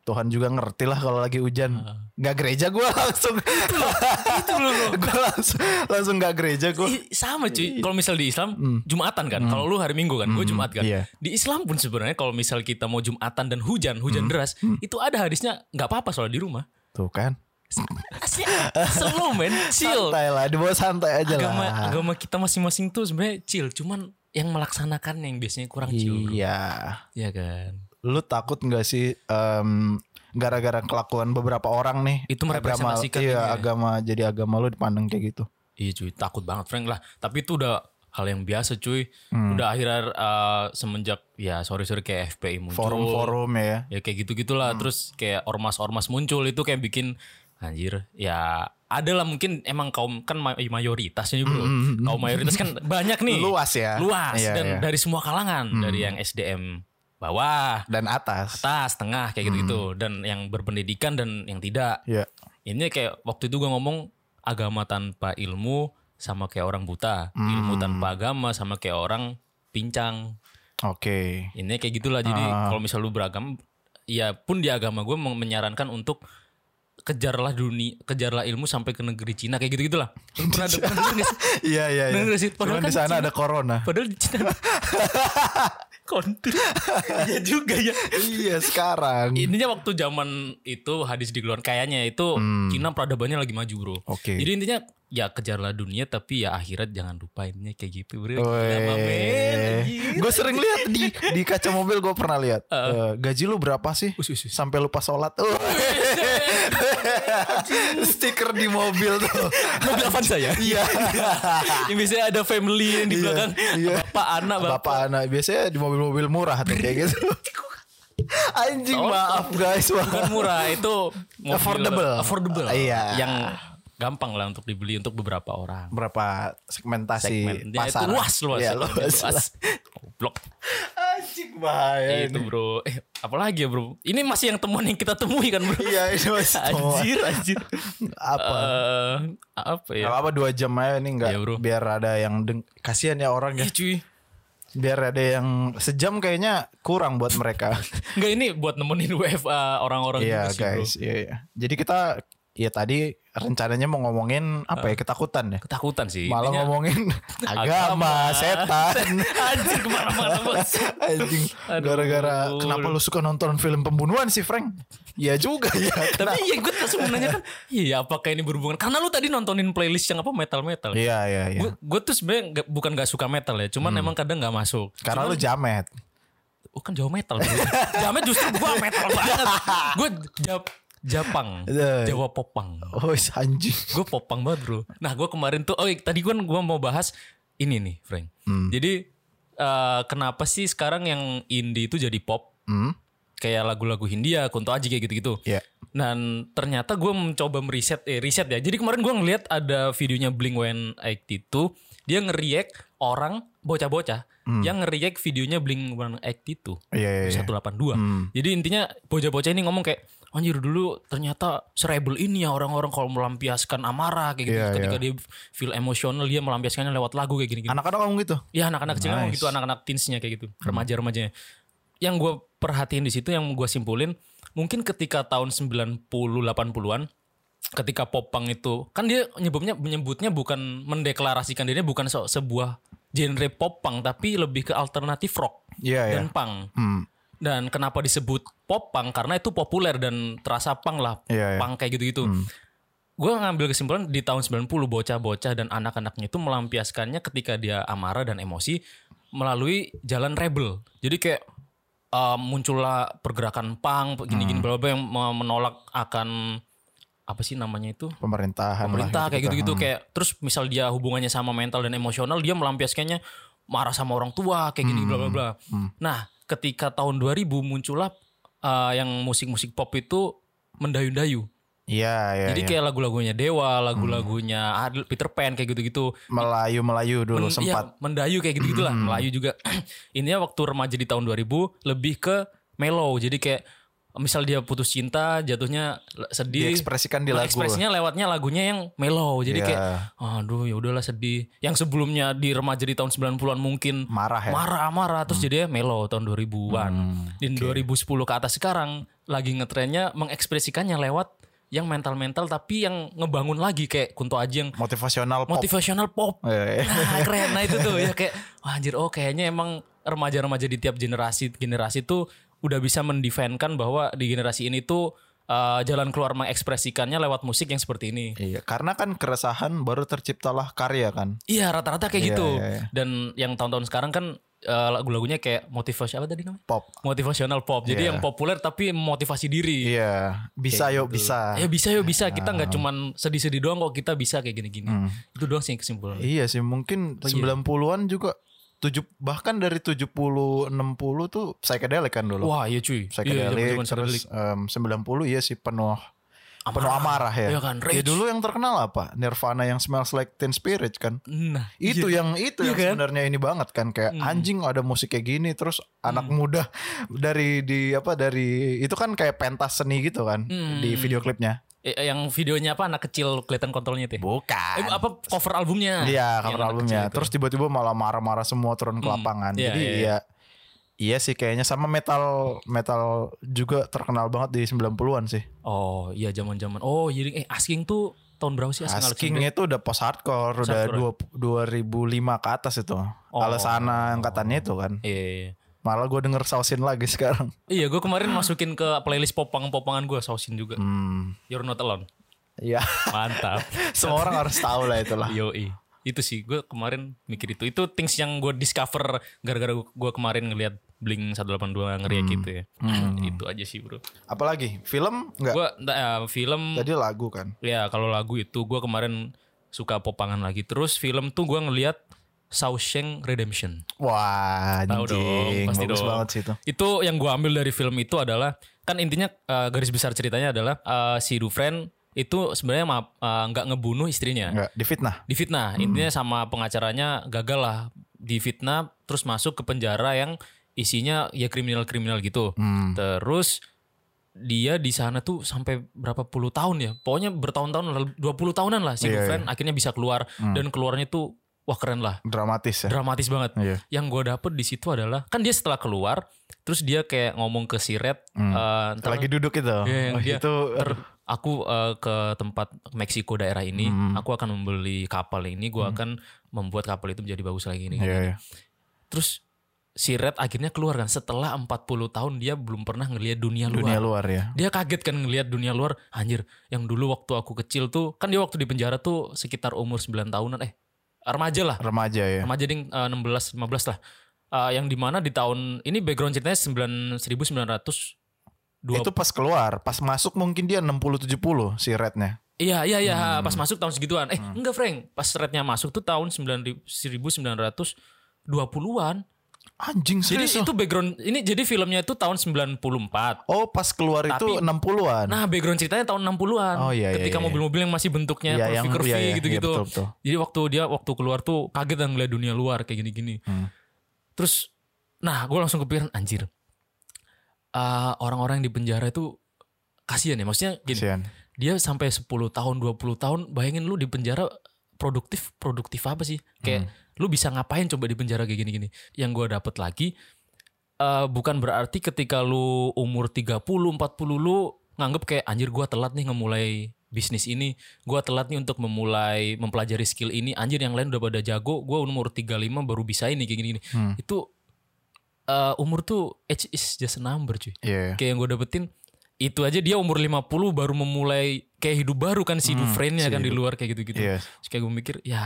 S1: Tuhan juga ngerti lah kalau lagi hujan. Nggak gereja gue langsung. gue langsung langsung nggak gereja gue.
S3: Ih, sama
S1: Iya.
S3: cuy. Kalau misal di Islam Jumatan kan. Kalau lu hari Minggu kan, gue Jumat kan.
S1: Hmm. iya.
S3: Di Islam pun sebenarnya kalau misal kita mau Jumatan dan hujan,
S1: Hmm.
S3: hujan deras, itu ada hadisnya nggak apa-apa soal di rumah.
S1: Tuh kan.
S3: Slow men, chill.
S1: Santai lah, dibawa santai aja
S3: agama
S1: lah.
S3: agama kita masing-masing tuh sebenarnya chill cuman yang melaksanakan Iya. yang biasanya kurang chill bro
S1: Iya.
S3: Iya kan
S1: Lu takut nggak sih em, gara-gara kelakuan beberapa orang nih
S3: Itu merepresentasikan
S1: agama, iya,
S3: ini ya.
S1: agama jadi agama lu dipandang kayak gitu
S3: Iya cuy, takut banget Frank lah. Tapi itu udah hal yang biasa cuy.
S1: Hmm.
S3: Udah akhir-akhir eh, semenjak ya sorry-sorry kayak FPI muncul.
S1: forum-forum ya
S3: Ya kayak gitu-gitulah. Terus kayak ormas-ormas muncul itu kayak bikin anjir ya ada lah mungkin emang kaum kan ma- mayoritas ini bro. Kaum mayoritas kan banyak nih.
S1: Hmm. Luas ya.
S3: Luas
S1: Iya,
S3: dan
S1: iya. Hmm.
S3: dari semua kalangan. Dari yang SDM bawah,
S1: dan atas
S3: atas, tengah kayak gitu-gitu. Dan yang berpendidikan dan yang tidak.
S1: ya
S3: Ini kayak waktu itu gue ngomong agama tanpa ilmu sama kayak orang buta, ilmu tanpa agama sama kayak orang pincang.
S1: oke
S3: Ini kayak gitulah. Jadi kalau misal lu beragam, ya pun di agama gue menyarankan untuk kejarlah dunia, kejarlah ilmu sampai ke negeri Cina kayak gitu gitulah. Lu pernah ada- pernah denger nggak sih?
S1: iya iya iya
S3: Bener nggak sih? Padahal
S1: cuman di
S3: kan
S1: sana
S3: Cina-
S1: ada corona
S3: Padahal di Cina kontur. Iya juga ya.
S1: iya sekarang
S3: Intinya waktu zaman itu hadis dikeluarkan kayaknya itu Cina peradabannya lagi maju bro.
S1: Hmm. Oke.
S3: Jadi intinya ya kejarlah dunia tapi ya akhirat jangan lupa intinya kayak gitu bro. Gila, men, anjir.
S1: Gue sering lihat di di kaca mobil gue pernah lihat. Eh, gaji lu berapa sih?
S3: Us, us, us.
S1: Sampai lupa sholat. Uh. Stiker di mobil tuh.
S3: Mobil Avanza ya.
S1: Iya.
S3: yang biasanya ada family yang di
S1: Iya,
S3: belakang
S1: iya.
S3: bapak anak bapak.
S1: Bapak anak biasanya di mobil-mobil murah tuh kayak gitu. Anjing maaf guys.
S3: Bukan Kan murah itu mobil
S1: Affordable.
S3: Affordable.
S1: Iya.
S3: Yang gampang lah untuk dibeli untuk beberapa orang.
S1: Berapa segmentasi
S3: Segmennya
S1: pasar?
S3: itu luas luas.
S1: Iya,
S3: segmennya
S1: luas.
S3: luas. Goblok.
S1: Anjing bahaya
S3: itu
S1: ini.
S3: bro. Eh, apalagi ya bro. Ini masih yang temuan yang kita temui kan bro.
S1: Iya ini masih temuan.
S3: anjir, anjir.
S1: Apa?
S3: Eh, apa ya?
S1: Gak apa dua jam aja nih nggak
S3: Iya, bro.
S1: biar ada yang deng kasihan ya orang ya
S3: Ih, Iya, cuy.
S1: biar ada yang sejam kayaknya kurang buat mereka
S3: Enggak ini buat nemenin WFA orang-orang
S1: iya
S3: juga Oh, sih, bro.
S1: guys iya, iya. jadi kita ya tadi rencananya mau ngomongin apa ya ketakutan ya
S3: Ketakutan sih.
S1: malah
S3: Intinya-
S1: ngomongin
S3: Agama.
S1: agama, setan
S3: Anjir kemana-mana bos.
S1: anjing
S3: Aduh.
S1: gara-gara kenapa lu suka nonton film pembunuhan sih Frank ya juga ya
S3: Tapi
S1: kenapa
S3: ya gue langsung menanyakan, iya apakah ini berhubungan? Karena lu tadi nontonin playlist yang apa metal-metal.
S1: iya Hmm. iya iya
S3: Gue gue tuh sebenarnya nggak- bukan gak suka metal ya, cuman emang kadang gak masuk.
S1: karena lu jamet
S3: Oh kan jauh metal. bro. Jamet justru gue metal banget. Gue jap Japang,
S1: Eh.
S3: Jawa Popang.
S1: oh anjing
S3: Gue popang banget bro. Nah gue kemarin tuh, oh iya, tadi kan gue mau bahas ini nih Frank. Jadi eh, kenapa sih sekarang yang indie itu jadi pop?
S1: hmm
S3: Kayak lagu-lagu Hindia, Kunto Aji kayak gitu-gitu.
S1: ya
S3: Dan ternyata gue mencoba meriset, eh riset ya. Jadi kemarin gue ngeliat ada videonya Blink One itu dia ngeriak orang bocah-bocah yang ngeriak videonya Blink One itu
S1: iya iya, iya
S3: 182. Jadi intinya bocah-bocah ini ngomong kayak anjir dulu ternyata serebel ini ya orang-orang kalau melampiaskan amarah kayak gitu
S1: Iya,
S3: ketika dia feel emosional dia melampiaskannya lewat lagu kayak gini-gini.
S1: anak-anak ngomong gitu
S3: Ya anak-anak kecil
S1: Nice.
S3: emang
S1: Hmm.
S3: gitu, anak-anak teensnya kayak gitu, remaja-remajanya. Yang gue perhatiin di situ, yang gue simpulin, mungkin ketika tahun 90-80-an, ketika popang itu, kan dia nyebutnya, menyebutnya bukan mendeklarasikan dirinya bukan se- sebuah genre popang, tapi lebih ke alternatif rock
S1: iya iya
S3: dan punk.
S1: hmm
S3: Dan kenapa disebut popang? Karena itu populer dan terasa punk lah,
S1: Iya, iya.
S3: punk kayak gitu-gitu. Gue ngambil kesimpulan di tahun 90 bocah-bocah dan anak-anaknya itu melampiaskannya ketika dia amarah dan emosi melalui jalan rebel. Jadi kayak eh, muncullah pergerakan punk gini-gini bla bla yang me- menolak akan apa sih namanya itu?
S1: pemerintahan
S3: pemerintah
S1: lah, gitu Hmm.
S3: kayak gitu-gitu kayak terus misal dia hubungannya sama mental dan emosional dia melampiaskannya marah sama orang tua kayak gini bla bla bla.
S1: Hmm.
S3: Nah, ketika tahun 2000 muncullah eh, yang musik-musik pop itu mendayu-dayu.
S1: Iya, iya.
S3: Jadi
S1: iya.
S3: kayak lagu-lagunya Dewa,
S1: Hmm.
S3: lagu-lagunya Adel- Peter Pan kayak gitu-gitu.
S1: Melayu-melayu dulu
S3: Men-
S1: sempat. Hmm.
S3: iya, mendayu kayak gitu gitulah melayu juga intinya waktu remaja di tahun 2000 lebih ke mellow jadi kayak misal dia putus cinta jatuhnya le- sedih
S1: Diekspresikan di lagu.
S3: ekspresinya lewatnya lagunya yang mellow jadi
S1: Iya.
S3: kayak aduh ya udahlah sedih yang sebelumnya di remaja di tahun 90-an mungkin
S1: Marah ya.
S3: marah-marah terus jadi mellow tahun 2000-an
S1: Hmm,
S3: di 2010 ke atas sekarang lagi ngetrennya mengekspresikannya lewat yang mental-mental tapi yang ngebangun lagi kayak Kunto Aji yang
S1: Motivasional pop.
S3: motivational pop
S1: Iya, iya.
S3: Nah keren Nah itu tuh ya kayak Wah anjir oh kayaknya emang Remaja-remaja di tiap generasi Generasi tuh Udah bisa mendefinkan bahwa Di generasi ini tuh eh, Jalan keluar mengekspresikannya Lewat musik yang seperti ini
S1: Iya, karena kan keresahan baru terciptalah karya kan.
S3: Iya rata-rata kayak
S1: Iya,
S3: gitu
S1: iya, iya.
S3: Dan yang tahun-tahun sekarang kan eh, lagu-lagunya kayak motivasional apa tadi namanya?
S1: pop.
S3: Motivasional pop. Jadi
S1: Iya.
S3: yang populer tapi motivasi diri.
S1: Iya, bisa
S3: Kayak
S1: yuk
S3: gitu.
S1: bisa.
S3: Ya bisa yo bisa. Kita nggak cuman sedih-sedih doang kok kita bisa kayak gini-gini. Itu doang sih kesimpulan.
S1: Hmm. Iya sih, mungkin
S3: Oh,
S1: 90-an juga tujuh bahkan dari 70 60 tuh psychedelic kan dulu.
S3: Wah, iya cuy. Iya,
S1: psychedelic
S3: zaman-zaman
S1: terus
S3: psychedelic.
S1: em, 90 iya sih penuh penuh amarah ya.
S3: Iya kan,
S1: ya
S3: rage.
S1: dulu yang terkenal apa? Nirvana yang Smells Like Teen Spirit kan.
S3: Nah,
S1: Itu yang itu
S3: Iya
S1: yang
S3: kan? Hmm.
S1: sebenarnya ini banget kan kayak anjing ada musik kayak gini terus anak muda dari di apa dari itu kan kayak pentas seni gitu kan
S3: Hmm.
S1: di video klipnya.
S3: Eh, eh, yang videonya apa anak kecil kelihatan kontrolnya teh?
S1: Bukan.
S3: Eh, apa cover albumnya?
S1: Iya
S3: Yang
S1: cover
S3: anak
S1: albumnya.
S3: kecil itu.
S1: Terus tiba-tiba malah marah-marah semua turun ke lapangan.
S3: Iya,
S1: Jadi
S3: iya,
S1: iya, iya. sih kayaknya sama metal metal juga terkenal banget di 90-an sih.
S3: Oh, iya zaman-zaman. Oh, jadi eh asking tuh tahun berapa sih asking?
S1: Asking
S3: Alex Sindex?
S1: itu udah ya? post hardcore, Oh. udah dua- 2005 ke atas itu. Alasana angkatannya itu kan.
S3: Iya. iya, iya.
S1: Malah gue denger sausin lagi sekarang.
S3: Iya, gue kemarin masukin ke playlist popang-popangan gue sausin juga.
S1: Hmm.
S3: You're not alone.
S1: Iya,
S3: Mantap.
S1: semua orang harus tahu lah itulah.
S3: Yoi. Itu sih gue kemarin mikir itu. Itu things yang gue discover gara-gara gue kemarin ngelihat Blink 182 ngeriak gitu ya. itu aja sih, Bro.
S1: Apalagi film enggak
S3: Gue film
S1: tadi lagu kan.
S3: Ya kalau lagu itu gue kemarin suka popangan lagi. Terus film tuh gue ngeliat Shawshank Redemption.
S1: Wah,
S3: Tahu dong,
S1: anjing.
S3: pasti
S1: Bagus
S3: dong.
S1: banget sih itu.
S3: Itu yang gue ambil dari film itu adalah kan intinya eh, garis besar ceritanya adalah eh, si Dufresne itu sebenarnya ma- eh, nggak ngebunuh istrinya
S1: Enggak, difitnah.
S3: difitnah
S1: Hmm.
S3: intinya sama pengacaranya gagal lah difitnah terus masuk ke penjara yang isinya ya kriminal kriminal gitu
S1: Hmm,
S3: terus dia di sana tuh sampai berapa puluh tahun ya pokoknya bertahun-tahun 20 tahunan lah si
S1: Iya, Hmm.
S3: Dufresne akhirnya bisa keluar dan keluarnya tuh wah keren lah
S1: Dramatis ya.
S3: dramatis banget
S1: Iya.
S3: yang gue dapet di situ adalah kan dia setelah keluar terus dia kayak ngomong ke si Red eh, ntar-
S1: Hmm. Lagi duduk itu.
S3: Iya, yang
S1: Wah,
S3: dia
S1: itu
S3: ter- aku eh, ke tempat Meksiko daerah ini, aku akan membeli kapal ini, gua akan membuat kapal itu menjadi bagus lagi ini.
S1: Iya, iya.
S3: Terus si Red akhirnya keluar kan setelah 40 tahun dia belum pernah ngelihat dunia
S1: dunia luar
S3: luar.
S1: ya.
S3: Dia kaget kan ngelihat dunia luar. Anjir, yang dulu waktu aku kecil tuh kan dia waktu di penjara tuh sekitar umur 9 tahunan eh remaja lah.
S1: Remaja ya.
S3: Remaja ding eh, 16 15 lah. Eh, yang dimana di tahun ini background ceritanya 9 1900
S1: Itu pas keluar, pas masuk mungkin dia 60 70 si rednya.
S3: Iya, iya, iya.
S1: Hmm.
S3: Pas masuk tahun segituan. Eh, enggak, Frank. Pas threadnya masuk tuh tahun 9000 1920-an.
S1: Anjing
S3: Jadi
S1: serius.
S3: itu background ini jadi filmnya itu tahun 94.
S1: oh, pas keluar itu 60-an.
S3: Nah, background ceritanya tahun 60-an.
S1: Hmm. Oh, iya, iya, iya.
S3: Ketika mobil-mobil yang masih bentuknya
S1: Iya, yang-
S3: curvy-curvy
S1: iya, iya, iya,
S3: gitu-gitu.
S1: betul, betul.
S3: Jadi waktu dia waktu keluar tuh kaget dan ngeliat dunia luar kayak gini-gini.
S1: Hmm.
S3: Terus nah, gue langsung kepikiran anjir. Eh, orang-orang yang di penjara itu kasihan ya. Maksudnya gini
S1: Kasihan.
S3: dia sampai 10 tahun 20 tahun bayangin lu di penjara produktif produktif apa sih kayak lu bisa ngapain coba di penjara kayak gini-gini yang gua dapet lagi eh, bukan berarti ketika lu umur 30 40 lu nganggep kayak anjir gua telat nih ngemulai bisnis ini gua telat nih untuk memulai mempelajari skill ini anjir yang lain udah pada jago gua umur 35 baru bisa ini kayak gini-gini itu eh, umur tuh age is just a number cuy
S1: Iya.
S3: kayak yang gue dapetin itu aja dia umur 50 baru memulai kayak hidup baru kan si Dufresne-nya kan di luar kayak gitu-gitu.
S1: Hmm, Iya.
S3: Terus kayak gue mikir ya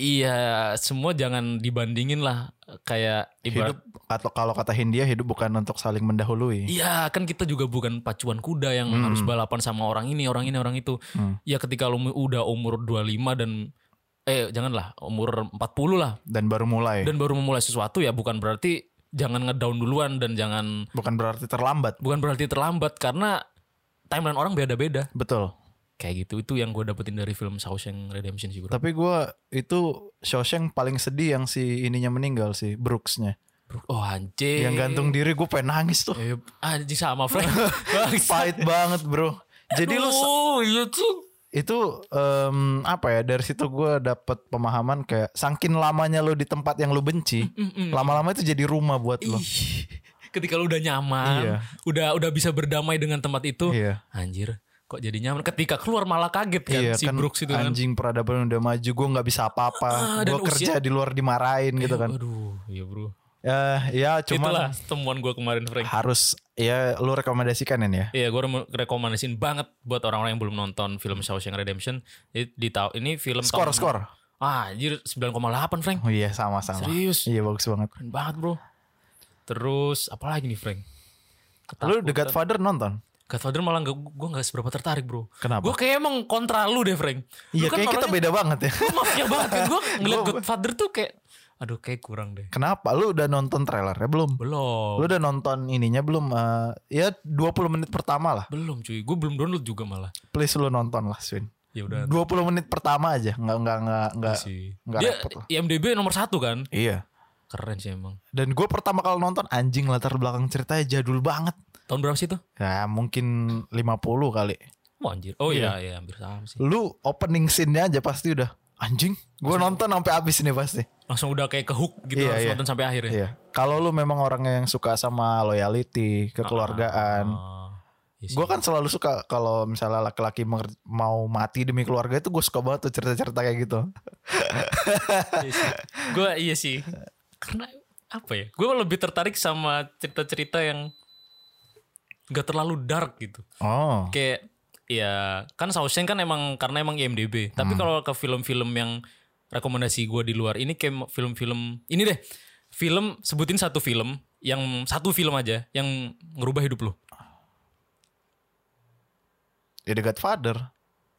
S3: iya semua jangan dibandingin lah kayak ibarat
S1: Hidup atau kalau kata Hindia hidup bukan untuk saling mendahului.
S3: Iya kan kita juga bukan pacuan kuda yang
S1: Hmm.
S3: harus balapan sama orang ini, orang ini, orang itu. Ya ketika lu udah umur 25 dan eh janganlah umur 40 lah
S1: Dan baru mulai.
S3: dan baru memulai sesuatu ya bukan berarti jangan ngedown duluan dan jangan
S1: bukan berarti terlambat.
S3: bukan berarti terlambat karena timeline orang beda-beda.
S1: Betul.
S3: kayak gitu itu yang gue dapetin dari film Shawshank Redemption sih bro.
S1: Tapi gua itu Shawshank paling sedih yang si ininya meninggal sih, Brooksnya.
S3: Bro, Oh anjir.
S1: Yang gantung diri gue pengen nangis tuh.
S3: Eh, anjing sama Frank. Bangsa.
S1: Pahit banget, Bro. Jadi lu se-
S3: Oh iya cuy.
S1: itu em, apa ya dari situ gue dapet pemahaman kayak sangkin lamanya lo di tempat yang lo benci lama-lama itu jadi rumah buat lo
S3: Ih, Ketika lu udah nyaman,
S1: Iya.
S3: udah udah bisa berdamai dengan tempat itu.
S1: Iya.
S3: Anjir, kok jadi nyaman. Ketika keluar malah kaget kan
S1: iya
S3: si
S1: kan
S3: Brooks itu kan.
S1: anjing peradaban udah maju gue nggak bisa apa-apa
S3: Ah, dan
S1: gue kerja di luar dimarahin gitu kan
S3: Aduh, iya bro.
S1: Eh, ya
S3: Itulah
S1: cuman
S3: temuan gue kemarin Frank.
S1: harus ya lo rekomendasikan ini ya
S3: Iya, gue rekomendasiin banget buat orang-orang yang belum nonton film Shawshank Redemption. Jadi Di, tahu ini film
S1: skor
S3: tahun-
S1: skor
S3: Ah, anjir 9,8 Frank.
S1: Oh iya sama-sama.
S3: Serius.
S1: Iya bagus banget.
S3: Keren banget, Bro. Terus apa lagi nih, Frank?
S1: Lu
S3: kan?
S1: The Godfather nonton?
S3: Godfather malah gak, gue gak seberapa tertarik bro
S1: Kenapa?
S3: Gue kayak emang kontra lu deh Frank Lu kan
S1: Iya kayak kita
S3: orangnya-
S1: beda banget ya.
S3: Lu mafia banget kan Gue ngeliat Godfather tuh kayak Aduh kayak kurang deh
S1: Kenapa? Lu udah nonton trailernya belum? Lu
S3: Belum
S1: udah nonton ininya belum? Eh, ya 20 menit pertama lah.
S3: Belum cuy Gue belum download juga malah
S1: Please lu nonton lah Swin.
S3: Ya udah Iya
S1: 20 menit pertama aja. Nggak, nggak, nggak, nggak.
S3: sih
S1: nggak
S3: Dia
S1: repot lah.
S3: IMDB nomor satu kan
S1: Iya.
S3: Keren sih emang
S1: Dan gue pertama kali nonton anjing latar belakang ceritanya jadul banget.
S3: Tahun berapa sih tuh?
S1: Ya mungkin 50 kali.
S3: Wah anjir Oh iya iya hampir sama sih
S1: Lu opening scene-nya aja pasti udah anjing. Gue nonton sampai habis ini pasti.
S3: Langsung udah kayak ke hook gitu
S1: Iya,
S3: Langsung
S1: iya.
S3: nonton sampai akhir ya
S1: Iya. Kalau lu memang orang yang suka sama loyalty, kekeluargaan.
S3: Ah, iya sih.
S1: Gue kan selalu suka kalau misalnya laki-laki mer- mau mati demi keluarga itu gue suka banget tuh cerita-cerita kayak gitu.
S3: Iya sih. Gue iya sih. Karena apa ya? Gue lebih tertarik sama cerita-cerita yang gak terlalu dark gitu.
S1: Oh.
S3: Kayak ya kan Shawshank kan emang karena emang IMDb. Tapi kalau ke film-film yang rekomendasi gue di luar ini kayak film-film ini deh. Film sebutin satu film yang satu film aja yang ngerubah hidup lo.
S1: Ya The Godfather.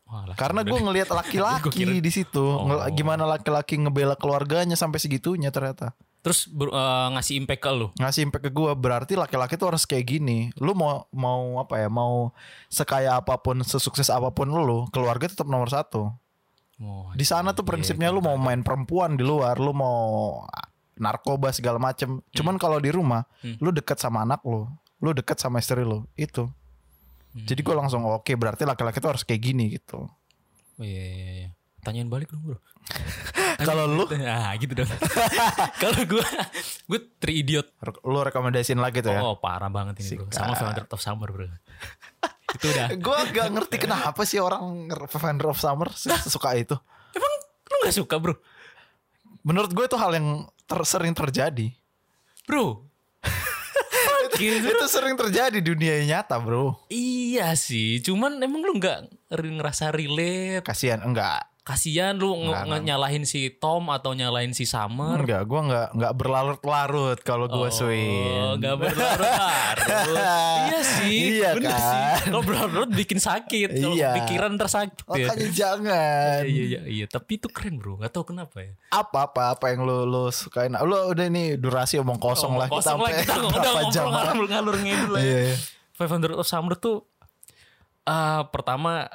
S3: Wah, lah,
S1: Karena gue
S3: udah deh.
S1: ngelihat
S3: Gua kira- Oh.
S1: laki-laki di situ, Ngel- gimana laki-laki ngebela keluarganya sampai segitunya ternyata.
S3: terus ber- eh, ngasih impact ke lo.
S1: Ngasih impact ke gue berarti laki-laki tuh harus kayak gini. Lu mau mau apa ya? Mau sekaya apapun, sesukses apapun lu, keluarga tetap nomor satu.
S3: Wah,
S1: Di sana tuh prinsipnya lu mau main perempuan di luar, lu mau narkoba segala macem. Cuman kalau di rumah, lu deket sama anak lu, lu deket sama istri lu, itu. Jadi gue langsung oke, berarti laki-laki tuh harus kayak gini gitu.
S3: Oh, iya, iya, iya. Tanyain balik dong bro.
S1: Kalau lu,
S3: Nah gitu dong. Kalau gue, gue tri idiot.
S1: lu rekomendasiin lagi tuh ya.
S3: Oh parah banget ini bro. Sama Founder of Summer bro. itu udah.
S1: Gue gak ngerti kenapa sih orang Founder of Summer suka itu.
S3: Emang lu gak suka bro?
S1: Menurut gue itu hal yang ter- sering terjadi.
S3: Bro. Gitu.
S1: Itu sering terjadi di dunia nyata bro.
S3: Iya sih. Cuman emang lu gak re- ngerasa relate.
S1: Kasian, enggak.
S3: Kasian lu nge-
S1: Nggak,
S3: nge- nyalahin si Tom atau nyalahin si Summer.
S1: Enggak, gue enggak, enggak berlarut-larut kalau gue swing.
S3: Oh, gak berlarut-larut. iya sih.
S1: Iya
S3: bener
S1: kan?
S3: sih. Kalau berlarut bikin sakit. Kalau
S1: Iya. kan
S3: pikiran tersakit. ya.
S1: Makanya jangan.
S3: Iya, iya, iya, iya. Tapi itu keren bro. Gak tau kenapa ya.
S1: Apa apa apa yang lo lo sukain? Lo udah ini durasi omong kosong lah kita
S3: Oh, Kosong lah
S1: sampai
S3: kita udah
S1: berapa
S3: ngobrol
S1: jam?
S3: ngalur ngalur ngidul lah.
S1: Iya,
S3: ya.
S1: iya.
S3: Five Hundred of Summer tuh eh pertama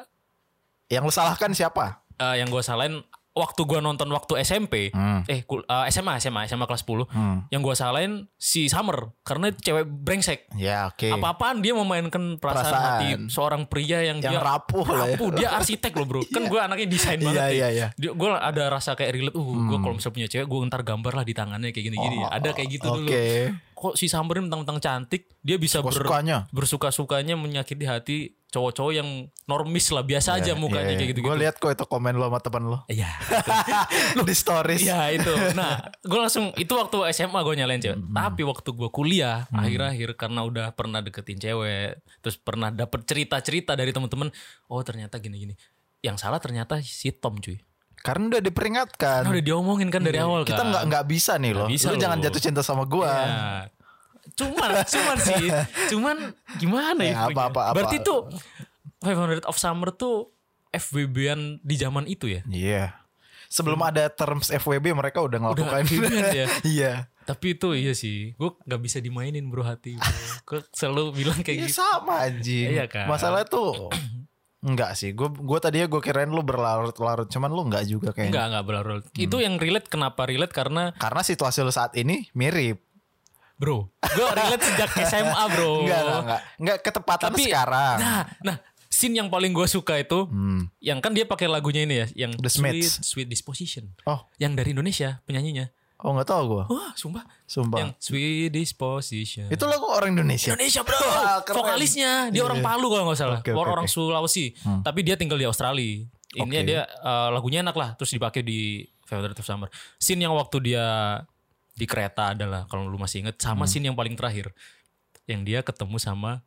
S1: Yang lo salahkan siapa?
S3: eh, yang gue salahin waktu gue nonton waktu SMP,
S1: Hmm.
S3: eh kul- eh, SMA SMA SMA kelas 10,
S1: Hmm.
S3: yang gue salahin si Summer karena itu cewek brengsek.
S1: Ya oke.
S3: Apa-apaan dia memainkan perasaan,
S1: Perasaan.
S3: hati seorang pria yang,
S1: Yang
S3: dia
S1: rapuh lah ya.
S3: rapuh. dia arsitek loh bro. Kan gue anaknya desain banget. ya.
S1: Iya, Hmm.
S3: nih.
S1: iya, iya.
S3: Dia- Gue ada rasa kayak relate. Uh, gue kalau misalnya punya cewek, gue ntar gambar lah di tangannya kayak gini-gini. ya. ada kayak gitu dulu.
S1: Oh, Oke.
S3: Kok si Summer ini mentang-mentang cantik, dia bisa ber-
S1: Sukanya.
S3: bersuka-sukanya menyakiti hati cowok-cowok yang normis lah biasa
S1: Iya,
S3: aja mukanya kayak gitu-gitu.
S1: Gue lihat kok itu komen lo sama teman lo.
S3: Iya.
S1: di stories.
S3: Iya itu. Nah, gue langsung itu waktu SMA gue nyalain cewek.
S1: Hmm.
S3: Tapi waktu gue kuliah akhir-akhir karena udah pernah deketin cewek, terus pernah dapet cerita-cerita dari temen-temen. Oh ternyata gini-gini. Yang salah ternyata si Tom cuy.
S1: Karena udah diperingatkan. Iya.
S3: Nah, udah diomongin kan dari awal
S1: kita
S3: kan.
S1: nggak nggak bisa nih lo.
S3: bisa
S1: Lo
S3: lo.
S1: jangan jatuh cinta sama gue.
S3: Nah, cuman, cuman sih, cuman gimana ya?
S1: Ya, apa, apa, apa.
S3: Berarti tuh 500 of Summer tuh FBB-an di zaman itu ya.
S1: Iya. Sebelum
S3: Hmm.
S1: ada terms FWB mereka udah ngelakukan.
S3: FWB-an ya.
S1: Iya.
S3: Tapi itu iya sih, gue nggak bisa dimainin bro hati. Gue selalu bilang
S1: Iya
S3: kayak gitu.
S1: sama anjing.
S3: Iya kan?
S1: Masalah tuh enggak sih. Gue gue tadinya gue kirain lu berlarut-larut, cuman lu enggak juga kayaknya.
S3: Enggak, enggak berlarut.
S1: Hmm.
S3: Itu yang relate kenapa relate karena
S1: Karena situasi lu saat ini mirip.
S3: bro, gue relate sejak SMA bro.
S1: Enggak, enggak, enggak. Enggak ketepatan
S3: Oh. Tapi-
S1: sekarang.
S3: Nah, nah, scene yang paling gue suka itu
S1: Hmm.
S3: yang kan dia pakai lagunya ini ya, yang
S1: The
S3: Sweet
S1: Smiths.
S3: Sweet Disposition.
S1: Oh,
S3: Yang dari Indonesia penyanyinya.
S1: oh enggak tahu gue.
S3: Wah, sumpah. Yang
S1: Sumpah.
S3: Sweet Disposition.
S1: Itu lagu orang Indonesia.
S3: Indonesia bro,
S1: Wah, keren.
S3: vokalisnya dia
S1: Iya,
S3: orang
S1: iya.
S3: Palu kalau nggak salah,
S1: Oke, oke,
S3: orang
S1: oke. Hmm.
S3: Sulawesi, tapi dia tinggal di Australia. Ini
S1: Oke.
S3: dia eh, lagunya enak lah, terus dipakai di Favorite of Summer. Scene yang waktu dia di kereta adalah
S1: Hmm.
S3: kalau lu masih inget sama scene yang paling terakhir, yang dia ketemu sama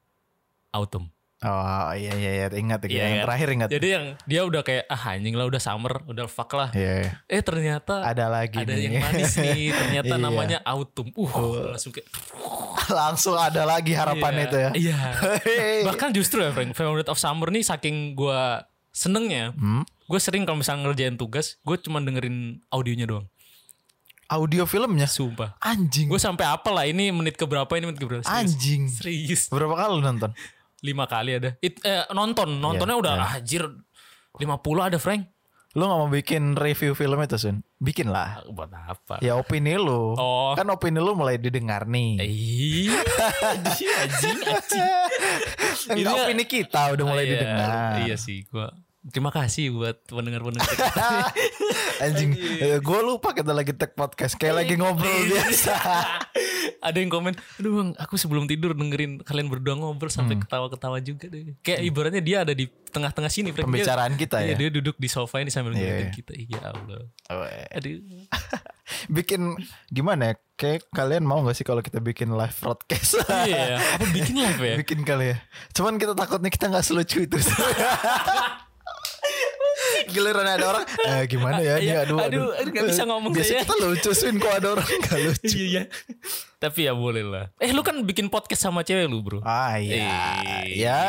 S3: Autumn.
S1: Oh iya iya, iya. ingat ya.
S3: Iya,
S1: yang
S3: kan?
S1: terakhir ingat.
S3: Jadi yang dia udah kayak ah anjing lah udah summer, udah fuck lah.
S1: Iya, iya.
S3: Eh ternyata ada,
S1: Ada lagi nih.
S3: yang manis nih, ternyata
S1: Ah, Iya.
S3: namanya autumn. Uh, langsung kayak
S1: Langsung ada lagi harapan
S3: iya,
S1: itu ya.
S3: Iya.
S1: Hei.
S3: Bahkan justru ya Frank, Favorite of Summer nih saking gua senengnya,
S1: Hmm?
S3: gue sering kalau misalnya ngerjain tugas, gue cuma dengerin audionya doang.
S1: Audio filmnya
S3: Sumpah.
S1: anjing.
S3: Gue sampai apa lah ini menit keberapa ini menit keberapa. Serius.
S1: Anjing.
S3: Serius.
S1: Berapa kali lu nonton?
S3: Lima kali ada. It, eh, nonton.
S1: Iya,
S3: Nontonnya udah anjir. 50 ada Frank.
S1: Lu gak mau bikin review film itu Sun? Bikin lah.
S3: Ah, Buat apa?
S1: Ya opini lu.
S3: Oh.
S1: Kan opini lu mulai didengar nih.
S3: Iya, anjing, anjing, anjing.
S1: Ini
S3: Ini-
S1: opini kita udah mulai
S3: Iya,
S1: didengar.
S3: Iya sih, gua terima kasih buat pendengar-pendengar.
S1: Anjing, gue Eh, lupa kita lagi tag podcast kayak lagi
S3: Iya.
S1: ngobrol biasa.
S3: Ada yang komen, aduh bang, aku sebelum tidur dengerin kalian berdua ngobrol sampai
S1: Hmm.
S3: ketawa-ketawa juga deh. Kayak ibaratnya dia ada di tengah-tengah sini. Frank. Dia-
S1: Pembicaraan kita
S3: Iya,
S1: ya.
S3: dia duduk di sofa ini
S1: Iya,
S3: sambil ngeliatin
S1: iya.
S3: kita. Iya Allah.
S1: Weh.
S3: Aduh.
S1: Bikin gimana ya? Kayak kalian mau gak sih kalau kita bikin live broadcast?
S3: Iya, apa bikin live ya?
S1: bikin kali ya. Cuman kita takutnya kita nggak selucu itu. Giliran ada orang, eh, gimana ya? Ini,
S3: Iya,
S1: aduh,
S3: aduh,
S1: aduh,
S3: aduh, nggak bisa ngomong
S1: Biasanya
S3: saya.
S1: kita lucu, Swin. Kok ada orang nggak lucu?
S3: Iya, iya. Tapi ya boleh lah. Eh lu kan bikin podcast sama cewek lu bro.
S1: Ah iya,
S3: Eh.
S1: ya.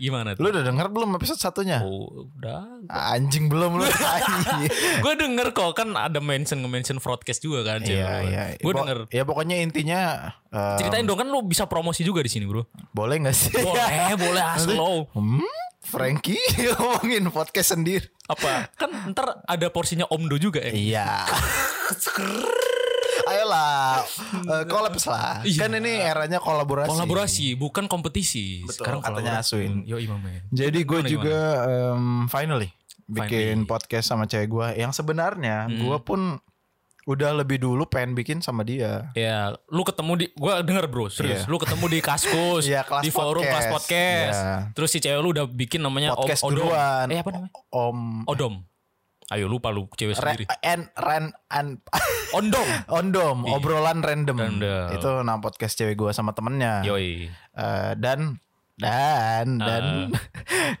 S3: Gimana
S1: Lu
S3: tuh?
S1: udah denger belum episode satunya?
S3: Oh, udah.
S1: Anjing belum lu. Tai.
S3: gue denger kok kan ada mention mention broadcast juga kan cewek.
S1: Iya, iya.
S3: Gue
S1: Po-
S3: denger.
S1: Ya pokoknya intinya eh,
S3: Ceritain dong kan lu bisa promosi juga di sini bro.
S1: boleh nggak sih?
S3: Boleh, boleh asli lo.
S1: Hmm, Frankie ngomongin podcast sendiri.
S3: Apa? Kan ntar ada porsinya Omdo juga ya.
S1: Iya. Ayolah, eh, kolaps lah.
S3: Iya.
S1: Kan ini eranya kolaborasi.
S3: Kolaborasi bukan kompetisi.
S1: Betul,
S3: Sekarang
S1: katanya
S3: kolaborasi.
S1: Aswin.
S3: Yo imam men.
S1: Jadi gue
S3: Gimana,
S1: juga em, finally bikin
S3: Finally. Hmm.
S1: podcast sama cewek gue. Yang sebenarnya gue pun udah lebih dulu pengen bikin sama dia.
S3: Ya, lu ketemu di gua denger bro, serius.
S1: Iya.
S3: Lu ketemu di kaskus,
S1: Iya, kelas
S3: di forum
S1: podcast.
S3: kelas podcast.
S1: Iya.
S3: Terus si cewek lu udah bikin namanya Om-
S1: Podcast
S3: Odom.
S1: duluan.
S3: Eh apa namanya?
S1: Om
S3: Odom. Ayo lupa lu cewek sendiri.
S1: Ren, en- Ren, an-
S3: Ondom.
S1: Ondom, obrolan random.
S3: Iya. Random.
S1: Itu nama podcast cewek gue sama temennya.
S3: Yoi.
S1: Eh, dan dan dan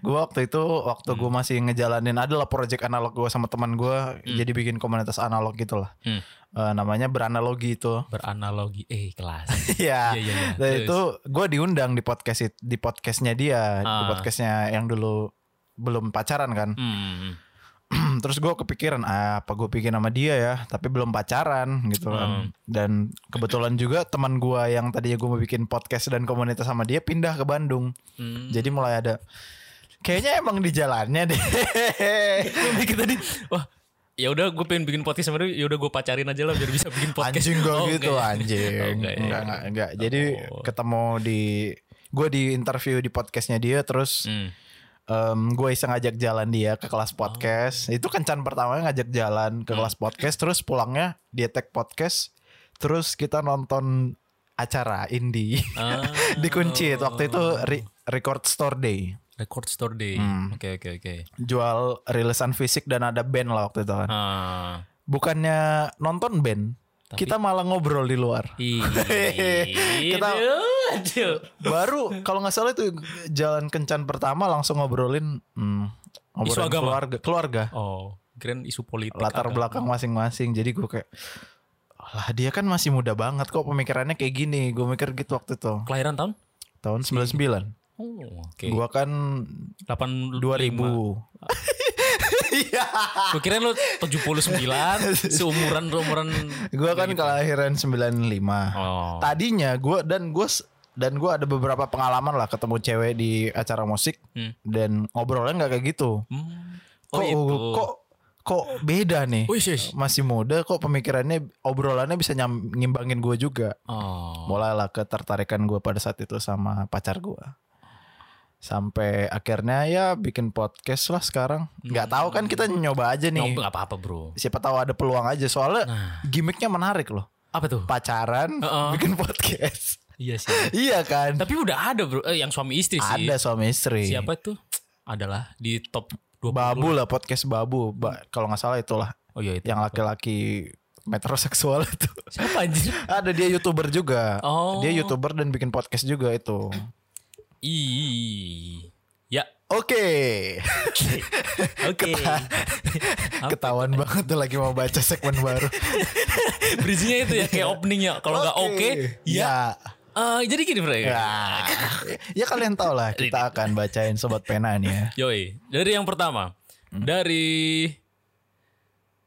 S1: gue waktu itu waktu gue masih ngejalanin adalah project analog gue sama teman gue jadi bikin komunitas analog gitu lah.
S3: Hmm.
S1: Eh, namanya beranalogi itu.
S3: Beranalogi eh kelas.
S1: Iya.
S3: Iya, iya, iya.
S1: Dan
S3: Terus.
S1: itu gue diundang di podcast it- di podcastnya dia, di
S3: Ah.
S1: podcastnya yang dulu belum pacaran kan.
S3: hmm.
S1: Terus gue kepikiran ah, apa gue pikir sama dia ya, tapi belum pacaran gitu kan. Dan kebetulan juga teman gue yang tadinya gue mau bikin podcast dan komunitas sama dia pindah ke Bandung.
S3: Hmm.
S1: Jadi mulai ada kayaknya emang di jalannya deh.
S3: Dikit tadi. Wah, ya udah gue pengen bikin podcast sama dia, ya udah gue pacarin aja lah biar bisa bikin podcast.
S1: anjing gue
S3: Oh,
S1: gitu
S3: enggak ya.
S1: anjing.
S3: Oh, enggak
S1: enggak,
S3: ya.
S1: enggak, enggak. Jadi
S3: Oh.
S1: ketemu di gue di interview di podcastnya dia terus
S3: Hmm. Oh.
S1: gue iseng ngajak jalan dia ke kelas podcast itu kencan pertamanya ngajak jalan
S3: Hmm.
S1: ke kelas podcast terus pulangnya dia tag podcast terus kita nonton acara indie
S3: Ah.
S1: di Kuncit waktu itu re- record store day
S3: Record store day.
S1: Hmm.
S3: Oke oke oke.
S1: jual rilisan fisik dan ada band lah waktu itu kan
S3: Ah.
S1: bukannya nonton band kita malah ngobrol di luar
S3: Ih,
S1: Kita-
S3: aduh, aduh.
S1: baru kalau nggak salah itu jalan kencan pertama langsung ngobrolin hmm,
S3: Isu
S1: ngobrolin
S3: agama. kan?
S1: keluarga keluarga
S3: Oh, keren isu politik.
S1: latar
S3: agama.
S1: belakang masing-masing jadi gue kayak lah dia kan masih muda banget kok pemikirannya kayak gini gue mikir gitu waktu itu
S3: Kelahiran tahun?
S1: tahun 99
S3: Oh, oke.
S1: gue kan
S3: 8
S1: 2000 Iya.
S3: Gue kira lu 79 seumuran umuran.
S1: gue kan kelahiran 95
S3: Oh.
S1: tadinya gue dan gue dan gue ada beberapa pengalaman lah ketemu cewek di acara musik
S3: Hmm.
S1: dan ngobrolnya nggak kayak gitu
S3: Hmm.
S1: kok kok kok beda nih
S3: Wih, shush.
S1: masih muda kok pemikirannya obrolannya bisa nyam, ngimbangin gue juga
S3: Oh.
S1: mulailah ketertarikan gue pada saat itu sama pacar gue sampai akhirnya ya bikin podcast lah sekarang nggak tahu kan kita nyoba aja nih
S3: Hmm. Nyoba Nah. nggak apa-apa, Bro.
S1: siapa tahu ada peluang aja soalnya gimmicknya menarik loh
S3: Apa tuh?
S1: pacaran
S3: Uh-uh.
S1: bikin podcast
S3: Iya sih.
S1: iya kan
S3: Tapi udah ada bro, eh, yang suami istri sih.
S1: ada suami istri
S3: Siapa tuh? Adalah di top 20.
S1: babu lah podcast babu Ba- kalau nggak salah itulah
S3: Oh iya itu.
S1: yang laki-laki metroseksual itu
S3: Siapa anjir?
S1: ada dia youtuber juga
S3: Oh.
S1: dia youtuber dan bikin podcast juga itu
S3: I. Ya.
S1: Oke.
S3: Oke. Apa?
S1: Ketahuan banget tuh lagi mau baca segmen baru.
S3: Bridging-nya itu ya kayak openingnya. Kalau nggak oke,
S1: Ya.
S3: ya. Eh, jadi gini, Bro.
S1: Ya. ya kalian tau lah kita akan bacain sobat pena nih ya.
S3: Yoi. Dari yang pertama.
S1: Hmm.
S3: Dari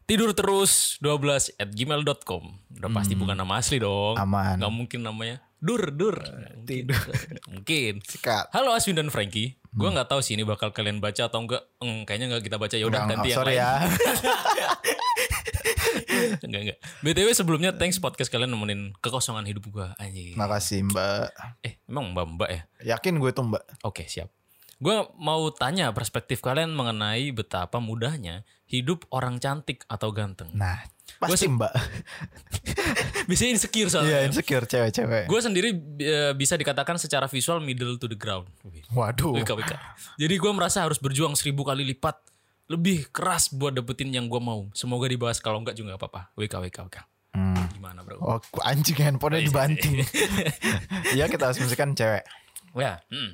S3: tidur terus 12 at gmail.com. Udah pasti bukan nama asli dong.
S1: Hmm. Aman.
S3: Gak mungkin namanya. Dur, dur. Nggak mungkin.
S1: Tidur. Hmm.
S3: Nggak Mungkin.
S1: Sikat.
S3: Halo Aswin dan Frankie. Gue nggak tahu sih ini bakal kalian baca atau enggak. Hmm, kayaknya nggak kita baca. Ya udah
S1: Nggak,
S3: ganti yang
S1: sorry
S3: lain.
S1: ya.
S3: Enggak, enggak. BTW sebelumnya thanks podcast kalian nemenin kekosongan hidup gua anjing.
S1: Makasih Mbak.
S3: Eh, emang Mbak-mbak ya?
S1: Yakin gue tuh Mbak.
S3: Oke, siap. Gua mau tanya perspektif kalian mengenai betapa mudahnya hidup orang cantik atau ganteng.
S1: Nah, pasti Mbak.
S3: Biasanya insecure
S1: Iya
S3: soalnya.
S1: insecure cewek-cewek.
S3: Gue sendiri eh, bisa dikatakan secara visual middle to the ground. Wih,
S1: Waduh.
S3: WK, WK. Jadi gua merasa harus berjuang seribu kali lipat lebih keras buat dapetin yang gua mau. Semoga dibahas kalau enggak juga nggak apa-apa. WK, WK, WK.
S1: Hmm.
S3: Gimana bro?
S1: Oh, anjing
S3: iya
S1: handphonenya dibanting. ya kita asumsikan cewek.
S3: Ya, hmm.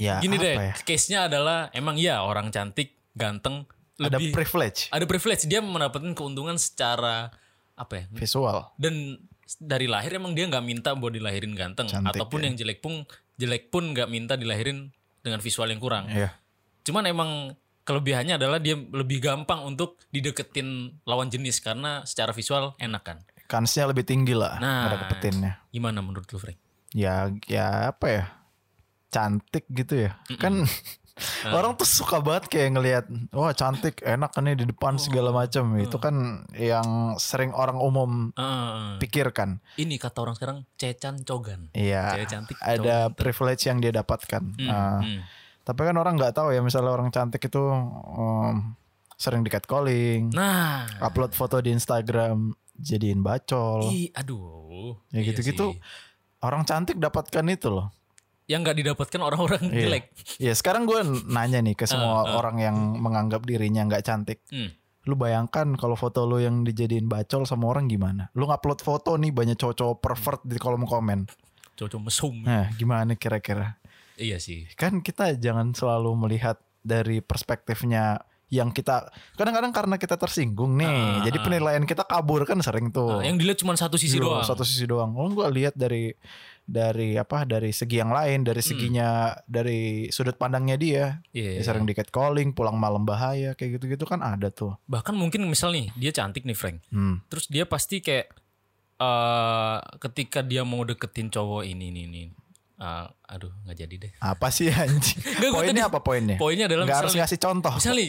S1: Ya,
S3: Gini
S1: apa
S3: deh,
S1: ya?
S3: case-nya adalah emang ya orang cantik, ganteng,
S1: Ada
S3: lebih ada,
S1: privilege
S3: privilege dia mendapatkan keuntungan secara apa ya?
S1: visual.
S3: Dan dari lahir emang dia nggak minta buat dilahirin ganteng
S1: Cantik,
S3: ataupun
S1: ya.
S3: yang jelek pun jelek pun nggak minta dilahirin dengan visual yang kurang.
S1: Iya.
S3: Cuman emang kelebihannya adalah dia lebih gampang untuk dideketin lawan jenis karena secara visual enak kan.
S1: Kansnya lebih tinggi lah
S3: Nah.
S1: ada kepetinnya.
S3: Gimana menurut lu, Frank?
S1: Ya ya apa ya? Cantik gitu ya. Kan
S3: Nah.
S1: orang tuh suka banget kayak ngelihat wah cantik enak kan nih di depan
S3: Oh.
S1: segala macam. Itu
S3: Hmm.
S1: kan yang sering orang umum
S3: Ah,
S1: pikirkan.
S3: ini kata orang sekarang cecan cogan.
S1: Iya.
S3: Cewek cantik. cowok
S1: Ada privilege yang dia dapatkan.
S3: Hmm,
S1: Nah,
S3: hmm.
S1: Tapi kan orang nggak tahu ya misalnya orang cantik itu um, sering di catcalling,
S3: Nah,
S1: upload foto di Instagram jadiin bacol.
S3: ih, aduh.
S1: Oh. Ya
S3: Iya
S1: gitu-gitu.
S3: sih.
S1: Orang cantik dapatkan itu loh.
S3: Yang nggak didapatkan orang-orang
S1: Iya.
S3: jelek.
S1: Ya sekarang gue nanya nih ke semua
S3: Ah, ah.
S1: orang yang menganggap dirinya nggak cantik.
S3: Hmm.
S1: Lu bayangkan kalau foto lu yang dijadiin bacol sama orang gimana? Lu ngupload foto nih banyak cowok-cowok pervert di kolom komen.
S3: Cocok mesum.
S1: Nah gimana kira-kira?
S3: Iya sih.
S1: kan kita jangan selalu melihat dari perspektifnya yang kita kadang-kadang karena kita tersinggung nih
S3: Ah,
S1: jadi
S3: ah.
S1: penilaian kita kabur kan sering tuh
S3: Nah, yang dilihat cuma satu sisi
S1: Iya,
S3: doang.
S1: satu sisi doang oh gue lihat dari dari apa dari segi yang lain dari seginya dari sudut pandangnya dia
S3: Hmm. Iya.
S1: Dia sering di calling pulang malam bahaya kayak gitu-gitu kan ada tuh
S3: Bahkan mungkin misal nih dia cantik nih Frank.
S1: hmm.
S3: Terus dia pasti kayak eh ketika dia mau deketin cowok ini ini ini. Eh, aduh nggak jadi deh.
S1: apa sih anjing
S3: Nggak, gua
S1: poinnya
S3: tadi-
S1: apa poinnya
S3: Poinnya adalah
S1: nggak harus ya.
S3: misalnya,
S1: ngasih contoh
S3: misalnya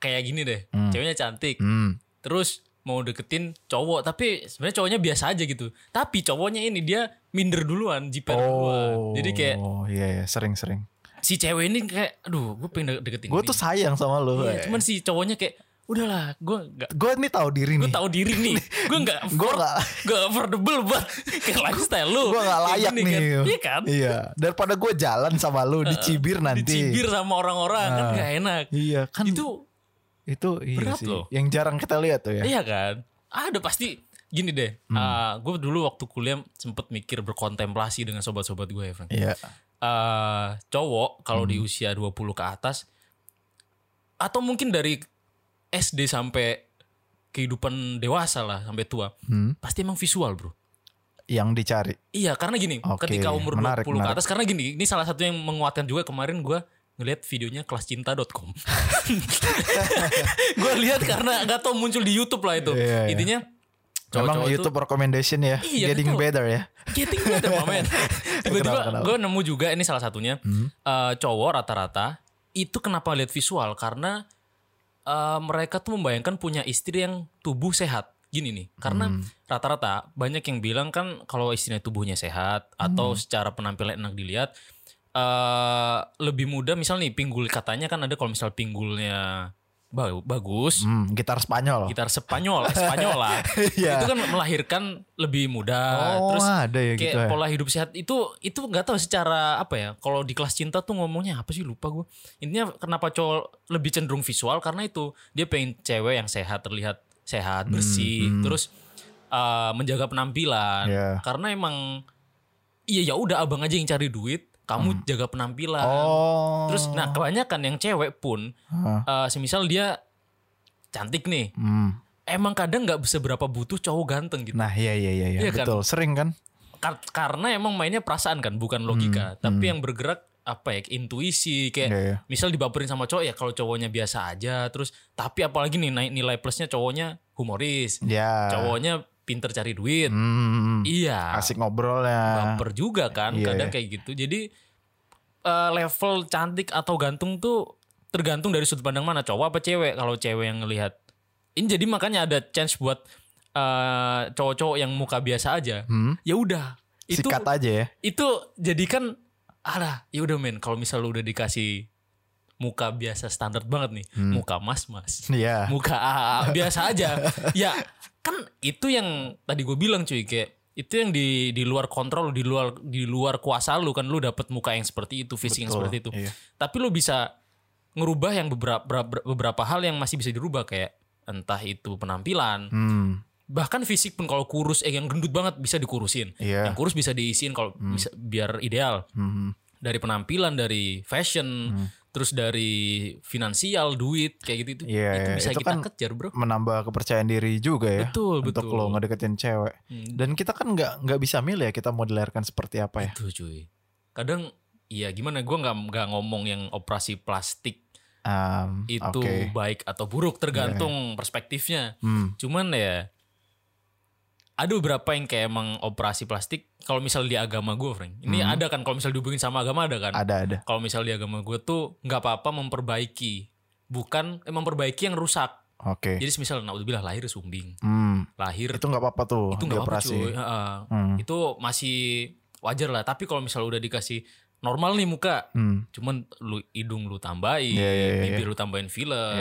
S3: kayak gini deh. Ceweknya cantik.
S1: hmm.
S3: terus mau deketin cowok tapi sebenarnya cowoknya biasa aja gitu tapi cowoknya ini dia minder duluan jiper duluan
S1: oh
S3: jadi kayak
S1: iya iya, sering-sering
S3: si cewek ini kayak aduh gue pengen de- deketin
S1: gue
S3: ini."
S1: tuh sayang sama lu eh.
S3: Iya, cuman si cowoknya kayak udahlah gue nggak
S1: gue nih tahu diri
S3: gue
S1: nih
S3: tahu diri nih gue nggak
S1: gue gak
S3: gak affordable buat ke lifestyle lu
S1: gue gak
S3: Kayak
S1: layak
S3: gini
S1: nih
S3: kan. iya kan
S1: iya daripada gue jalan sama lu dicibir nanti
S3: dicibir sama orang-orang kan gak enak
S1: iya kan itu
S3: itu
S1: itu iya
S3: berat
S1: sih
S3: loh.
S1: yang jarang kita lihat tuh ya
S3: Iya kan? Ada pasti gini deh.
S1: Hmm.
S3: gue dulu waktu kuliah sempet mikir berkontemplasi dengan sobat-sobat gue ya, Frank.
S1: iya
S3: Eh, cowok kalau
S1: Hmm.
S3: di usia 20 ke atas atau mungkin dari SD sampai kehidupan dewasa lah sampai tua.
S1: Hmm.
S3: Pasti emang visual, Bro.
S1: yang dicari
S3: Iya, karena gini,
S1: Oke,
S3: ketika umur
S1: menarik,
S3: 20 ke
S1: menarik.
S3: atas karena gini, ini salah satu yang menguatkan juga kemarin gue ngelihat videonya kelascinta.com. gue lihat karena nggak tau muncul di YouTube lah itu.
S1: Iya, iya.
S3: Intinya
S1: Emang
S3: cowok-cowok itu-
S1: YouTube recommendation ya
S3: Iya,
S1: Getting
S3: betul.
S1: better ya
S3: Getting better momen.
S1: Kenapa,
S3: Tiba-tiba
S1: kenapa? Hmm.
S3: gue nemu juga ini salah satunya Eh, cowok rata-rata itu kenapa lihat visual karena eh, mereka tuh membayangkan punya istri yang tubuh sehat. Gini nih, karena
S1: Hmm.
S3: rata-rata banyak yang bilang kan kalau istrinya tubuhnya sehat atau
S1: Hmm.
S3: secara penampilan enak dilihat eh lebih muda misal nih pinggul katanya kan ada kalau misal pinggulnya ba- bagus
S1: hmm, gitar Spanyol
S3: gitar Spanyol Spanyola
S1: Iya.
S3: itu kan melahirkan lebih muda
S1: oh
S3: terus
S1: ada ya
S3: kayak
S1: gitu ya
S3: pola hidup sehat itu itu nggak tahu secara apa ya kalau di kelas cinta tuh ngomongnya apa sih lupa gue intinya kenapa cowok lebih cenderung visual karena itu dia pengen cewek yang sehat terlihat sehat
S1: Hmm,
S3: bersih terus eh, menjaga penampilan
S1: Iya.
S3: karena emang iya ya udah abang aja yang cari duit, kamu jaga penampilan.
S1: Hmm. Oh.
S3: Terus nah kebanyakan yang cewek pun
S1: Hah.
S3: eh, semisal dia cantik nih,
S1: Hmm.
S3: emang kadang nggak seberapa butuh cowok ganteng gitu.
S1: Nah, iya iya iya, iya.
S3: Iya kan?
S1: betul. Sering kan?
S3: Kar- karena emang mainnya perasaan kan, bukan logika,
S1: Hmm,
S3: tapi yang bergerak apa ya intuisi kayak
S1: Iya, iya.
S3: misal dibaperin sama cowok ya kalau cowoknya biasa aja terus tapi apalagi nih nai- nilai plusnya cowoknya humoris
S1: Ya.
S3: cowoknya pinter cari duit
S1: Hmm.
S3: iya
S1: Asik ngobrol ya.
S3: baper juga kan
S1: Iya,
S3: kadang
S1: iya.
S3: kayak gitu jadi eh, level cantik atau gantung tuh tergantung dari sudut pandang mana cowok apa cewek kalau cewek yang ngelihat ini jadi makanya ada chance buat eh, cowok-cowok yang muka biasa aja
S1: Hmm.
S3: ya udah itu
S1: Sikat aja ya.
S3: itu jadikan alah ya udah men kalau misal lu udah dikasih muka biasa standar banget nih
S1: Hmm.
S3: muka mas mas
S1: Iya.
S3: muka AA biasa aja ya kan itu yang tadi gue bilang cuy kayak itu yang di di luar kontrol di luar di luar kuasa lu kan lu dapet muka yang seperti itu fisik yang
S1: Betul,
S3: seperti itu
S1: iya.
S3: tapi lu bisa ngerubah yang beberapa beberapa hal yang masih bisa dirubah kayak entah itu penampilan
S1: Hmm.
S3: bahkan fisik pun kalau kurus eh yang gendut banget bisa dikurusin
S1: Iya.
S3: yang kurus bisa diisiin kalau bisa- biar ideal
S1: Hmm.
S3: dari penampilan dari fashion terus dari finansial duit kayak gitu itu,
S1: Iya,
S3: itu
S1: iya.
S3: bisa
S1: Itu
S3: kita
S1: kan-
S3: kejar bro
S1: menambah kepercayaan diri juga ya
S3: Betul,
S1: untuk
S3: betul.
S1: lo ngedeketin cewek
S3: Hmm.
S1: dan kita kan nggak nggak bisa milih ya kita mau dilahirkan seperti apa ya
S3: Tuh cuy. Kadang ya gimana gua nggak nggak ngomong yang operasi plastik
S1: Um,
S3: itu
S1: oke. Iya,
S3: baik atau buruk tergantung perspektifnya.
S1: Hmm,
S3: Cuman ya ada beberapa yang kayak emang operasi plastik kalau misal di agama gue, Frank. Ini
S1: Hmm.
S3: ada kan kalau misal dihubungin sama agama ada kan?
S1: ada ada
S3: Kalau misal di agama gue tuh nggak apa-apa memperbaiki, bukan eh, memperbaiki yang rusak.
S1: oke
S3: Jadi misal naudzubillah lahir sumbing,
S1: Hmm,
S3: lahir
S1: itu nggak apa-apa tuh
S3: itu nggak apa cuy Iya. Heeh.
S1: Hmm.
S3: itu masih wajar lah tapi kalau misal udah dikasih normal nih muka
S1: Hmm,
S3: cuman lu hidung lu tambahin
S1: Iya, iya, iya,
S3: bibir lu tambahin filler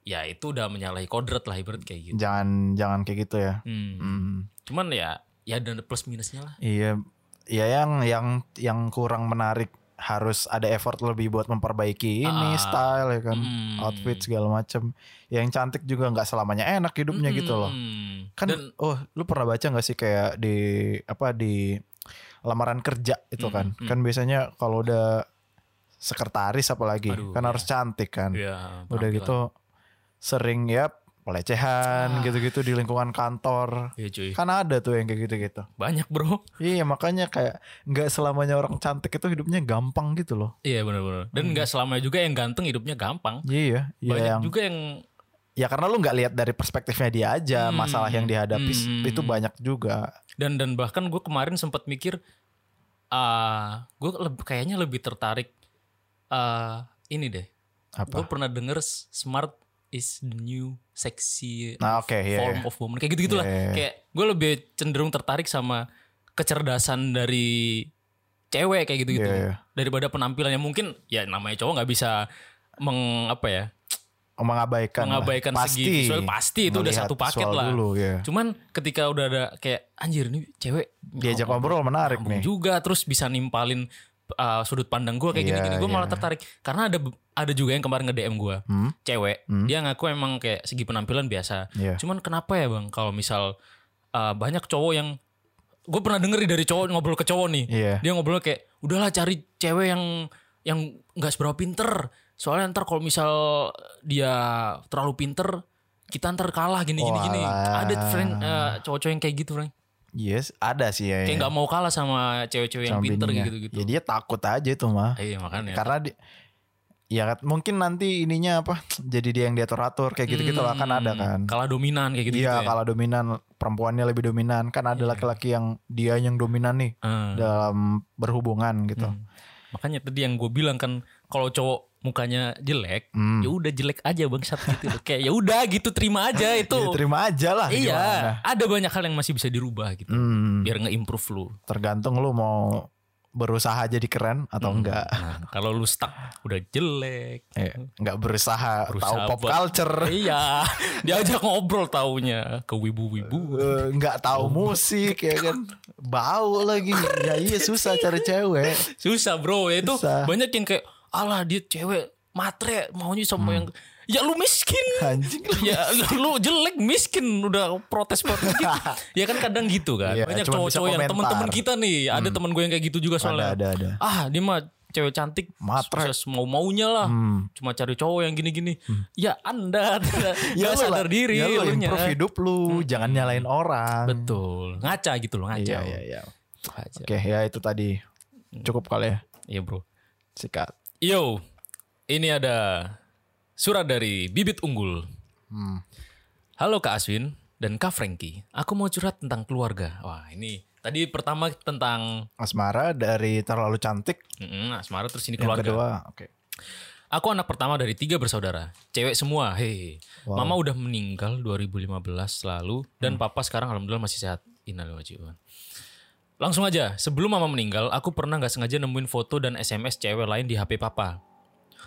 S1: iya.
S3: ya itu udah menyalahi kodrat lah ibarat kayak gitu
S1: jangan jangan kayak gitu ya
S3: Hmm.
S1: Hmm,
S3: cuman ya ya dan plus minusnya lah
S1: iya ya yang yang yang kurang menarik harus ada effort lebih buat memperbaiki ini
S3: Ah.
S1: style ya kan
S3: Hmm.
S1: outfit segala macem yang cantik juga nggak selamanya enak hidupnya gitu loh
S3: Hmm.
S1: kan
S3: dan
S1: oh lu pernah baca nggak sih kayak di apa di lamaran kerja itu kan
S3: Mm, mm.
S1: kan biasanya kalau udah sekretaris apalagi
S3: Aduh,
S1: kan
S3: iya.
S1: harus cantik kan
S3: ya,
S1: udah
S3: penampilan.
S1: gitu sering ya pelecehan
S3: Ah.
S1: gitu-gitu di lingkungan kantor
S3: Iya, cuy
S1: kan ada tuh yang kayak gitu-gitu
S3: banyak bro
S1: iya makanya kayak nggak selamanya orang cantik itu hidupnya gampang gitu loh
S3: iya benar-benar dan nggak selamanya juga yang ganteng hidupnya gampang
S1: iya Hmm. iya
S3: banyak
S1: yang
S3: juga yang
S1: ya karena lu nggak lihat dari perspektifnya dia aja
S3: Hmm.
S1: masalah yang dihadapi
S3: Hmm.
S1: itu banyak juga
S3: dan dan bahkan gue kemarin sempat mikir ah gue leb- kayaknya lebih tertarik ah, ini deh gue
S1: apa
S3: pernah denger s- smart is the new sexy
S1: nah oke iya,
S3: form
S1: iya.
S3: of woman kayak gitu gitulah
S1: Iya, iya, iya.
S3: kayak gue lebih cenderung tertarik sama kecerdasan dari cewek kayak gitu gitu
S1: Iya, iya.
S3: daripada penampilannya mungkin ya namanya cowok nggak bisa meng apa ya
S1: mengabaikan Kan lah.
S3: mengabaikan
S1: pasti,
S3: segi visual pasti itu udah
S1: Melihat
S3: satu paket
S1: visual
S3: lah
S1: dulu, ya.
S3: cuman ketika udah ada kayak anjir nih cewek
S1: diajak ngobrol menarik nih
S3: nyambung juga terus bisa nimpalin uh, sudut pandang gue kayak
S1: Iya,
S3: gini-gini gue malah
S1: iya.
S3: tertarik karena ada ada juga yang kemarin nge DM gue
S1: Hmm?
S3: cewek
S1: Hmm.
S3: dia ngaku emang kayak segi penampilan biasa
S1: Iya.
S3: cuman kenapa ya bang kalau misal uh, banyak cowok yang gue pernah denger nih dari cowok ngobrol ke cowok nih
S1: Iya.
S3: dia ngobrol kayak udahlah cari cewek yang yang nggak seberapa pinter soalnya ntar kalau misal dia terlalu pinter kita ntar kalah gini gini gini
S1: Walah.
S3: ada friend uh, cowok-cowok yang kayak gitu Frank
S1: yes ada sih ya
S3: kayak nggak mau kalah sama cewek-cewek yang
S1: sama
S3: pinter
S1: bininya.
S3: gitu-gitu.
S1: ya dia takut aja itu mah
S3: Iya makanya.
S1: karena di, ya kan, mungkin nanti ininya apa jadi dia yang diatur atur kayak gitu gitu lah kan ada kan
S3: Hmm, Kalah dominan kayak gitu.
S1: Iya
S3: ya. Iya.
S1: kalau dominan perempuannya lebih dominan kan ada laki-laki yang dia yang dominan nih
S3: Eh,
S1: dalam berhubungan gitu
S3: Hmm. makanya tadi yang gue bilang kan kalau cowok mukanya jelek,
S1: Hmm.
S3: ya udah jelek aja bangsat gitu loh. Kayak ya udah gitu terima aja itu.
S1: Ya, terima aja lah
S3: iya,
S1: gimana.
S3: ada banyak hal yang masih bisa dirubah gitu.
S1: Hmm,
S3: Biar nge-improve lu.
S1: tergantung lu mau berusaha jadi keren atau enggak
S3: Nah, kalau lu stuck udah jelek.
S1: Iya, nggak berusaha,
S3: Berusaha
S1: tahu pop
S3: buat-
S1: culture
S3: iya, diajak ngobrol taunya ke wibu-wibu.
S1: eh, nggak tahu musik ya kan bau lagi ya iya susah cari cewek
S3: Susah bro ya itu
S1: Susah. Hmm.
S3: banyak yang kayak alah dia cewek matre maunya sama yang Ya lu miskin.
S1: Anjing lu.
S3: Ya lu jelek miskin udah protes-protes gitu. ya kan kadang gitu kan.
S1: Iya,
S3: Banyak
S1: cuman bisa
S3: cowok-cowok yang
S1: komentar. Hmm.
S3: teman-teman kita nih, ada teman gue yang kayak gitu juga
S1: Ada
S3: soalnya.
S1: ada ada.
S3: Ah, dia mah cewek cantik
S1: Matre.
S3: bisa mau-maunya lah.
S1: Hmm.
S3: Cuma cari cowok yang gini-gini. Ya Anda tidak
S1: lu lah.
S3: sadar diri
S1: Hmm. Ya lu
S3: elunya.
S1: improve hidup lu, jangan nyalain orang.
S3: Betul. Ngaca gitu loh,
S1: Iya
S3: ngaca.
S1: iya iya.
S3: Ngaca.
S1: Oke, ya itu tadi. Cukup kali ya.
S3: Iya, Bro.
S1: Sikat.
S3: Yo, ini ada surat dari Bibit Unggul.
S1: Hmm.
S3: Halo Kak Aswin dan Kak Frankie. Aku mau curhat tentang keluarga. Wah, ini tadi pertama tentang
S1: Asmara dari terlalu cantik.
S3: mm, asmara terus ini
S1: Yang
S3: keluarga.
S1: kedua, oke.
S3: Aku anak pertama dari tiga bersaudara, cewek semua. Hei, mama udah meninggal 2015 lalu dan papa sekarang alhamdulillah masih sehat. Innalillahi wa inna ilaihi raji'un. Langsung aja, sebelum mama meninggal, aku pernah nggak sengaja nemuin foto dan SMS cewek lain di HP papa.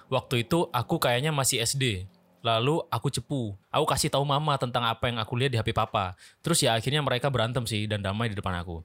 S3: Waktu itu aku kayaknya masih SD. Lalu aku cepu. Aku kasih tahu mama tentang apa yang aku lihat di HP papa. Terus ya akhirnya mereka berantem sih dan damai di depan aku.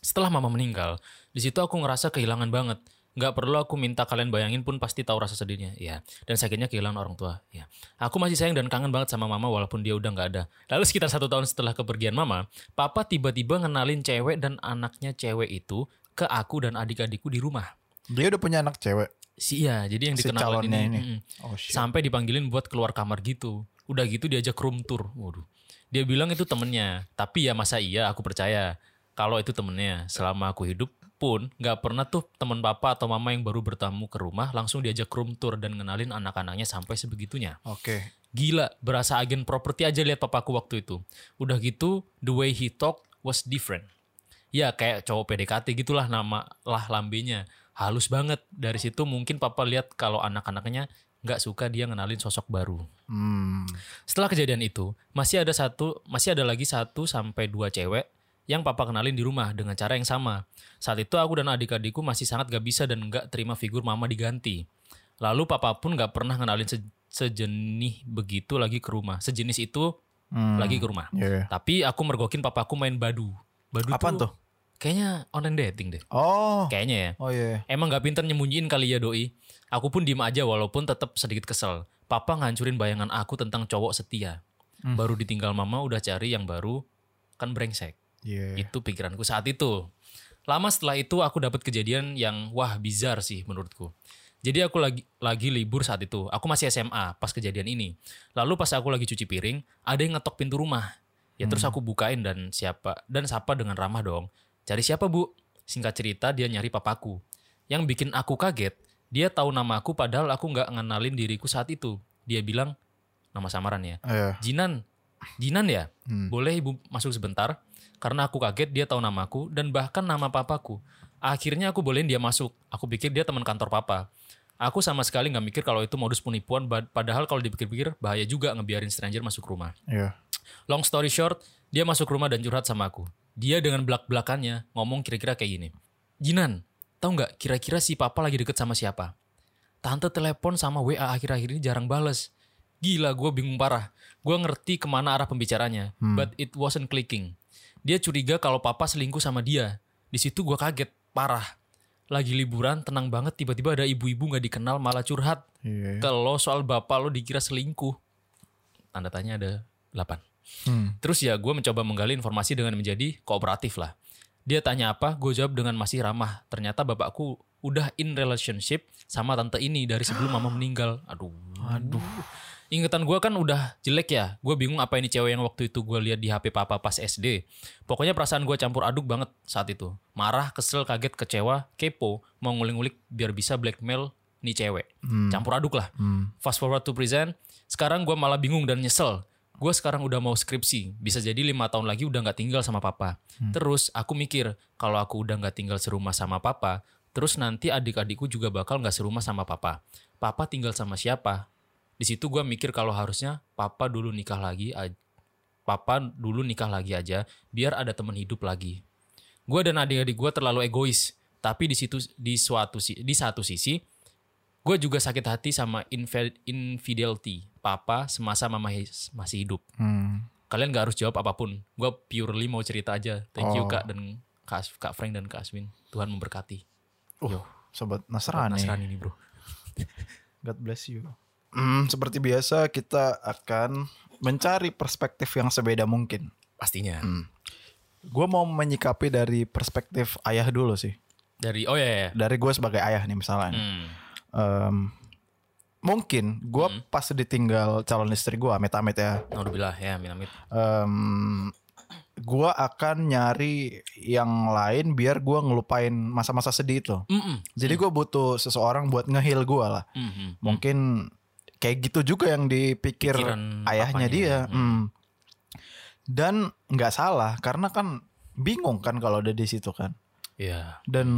S3: Setelah mama meninggal, di situ aku ngerasa kehilangan banget. Nggak perlu aku minta kalian bayangin pun pasti tahu rasa sedihnya. Ya, dan sakitnya kehilangan orang tua. Ya, aku masih sayang dan kangen banget sama mama walaupun dia udah nggak ada. Lalu sekitar satu tahun setelah kepergian mama, papa tiba-tiba ngenalin cewek dan anaknya cewek itu ke aku dan adik-adikku di rumah.
S1: Dia udah punya anak cewek.
S3: Si iya, jadi yang
S1: Si
S3: dikenalin
S1: calonnya
S3: ini.
S1: ini.
S3: mm-mm.
S1: Oh shit.
S3: Sampai dipanggilin buat keluar kamar gitu. Udah gitu diajak room tour. Waduh. Dia bilang itu temennya. Tapi ya masa iya aku percaya. Kalau itu temennya. Selama aku hidup pun gak pernah tuh teman papa atau mama yang baru bertamu ke rumah langsung diajak room tour dan ngenalin anak-anaknya sampai sebegitunya.
S1: Oke.
S3: Gila, berasa agen properti aja lihat papaku waktu itu. Udah gitu, the way he talked was different. Ya kayak cowok PDKT gitulah nama lah lambenya. Halus banget. Dari situ mungkin papa lihat kalau anak-anaknya nggak suka dia ngenalin sosok baru.
S1: Hmm.
S3: Setelah kejadian itu, masih ada satu, masih ada lagi satu sampai dua cewek yang papa kenalin di rumah dengan cara yang sama. Saat itu aku dan adik-adikku masih sangat gak bisa dan gak terima figur mama diganti. Lalu papa pun gak pernah kenalin se- sejenis begitu lagi ke rumah. Sejenis itu
S1: Hmm.
S3: lagi ke rumah.
S1: Iya.
S3: Tapi aku mergokin papaku main badu. Badu
S1: Apaan tuh?
S3: Kayaknya online dating deh.
S1: Oh.
S3: Kayaknya ya.
S1: Oh iya.
S3: Emang gak pinter nyembunyiin kali ya doi. Aku pun diem aja walaupun tetap sedikit kesel. Papa ngancurin bayangan aku tentang cowok setia.
S1: Hmm.
S3: Baru ditinggal mama udah cari yang baru. Kan brengsek.
S1: Iya.
S3: Itu pikiranku saat itu. Lama setelah itu aku dapat kejadian yang wah bizar sih menurutku. Jadi aku lagi lagi libur saat itu. Aku masih SMA pas kejadian ini. Lalu pas aku lagi cuci piring, ada yang ngetok pintu rumah. Ya terus aku bukain dan siapa dan sapa dengan ramah dong. Cari siapa, Bu? Singkat cerita dia nyari papaku. Yang bikin aku kaget, dia tahu nama aku padahal aku nggak ngenalin diriku saat itu. Dia bilang nama samaran ya.
S1: Iya.
S3: Jinan. Jinan ya?
S1: Hmm.
S3: Boleh ibu masuk sebentar? Karena aku kaget dia tahu namaku dan bahkan nama papaku. Akhirnya aku bolehin dia masuk. Aku pikir dia teman kantor papa. Aku sama sekali nggak mikir kalau itu modus penipuan. ba- Padahal kalau dipikir-pikir bahaya juga ngebiarin stranger masuk rumah.
S1: Iya.
S3: Long story short, dia masuk rumah dan curhat sama aku. Dia dengan belak-belakannya ngomong kira-kira kayak gini. Jinan, tahu nggak kira-kira si papa lagi deket sama siapa? Tante telepon sama WA akhir-akhir ini jarang bales. Gila, gue bingung parah. Gue ngerti kemana arah pembicaranya, but it wasn't clicking. Dia curiga kalau papa selingkuh sama dia. Di situ gue kaget, parah. Lagi liburan, tenang banget, tiba-tiba ada ibu-ibu nggak dikenal malah curhat.
S1: Iya.
S3: Ke lo soal bapak lo dikira selingkuh. Tanda tanya ada 8.
S1: Hmm.
S3: Terus ya gue mencoba menggali informasi dengan menjadi kooperatif lah. Dia tanya apa, gue jawab dengan masih ramah. Ternyata bapakku udah in relationship sama tante ini dari sebelum mama meninggal. Aduh. Aduh. Ingatan gue kan udah jelek ya. Gue bingung apa ini cewek yang waktu itu gue lihat di HP papa pas SD. Pokoknya perasaan gue campur aduk banget saat itu. Marah, kesel, kaget, kecewa, kepo. Mau ngulik-ngulik biar bisa blackmail nih cewek. Campur aduk lah.
S1: Hmm.
S3: Fast forward to present, sekarang gue malah bingung dan nyesel. Gue sekarang udah mau skripsi, bisa jadi lima tahun lagi udah nggak tinggal sama papa. Terus aku mikir kalau aku udah nggak tinggal serumah sama papa, terus nanti adik-adikku juga bakal nggak serumah sama papa. Papa tinggal sama siapa? Di situ gue mikir kalau harusnya papa dulu nikah lagi, aj- papa dulu nikah lagi aja, biar ada teman hidup lagi. Gue dan adik-adik gue terlalu egois, tapi di situ di suatu si- di satu sisi Gue juga sakit hati sama infe- infidelity. Papa semasa mama his- masih hidup.
S1: Hmm.
S3: Kalian gak harus jawab apapun. Gue purely mau cerita aja. Thank you
S1: Oh.
S3: Kak dan Kak, As- Kak Frank dan Kak Aswin. Tuhan memberkati.
S1: Uh, sobat
S3: Buat
S1: Nasrani.
S3: Nasrani ini bro.
S1: God bless you. Hmm, seperti biasa kita akan mencari perspektif yang sebeda mungkin.
S3: Pastinya.
S1: Gue mau menyikapi dari perspektif ayah dulu sih.
S3: Dari oh ya ya.
S1: Dari gue sebagai ayah nih misalnya.
S3: Hmm.
S1: Em, mungkin gue pas ditinggal calon istri gue, amit-amit ya.
S3: Alhamdulillah ya minamit.
S1: Em, gue akan nyari yang lain biar gue ngelupain masa-masa sedih itu.
S3: Mm-mm.
S1: Jadi gue butuh seseorang buat ngehil gue lah.
S3: Mm-mm.
S1: mungkin kayak gitu juga yang dipikir
S3: Pikiran
S1: ayahnya
S3: papanya.
S1: dia Hmm. dan nggak salah karena kan bingung kan kalau ada di situ kan
S3: Iya.
S1: dan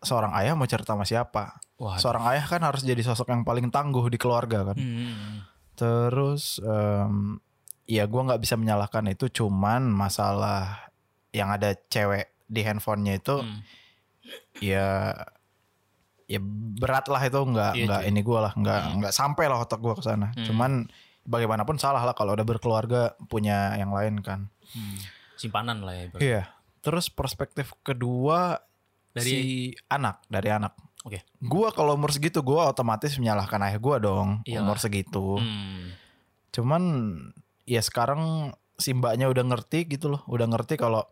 S1: seorang ayah mau cerita sama siapa
S3: Wah.
S1: seorang ayah kan harus jadi sosok yang paling tangguh di keluarga
S3: Hmm,
S1: kan
S3: Mm-mm.
S1: terus em, ya gua nggak bisa menyalahkan itu cuman masalah yang ada cewek di handphonenya itu
S3: Hmm.
S1: ya ya berat lah itu nggak
S3: Iya, Hmm.
S1: nggak
S3: cuy.
S1: ini gue lah nggak nggak sampai lah otak gue ke sana cuman bagaimanapun salah lah kalau udah berkeluarga punya yang lain kan
S3: Hmm. Simpanan lah ya. ibarat.
S1: iya terus perspektif kedua
S3: Dari-
S1: si anak dari anak
S3: Oke.
S1: gue kalau umur segitu gue otomatis menyalahkan ayah gue dong
S3: Iyalah.
S1: umur segitu
S3: Hmm.
S1: cuman ya sekarang si mbaknya udah ngerti gitu loh udah ngerti kalau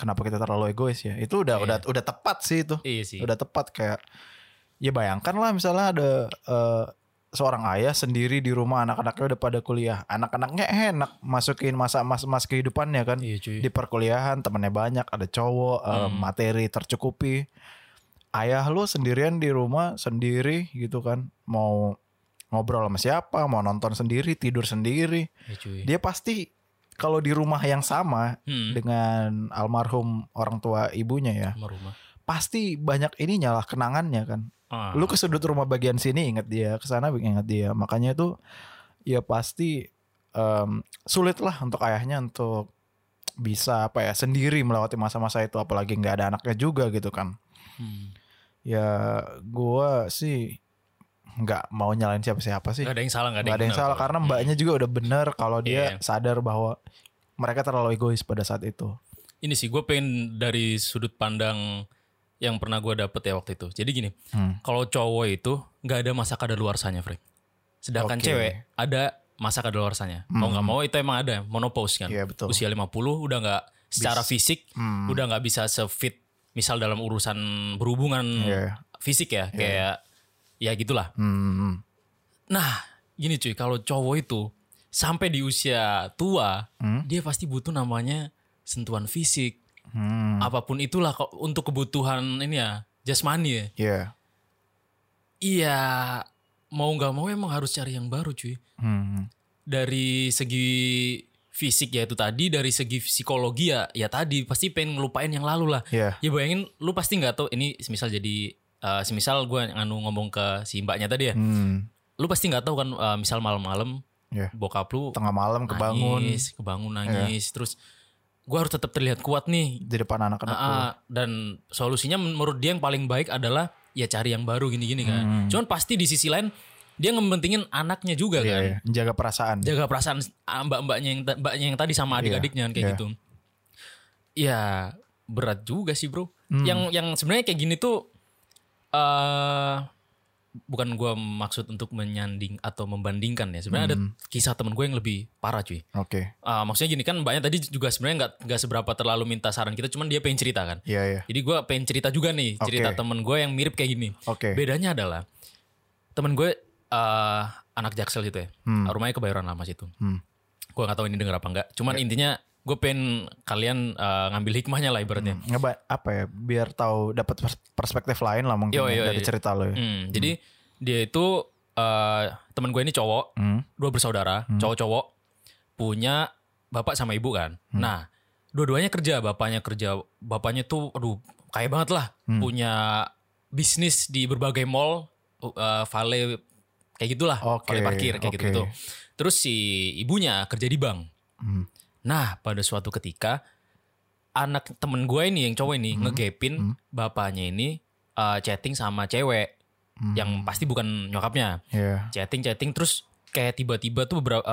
S1: kenapa kita terlalu egois ya itu udah
S3: Iya.
S1: udah udah tepat sih itu
S3: Iya sih.
S1: udah tepat kayak ya bayangkan lah misalnya ada eh, seorang ayah sendiri di rumah anak-anaknya udah pada kuliah anak-anaknya enak masukin masa mas-mas kehidupannya kan
S3: Iya cuy.
S1: di perkuliahan temennya banyak ada cowok eh,
S3: Hmm.
S1: materi tercukupi ayah lu sendirian di rumah sendiri gitu kan mau ngobrol sama siapa mau nonton sendiri tidur sendiri
S3: Iya cuy.
S1: dia pasti kalau di rumah yang sama
S3: Hmm.
S1: dengan almarhum orang tua ibunya ya
S3: Sama rumah.
S1: pasti banyak ininya lah kenangannya kan.
S3: Ah.
S1: Lu ke sudut rumah bagian sini inget dia, ke sana inget dia. Makanya itu ya pasti em, sulit lah untuk ayahnya untuk bisa apa ya sendiri melewati masa-masa itu apalagi nggak ada anaknya juga gitu kan.
S3: Hmm.
S1: Ya gua sih nggak mau nyalain siapa-siapa sih.
S3: Gak ada yang salah gak ada,
S1: Nggak ada yang
S3: benar Hmm.
S1: salah
S3: kalau-
S1: karena mbaknya juga udah bener kalau dia
S3: Iya.
S1: sadar bahwa mereka terlalu egois pada saat itu.
S3: ini sih gue pengen dari sudut pandang yang pernah gue dapet ya waktu itu. Jadi gini,
S1: Hmm.
S3: kalau cowok itu nggak ada masa kadaluarsanya, Frank. Sedangkan
S1: Oke. Hmm.
S3: cewek ada masa kadaluarsanya. Mau nggak mau itu emang ada monopause kan.
S1: Iya, betul.
S3: Usia 50 udah nggak secara fisik
S1: Hmm.
S3: udah nggak bisa sefit misal dalam urusan berhubungan
S1: Iya.
S3: fisik ya kayak ya gitulah.
S1: Hmm.
S3: Nah, gini cuy, kalau cowok itu sampai di usia tua, dia pasti butuh namanya sentuhan fisik.
S1: Hmm.
S3: Apapun itulah kok untuk kebutuhan ini ya, jasmani ya.
S1: Iya.
S3: Iya, mau nggak mau emang harus cari yang baru cuy.
S1: Hmm.
S3: Dari segi fisik ya itu tadi, dari segi psikologi ya, ya tadi pasti pengen ngelupain yang lalu lah.
S1: Iya.
S3: Ya bayangin lu pasti nggak tahu ini semisal jadi eh, semisal gue nganu ngomong ke si mbaknya tadi ya.
S1: Hmm.
S3: Lu pasti nggak tahu kan eh, misal malam-malam
S1: Iya.
S3: bokap lu
S1: Tengah malam kebangun Iya.
S3: nangis, kebangun nangis terus gue harus tetap terlihat kuat nih
S1: di depan anak-anak.
S3: Ah,
S1: lu.
S3: ah, dan solusinya menurut dia yang paling baik adalah ya cari yang baru gini-gini
S1: Hmm.
S3: kan cuman pasti di sisi lain dia ngementingin anaknya
S1: Iya,
S3: juga kan
S1: iya. Jaga perasaan.
S3: jaga perasaan ah, mbak-mbaknya yang ta- mbaknya yang tadi sama adik-adiknya kan kayak
S1: iya.
S3: gitu ya berat juga sih bro
S1: Hmm,
S3: yang yang sebenarnya kayak gini tuh eh bukan gue maksud untuk menyanding atau membandingkan ya sebenarnya
S1: Hmm.
S3: ada kisah temen gue yang lebih parah cuy
S1: Oke.
S3: Ah, maksudnya gini kan mbaknya tadi juga sebenarnya nggak nggak seberapa terlalu minta saran kita cuman dia pengen cerita kan
S1: Iya, iya.
S3: jadi gue pengen cerita juga nih cerita
S1: Oke.
S3: temen gue yang mirip kayak gini
S1: Oke.
S3: bedanya adalah temen gue eh, anak jaksel gitu ya rumahnya kebayoran lama situ
S1: Hmm.
S3: gue nggak tahu ini denger apa enggak cuman intinya gue pengen kalian eh, ngambil hikmahnya lah ibaratnya
S1: Ngeba apa ya? Biar tahu dapat pers- perspektif lain lah mungkin
S3: Yo,
S1: ya
S3: yo,
S1: dari
S3: yo.
S1: cerita lo. Ya.
S3: Hmm, jadi dia itu eh, temen gue ini cowok
S1: Hmm.
S3: dua bersaudara, cowok-cowok punya bapak sama ibu kan.
S1: Hmm.
S3: Nah, dua-duanya kerja, bapaknya kerja, bapaknya tuh aduh kaya banget lah,
S1: Hmm.
S3: punya bisnis di berbagai mall, uh, vale kayak gitulah,
S1: Oke,
S3: vale parkir kayak gitu
S1: oke.
S3: gitu-gitu. Terus si ibunya kerja di bank.
S1: Hmm.
S3: Nah, pada suatu ketika anak temen gue ini yang cowok ini ngegepin bapaknya ini uh, chatting sama cewek yang pasti bukan nyokapnya
S1: Hmm. Iya.
S3: chatting chatting terus kayak tiba-tiba tuh beberapa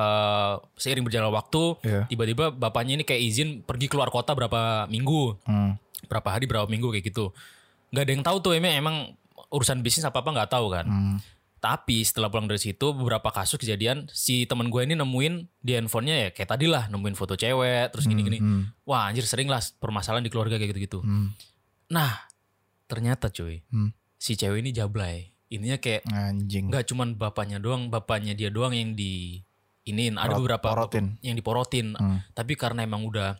S3: seiring berjalan waktu
S1: Iya.
S3: tiba-tiba bapaknya ini kayak izin pergi keluar kota berapa minggu
S1: Hmm.
S3: berapa hari berapa minggu kayak gitu nggak ada yang tahu tuh emang emang urusan bisnis apa apa nggak tahu kan
S1: Hmm.
S3: Tapi setelah pulang dari situ beberapa kasus kejadian si teman gue ini nemuin di handphonenya ya kayak tadi lah nemuin foto cewek terus gini-gini.
S1: Hmm,
S3: Wah anjir sering lah permasalahan di keluarga kayak gitu-gitu.
S1: hmm,
S3: Nah ternyata cuy
S1: Hmm.
S3: si cewek ini jablay. Ininya kayak
S1: hmm. Anjing.
S3: nggak cuman bapaknya doang, bapaknya dia doang yang di iniin. Ada
S1: Porot-
S3: beberapa
S1: porotin.
S3: yang diporotin.
S1: Hmm.
S3: Tapi karena emang udah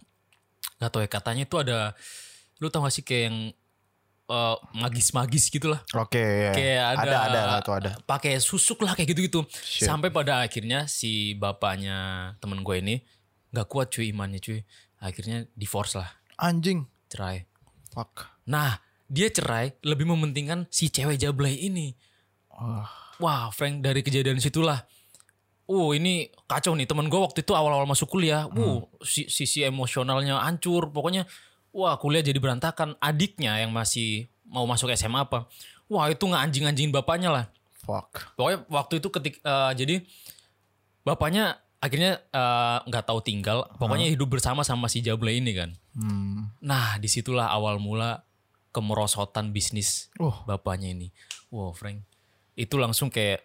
S3: nggak tahu ya katanya itu ada lu tau gak sih kayak yang eh, magis-magis gitu lah.
S1: Oke, ya.
S3: Kayak ada-
S1: ada ada lah tuh ada.
S3: pakai susuk lah kayak gitu-gitu.
S1: Shit.
S3: Sampai pada akhirnya si bapaknya temen gue ini nggak kuat cuy imannya cuy. Akhirnya divorce lah,
S1: Anjing.
S3: cerai.
S1: Fuck.
S3: Nah dia cerai lebih mementingkan si cewek jablay ini.
S1: Wah.
S3: Wah Frank dari kejadian situlah. Uh ini kacau nih temen gue waktu itu awal-awal masuk kuliah. Uh si- sisi emosionalnya hancur. Pokoknya wah kuliah jadi berantakan. Adiknya yang masih mau masuk SMA apa. Wah itu nganjing-anjingin bapaknya lah.
S1: Fuck.
S3: Pokoknya waktu itu ketik eh, jadi bapaknya akhirnya eh, nggak tahu tinggal, pokoknya hidup bersama sama si Jable ini kan.
S1: Hmm.
S3: Nah, disitulah awal mula kemerosotan bisnis
S1: Uh.
S3: bapaknya ini. Wow, Frank. Itu langsung kayak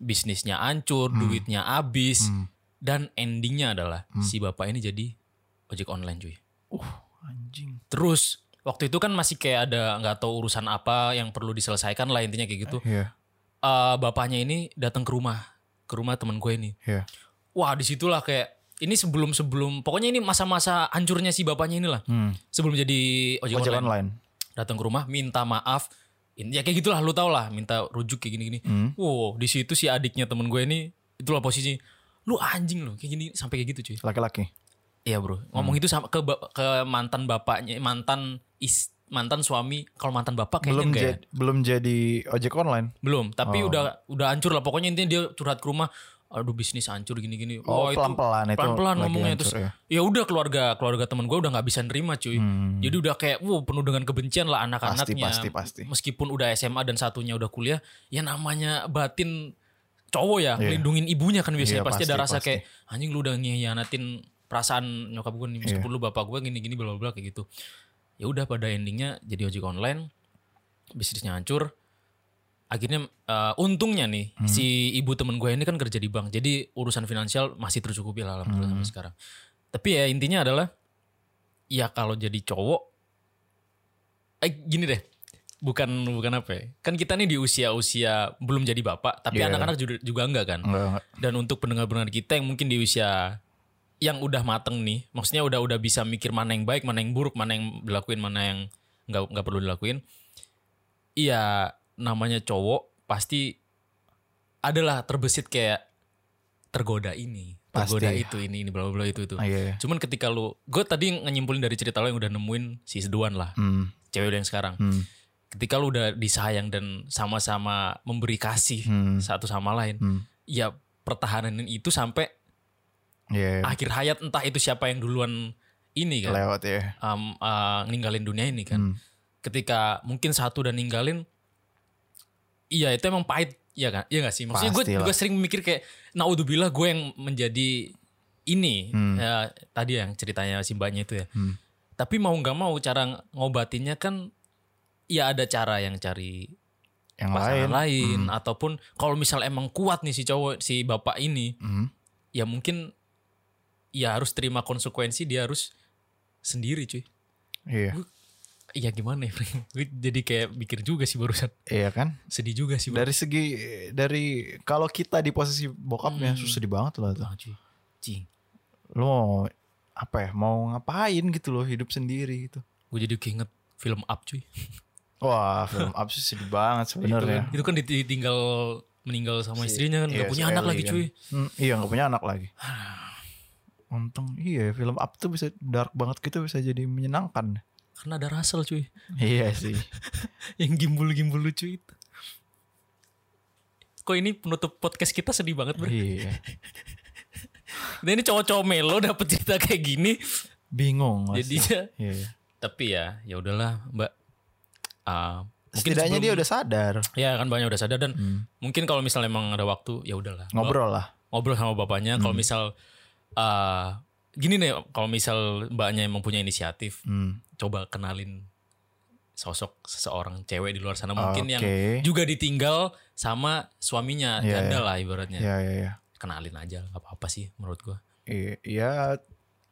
S3: bisnisnya hancur, duitnya habis
S1: Hmm.
S3: dan endingnya adalah si bapak ini jadi ojek online, cuy.
S1: Uh, anjing.
S3: Terus waktu itu kan masih kayak ada nggak tahu urusan apa yang perlu diselesaikan lah intinya kayak gitu.
S1: Iya,
S3: Eh, bapaknya ini datang ke rumah, ke rumah teman gue ini.
S1: iya.
S3: Wah disitulah kayak ini sebelum sebelum pokoknya ini masa-masa hancurnya si bapaknya inilah
S1: Hmm.
S3: sebelum jadi ojek,
S1: Ojek
S3: online.
S1: online.
S3: datang ke rumah minta maaf ini ya kayak gitulah lu tau lah minta rujuk kayak gini-gini
S1: Hmm.
S3: wow di situ si adiknya temen gue ini itulah posisi lu anjing lu kayak gini sampai kayak gitu cuy
S1: Laki-laki.
S3: iya bro ngomong
S1: Hmm.
S3: itu sama ke ba- ke mantan bapaknya mantan is mantan suami kalau mantan bapak kayaknya
S1: Belum
S3: enggak ya.
S1: jadi belum jadi ojek online.
S3: Belum, tapi
S1: Oh.
S3: udah udah hancur lah. Pokoknya intinya dia curhat ke rumah, aduh bisnis hancur gini-gini.
S1: Oh,
S3: Wah,
S1: pelan-pelan itu
S3: Pelan-pelan
S1: lagi
S3: ngomongnya
S1: hancur,
S3: terus. Ya udah keluarga keluarga teman gue udah nggak bisa nerima cuy. Jadi udah kayak wow penuh dengan kebencian lah anak-anaknya.
S1: Hmm. Pasti, pasti, pasti.
S3: Meskipun udah SMA dan satunya udah kuliah, ya namanya batin cowok ya, melindungin ibunya kan
S1: Iya,
S3: biasanya pasti, ada
S1: pasti,
S3: rasa
S1: pasti. Iya.
S3: kayak anjing lu udah ngehianatin perasaan nyokap gue nih meskipun lu bapak gue gini-gini bla bla bla kayak gitu. Ya udah pada endingnya jadi ojek online bisnisnya hancur akhirnya eh, untungnya nih
S1: Hmm.
S3: si ibu temen gue ini kan kerja di bank jadi urusan finansial masih tercukupi lah alhamdulillah
S1: Hmm.
S3: sampai sekarang tapi ya intinya adalah ya kalau jadi cowok eh gini deh bukan bukan apa ya kan kita nih di usia usia belum jadi bapak tapi
S1: Iya. Hmm.
S3: anak-anak juga, juga enggak kan
S1: Enggak, enggak.
S3: dan untuk pendengar-pendengar kita yang mungkin di usia yang udah mateng nih, maksudnya udah udah bisa mikir mana yang baik, mana yang buruk, mana yang dilakuin, mana yang nggak nggak perlu dilakuin. Iya, namanya cowok pasti adalah terbesit kayak tergoda ini, tergoda
S1: Pasti.
S3: itu ini ini bla bla bla itu itu.
S1: Ah, iya, iya.
S3: Cuman ketika lu, gue tadi nyimpulin dari cerita lo yang udah nemuin si Seduan lah,
S1: Hmm.
S3: cewek lu yang sekarang.
S1: Hmm.
S3: Ketika lu udah disayang dan sama-sama memberi kasih
S1: Hmm.
S3: satu sama lain,
S1: Hmm.
S3: ya pertahanan itu sampai
S1: Iya,
S3: akhir hayat entah itu siapa yang duluan ini kan
S1: lewat ya.
S3: um, uh, ninggalin dunia ini kan
S1: Hmm.
S3: ketika mungkin satu dan ninggalin iya itu emang pahit ya kan iya gak sih maksudnya gue
S1: Pastilah.
S3: juga sering mikir kayak naudzubillah gue yang menjadi ini ya, tadi yang ceritanya si mbaknya itu ya
S1: Hmm.
S3: tapi mau nggak mau cara ngobatinnya kan ya ada cara yang cari
S1: Yang lain. Hmm.
S3: pasangan lain, ataupun kalau misal emang kuat nih si cowok si bapak ini
S1: Hmm.
S3: ya mungkin ya harus terima konsekuensi dia harus sendiri cuy
S1: Iya.
S3: ya gimana ya Frank? Gue jadi kayak mikir juga sih barusan
S1: Iya kan?
S3: sedih juga sih
S1: Dari segi dari kalau kita di posisi bokapnya
S3: Hmm.
S1: susah di banget lah tuh.
S3: barusan. Ah, cuy cing
S1: Lu mau apa ya? Mau ngapain gitu loh hidup sendiri gitu.
S3: gue jadi keinget film up cuy
S1: Wah, film up sih sedih banget
S3: itu kan,
S1: sebenarnya.
S3: itu kan ditinggal meninggal sama
S1: Si-
S3: istrinya kan
S1: iya,
S3: nggak punya
S1: si
S3: anak
S1: Ellie
S3: lagi
S1: kan.
S3: cuy
S1: Hmm, iya nggak punya anak lagi. Untung iya film up tuh bisa dark banget gitu bisa jadi menyenangkan.
S3: karena ada Russell cuy
S1: Iya sih.
S3: yang gimbul gimbul lucu itu kok ini penutup podcast kita sedih banget bro
S1: iya.
S3: nah, ini cowok-cowok melo dapet cerita kayak gini
S1: Bingung. pasti.
S3: jadinya
S1: Iya.
S3: tapi ya ya udahlah mbak Ah, mungkin
S1: Setidaknya
S3: sebelum-
S1: dia udah sadar.
S3: Ya kan banyak udah sadar dan mungkin kalau misalnya emang ada waktu ya udahlah
S1: Ngobrol lah.
S3: ngobrol sama bapaknya kalau
S1: Hmm.
S3: misal eh gini nih kalau misal mbaknya emang punya inisiatif
S1: Hmm.
S3: coba kenalin sosok seseorang cewek di luar sana mungkin yang
S1: Oke.
S3: juga ditinggal sama suaminya
S1: Iya,
S3: janda
S1: iya.
S3: lah ibaratnya
S1: Ya ya ya.
S3: kenalin aja lah apa apa sih menurut gua
S1: Iya, ya,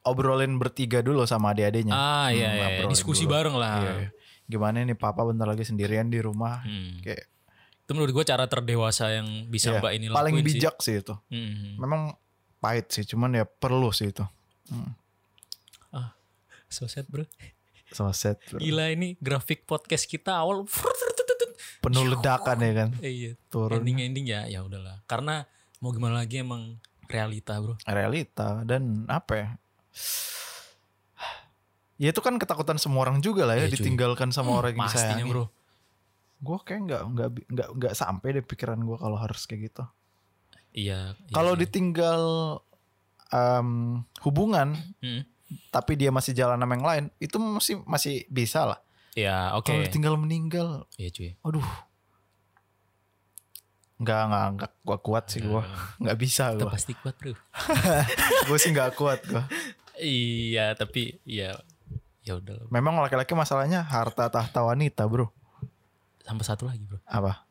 S1: obrolin bertiga dulu sama adik-adiknya.
S3: ah iya,
S1: Hmm,
S3: iya.
S1: ngobrolin
S3: diskusi
S1: dulu.
S3: bareng lah
S1: Iya, iya. Gimana nih papa bentar lagi sendirian di rumah.
S3: Hmm.
S1: Kayak
S3: itu menurut gua cara terdewasa yang bisa
S1: Iya,
S3: mbak ini
S1: paling
S3: lakuin
S1: bijak sih. itu.
S3: sih Hmm.
S1: Memang pahit sih, cuman ya perlu sih itu.
S3: so sad bro
S1: So sad.
S3: gila ini grafik podcast kita awal
S1: Penuh ledakan ya kan.
S3: Eh, iya
S1: Turun
S3: ending ending ya ya udahlah karena mau gimana lagi emang realita bro
S1: realita dan apa ya? Ya itu kan ketakutan semua orang juga lah ya,
S3: Iya, cuy.
S1: ditinggalkan sama orang yang
S3: pastinya
S1: disayangi.
S3: bro
S1: Gue kayak nggak nggak bi- nggak nggak sampai deh pikiran gue kalau harus kayak gitu.
S3: iya iya,
S1: Kalau
S3: iya.
S1: ditinggal em, hubungan
S3: Mm.
S1: tapi dia masih jalan sama yang lain, itu masih masih bisa lah.
S3: ya oke
S1: Kalau ditinggal meninggal,
S3: iya cuy
S1: aduh. Nggak nggak nggak gua kuat sih gua. Nggak bisa
S3: kita
S1: gua.
S3: pasti kuat bro
S1: Gua sih nggak kuat gua.
S3: iya tapi ya ya udah
S1: Memang laki-laki masalahnya harta tahta wanita, Bro.
S3: sampai satu lagi bro
S1: Apa?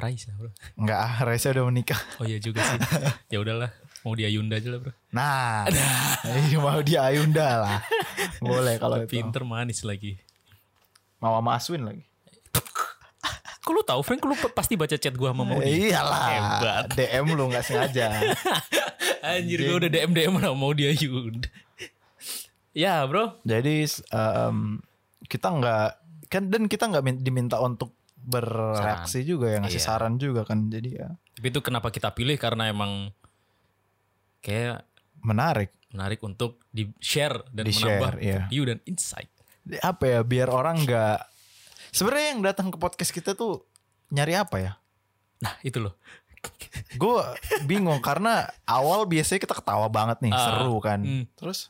S3: Raisa bro
S1: Nggak, ah, Raisa udah menikah.
S3: oh iya juga sih ya udahlah mau dia Yunda aja lah bro
S1: Nah, iya, mau dia Ayunda lah. Boleh kalau itu.
S3: pinter manis lagi
S1: Mau sama Aswin lagi.
S3: kok lu tahu Frank lu pa- pasti baca chat gua sama Maudi
S1: Eh, Iyalah,
S3: Oh, Hebat.
S1: DM lu nggak sengaja.
S3: anjir gua udah DM DM sama Maudi Yunda ya bro
S1: Jadi s- um, kita nggak kan dan kita nggak min- diminta untuk bereaksi juga ya ngasih
S3: Iya.
S1: saran juga kan jadi ya
S3: tapi itu kenapa kita pilih karena emang kayak
S1: menarik
S3: menarik untuk di share dan
S1: Di-share,
S3: menambah
S1: iya.
S3: view dan insight
S1: Di- apa ya biar orang nggak sebenarnya yang datang ke podcast kita tuh nyari apa ya
S3: nah itu loh
S1: gue bingung karena awal biasanya kita ketawa banget nih
S3: Ah,
S1: seru kan
S3: hmm.
S1: terus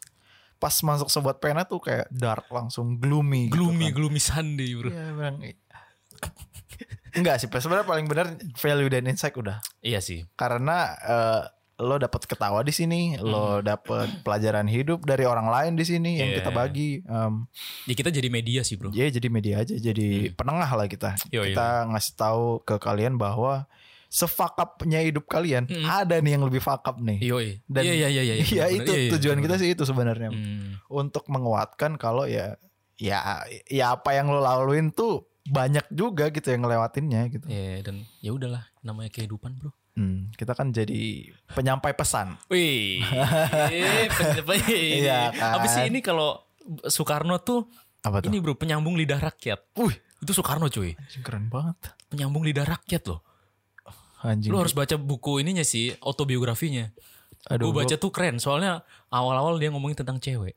S1: pas masuk sobat pena tuh kayak dark langsung gloomy gitu
S3: gloomy
S1: kan.
S3: gloomy Sunday bro
S1: Iya, bilang, enggak sih sebenarnya paling benar value dan insight udah
S3: iya sih
S1: karena eh, lo dapat ketawa di sini, lo
S3: Hmm.
S1: dapat pelajaran hidup dari orang lain di sini yang
S3: Iya.
S1: kita bagi. Em,
S3: ya kita jadi media sih bro
S1: ya jadi media aja, jadi penengah lah kita.
S3: Hmm. Yo,
S1: kita ngasih tahu ke kalian bahwa sefakapnya hidup kalian ada nih yang lebih fakap nih.
S3: Yoi.
S1: Dan-
S3: iya iya iya Hmm. iya.
S1: Iya
S3: benar-benar.
S1: itu
S3: Iya, iya,
S1: tujuan kita
S3: benar-benar.
S1: sih itu sebenarnya
S3: Hmm.
S1: untuk menguatkan kalau ya ya ya apa yang lo laluin tuh banyak juga gitu yang ngelewatinnya gitu.
S3: Iya, dan ya udahlah namanya kehidupan, Bro.
S1: Hmm, kita kan jadi penyampai pesan.
S3: Wih. Eh,
S1: Iya
S3: Iya
S1: kan.
S3: Apa sih ini kalau Soekarno tuh
S1: Apa tuh?
S3: ini Bro penyambung lidah rakyat. Wih, itu Soekarno cuy.
S1: Keren banget.
S3: Penyambung lidah rakyat loh.
S1: Anjing.
S3: Lu harus baca buku ininya sih, autobiografinya.
S1: Aduh,
S3: Gue baca tuh keren, soalnya awal-awal dia ngomongin tentang cewek.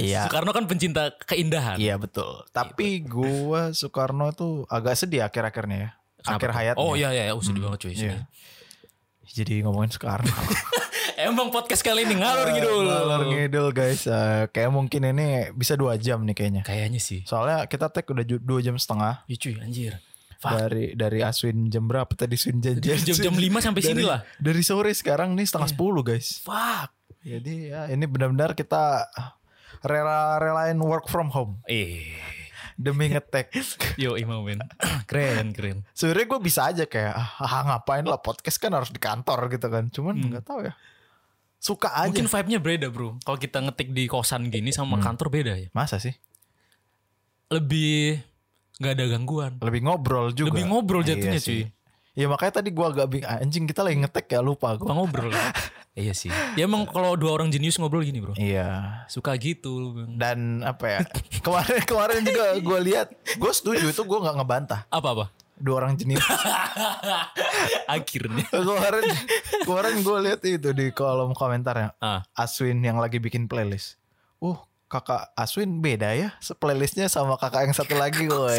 S1: Iya.
S3: Soekarno kan pencinta keindahan.
S1: Iya betul. Tapi gua Soekarno tuh agak sedih akhir-akhirnya ya.
S3: Kenapa
S1: Akhir
S3: tuh?
S1: hayatnya.
S3: Oh iya iya, oh, sedih banget cuy. sedih.
S1: Iya. Jadi ngomongin Soekarno.
S3: Emang podcast kali ini ngalur ngidul.
S1: Ngalor ngidul guys. Eh, kayak mungkin ini bisa dua jam nih kayaknya.
S3: Kayaknya sih.
S1: Soalnya kita tag udah ju- dua jam setengah
S3: Ya cuy anjir. Fuck.
S1: dari dari Aswin jam berapa tadi Aswin jam
S3: Dari jam jam 5 sampai
S1: dari,
S3: sini lah. Iya.
S1: Dari sore sekarang nih setengah sepuluh guys.
S3: Fuck.
S1: Jadi ya ini benar-benar kita rela-relain work from home
S3: Eh.
S1: demi ngetek.
S3: Yo imam men. keren keren.
S1: sebenarnya gue bisa aja kayak ah, ngapain lah podcast kan harus di kantor gitu kan cuman nggak tahu ya suka aja
S3: Hmm. Mungkin vibe-nya beda bro. Kalau kita ngetik di kosan gini sama
S1: Hmm.
S3: kantor beda ya.
S1: masa sih
S3: Lebih nggak ada gangguan.
S1: lebih ngobrol juga Iya
S3: Lebih ngobrol jatuhnya,
S1: sih.
S3: cuy.
S1: ya makanya tadi gue agak bing anjing kita lagi ngetek ya lupa
S3: Apa
S1: gue
S3: ngobrol? iya sih. Ya emang kalau dua orang jenius ngobrol gini bro.
S1: iya
S3: Suka gitu. lu bilang.
S1: dan apa ya kemarin kemarin juga gue lihat gue setuju itu gue nggak ngebantah
S3: Apa-apa?
S1: dua orang jenis
S3: Akhirnya.
S1: kemarin kemarin gue lihat itu di kolom komentarnya
S3: Ah.
S1: Aswin yang lagi bikin playlist. Uh, kakak Aswin beda ya se- playlistnya sama kakak yang satu lagi gue.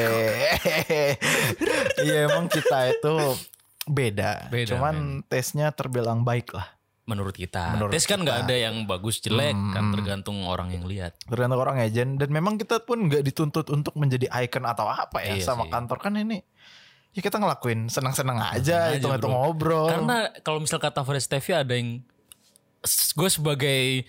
S1: Iya emang kita itu beda.
S3: Beda,
S1: Cuman tesnya terbilang baik lah.
S3: Menurut kita.
S1: Menurut
S3: tes kan
S1: kita. Hmm.
S3: nggak ada yang bagus jelek. Kan tergantung orang yang lihat.
S1: Tergantung orang ya Jen. Dan memang kita pun nggak dituntut untuk menjadi icon atau apa ya
S3: Iya
S1: sama
S3: sih.
S1: kantor kan ini. Ya kita ngelakuin senang-senang aja,
S3: aja,
S1: hitung-hitung
S3: bro.
S1: ngobrol.
S3: Karena kalau misal kata Fred Stevie ada yang gue sebagai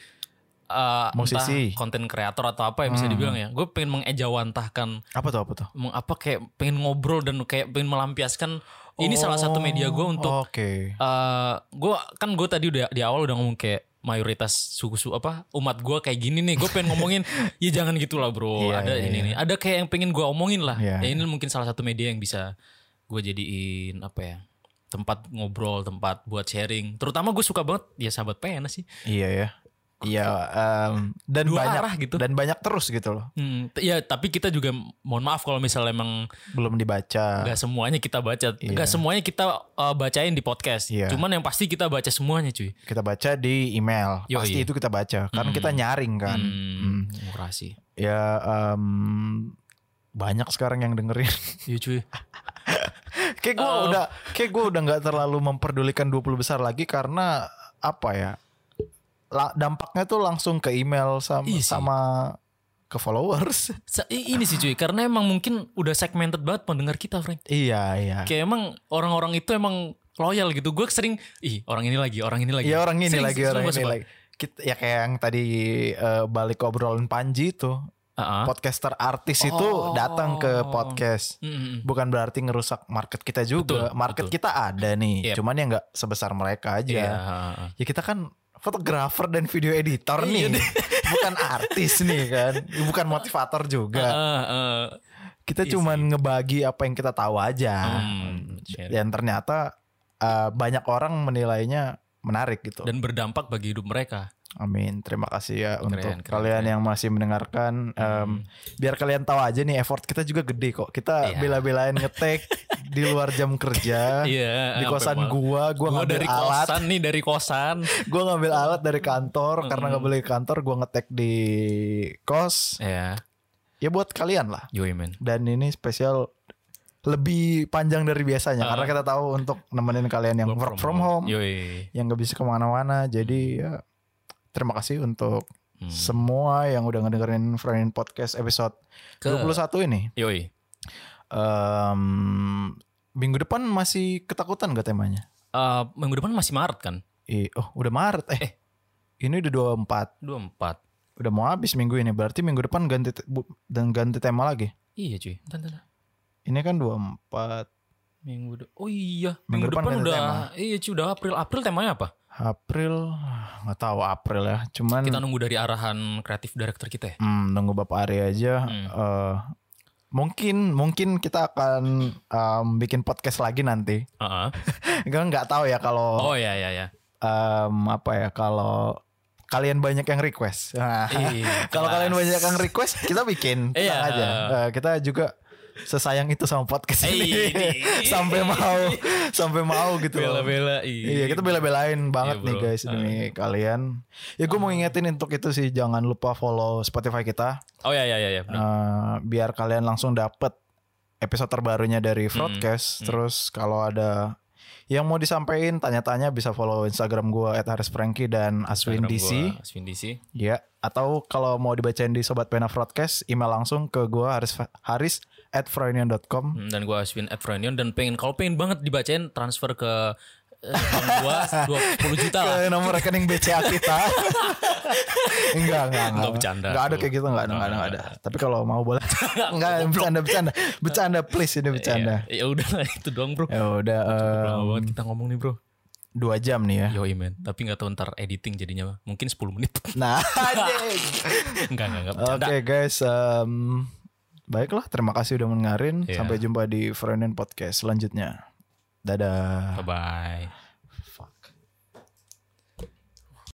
S3: eh,
S1: Musisi. Hmm.
S3: entah konten kreator atau apa ya bisa dibilang ya gue pengen mengejawantahkan
S1: Apa tuh apa tuh?
S3: meng- apa kayak pengen ngobrol dan kayak pengen melampiaskan ini salah satu media gue untuk
S1: Oh, Oke.
S3: eh gue kan gue tadi udah di awal udah ngomong kayak mayoritas suku su apa umat gue kayak gini nih gue pengen ngomongin ya jangan gitulah bro
S1: Iya,
S3: ada
S1: iya,
S3: ini nih ada kayak yang pengen gue omongin lah
S1: Iya,
S3: ya ini mungkin salah satu media yang bisa gue jadiin apa ya tempat ngobrol tempat buat sharing terutama gue suka banget ya sahabat pena sih
S1: Iya ya. Iya em, dan
S3: dua
S1: banyak
S3: arah gitu
S1: dan banyak terus gitu loh.
S3: Hmm, t- ya tapi kita juga mohon maaf kalau misalnya emang
S1: Belum dibaca.
S3: nggak semuanya kita baca
S1: Ah. Iya.
S3: nggak semuanya kita eh, bacain di podcast
S1: Iya.
S3: cuman yang pasti kita baca semuanya cuy
S1: Kita baca di email.
S3: Yoi.
S1: Pasti itu kita baca karena
S3: Mm.
S1: kita nyaring kan. Mm.
S3: hmm, murah sih
S1: Ya em, banyak sekarang yang dengerin.
S3: Iya cuy.
S1: kayak gue
S3: Eh.
S1: udah kayak gue udah nggak terlalu memperdulikan 20 besar lagi karena apa ya? la- dampaknya tuh langsung ke email sama
S3: Iya sih.
S1: sama ke followers.
S3: Sa- i- Ini sih cuy, karena emang mungkin udah segmented banget pendengar kita, Frank.
S1: iya, iya.
S3: Kayak emang orang-orang itu emang loyal gitu. Gue sering, ih orang ini lagi, orang ini lagi.
S1: Iya orang ini
S3: Sering
S1: lagi
S3: sih,
S1: orang ini
S3: sumpah, sumpah.
S1: lagi. Kita, ya kayak yang tadi eh, balik ke obrolan Panji tuh
S3: Ah, ah.
S1: podcaster artis itu
S3: Oh.
S1: datang ke podcast.
S3: Mm, mm, mm.
S1: Bukan berarti ngerusak market kita juga.
S3: Betul,
S1: market
S3: betul.
S1: kita ada nih,
S3: Yep.
S1: cuman ya nggak sebesar mereka aja.
S3: Iya, ah, ah.
S1: Ya kita kan fotografer dan video editor nih,
S3: Iya deh.
S1: bukan artis nih kan, bukan motivator juga.
S3: Ah, ah.
S1: Kita
S3: Iya
S1: cuman ngebagi apa yang kita tahu aja.
S3: Hmm, share.
S1: Dan ternyata eh, banyak orang menilainya menarik gitu.
S3: Dan berdampak bagi hidup mereka.
S1: Amin. Terima kasih ya
S3: Keren,
S1: untuk
S3: keren,
S1: kalian
S3: keren. Hmm.
S1: yang masih mendengarkan. Em, Biar kalian tahu aja nih effort kita juga gede kok. Kita
S3: Iya.
S1: bela-belain ngetek di luar jam kerja.
S3: Iya.
S1: Di kosan gua, gua
S3: Gue
S1: ngambil
S3: dari
S1: alat,
S3: kosan nih, dari kosan.
S1: gua ngambil alat dari kantor karena nggak boleh ke kantor, gua ngetek di kos.
S3: Iya.
S1: Ya buat kalian lah.
S3: Yoi men.
S1: Dan ini spesial lebih panjang dari biasanya
S3: Ah.
S1: karena kita tahu untuk nemenin kalian yang work from home,
S3: Yoi.
S1: yang nggak bisa kemana-mana. Jadi ya terima kasih untuk
S3: Hmm.
S1: semua yang udah ngedengerin Friend Podcast episode
S3: Ke-
S1: 21 ini.
S3: Yoi.
S1: Em, minggu depan masih ketakutan gak temanya?
S3: Eh, minggu depan masih Maret kan?
S1: Eh, oh, udah Maret eh. Ini udah 24.
S3: 24.
S1: Udah mau habis minggu ini. Berarti minggu depan ganti te- bu- dan ganti tema lagi.
S3: Iya cuy. Bentar, bentar.
S1: Ini kan 24
S3: Minggu de- Oh iya,
S1: Minggu
S3: minggu,
S1: depan
S3: depan,
S1: ganti
S3: udah
S1: tema.
S3: iya cuy udah April. April temanya apa?
S1: April. nggak tahu April ya. Cuman
S3: Kita nunggu dari arahan kreatif director kita ya.
S1: hmm, nunggu Bapak Ari aja.
S3: Hmm.
S1: Eh, mungkin mungkin kita akan em, bikin podcast lagi nanti.
S3: Heeh.
S1: Gue nggak tahu ya kalau
S3: Oh iya iya iya.
S1: em, apa ya kalau kalian banyak yang request. Nah,
S3: Ih,
S1: kalau
S3: kelas.
S1: kalian banyak yang request, kita bikin tenang
S3: Iya.
S1: aja. Eh, kita juga sesayang itu sama podcast ini.
S3: Ih.
S1: sampai mau sampai mau gitu. loh.
S3: bela-bela.
S1: Iya, kita bela-belain banget
S3: Iya,
S1: nih
S3: bro.
S1: guys demi kalian. Ya gue mau ngingetin untuk itu sih jangan lupa follow Spotify kita
S3: Oh iya iya iya iya. benar.
S1: Eh, biar kalian langsung dapet episode terbarunya dari
S3: Hmm.
S1: Broadcast. Terus kalau ada yang mau disampaikan tanya-tanya bisa follow Instagram gua @harisfranky dan Aswin
S3: Instagram
S1: DC.
S3: gua, Aswin DC.
S1: Ya, atau kalau mau dibacain di Sobat Pena Broadcast, email langsung ke gua haris haris at
S3: Hmm, Dan gua Aswin at Frenion dan pengen kalau pengen banget dibacain transfer ke eh, bank gua 20 juta lah.
S1: Ke nomor rekening BCA kita. enggak, enggak, enggak.
S3: Enggak bercanda.
S1: Enggak ada kayak gitu, enggak ada, enggak ada, enggak ada. Tapi kalau mau boleh. enggak, bercanda, bercanda. Bercanda, please ini bercanda.
S3: Iya, Ya udah lah itu doang, Bro.
S1: Ya udah eh,
S3: Lama banget kita ngomong nih, Bro.
S1: dua jam nih ya.
S3: Yoi men, tapi nggak tahu ntar editing jadinya mungkin 10 menit.
S1: Nah, anjing.
S3: enggak, enggak, enggak.
S1: oke
S3: bercanda.
S1: guys, em, baiklah terima kasih udah mendengarin.
S3: Iya.
S1: Sampai jumpa di Friend and Podcast selanjutnya. Dadah.
S3: Bye-bye.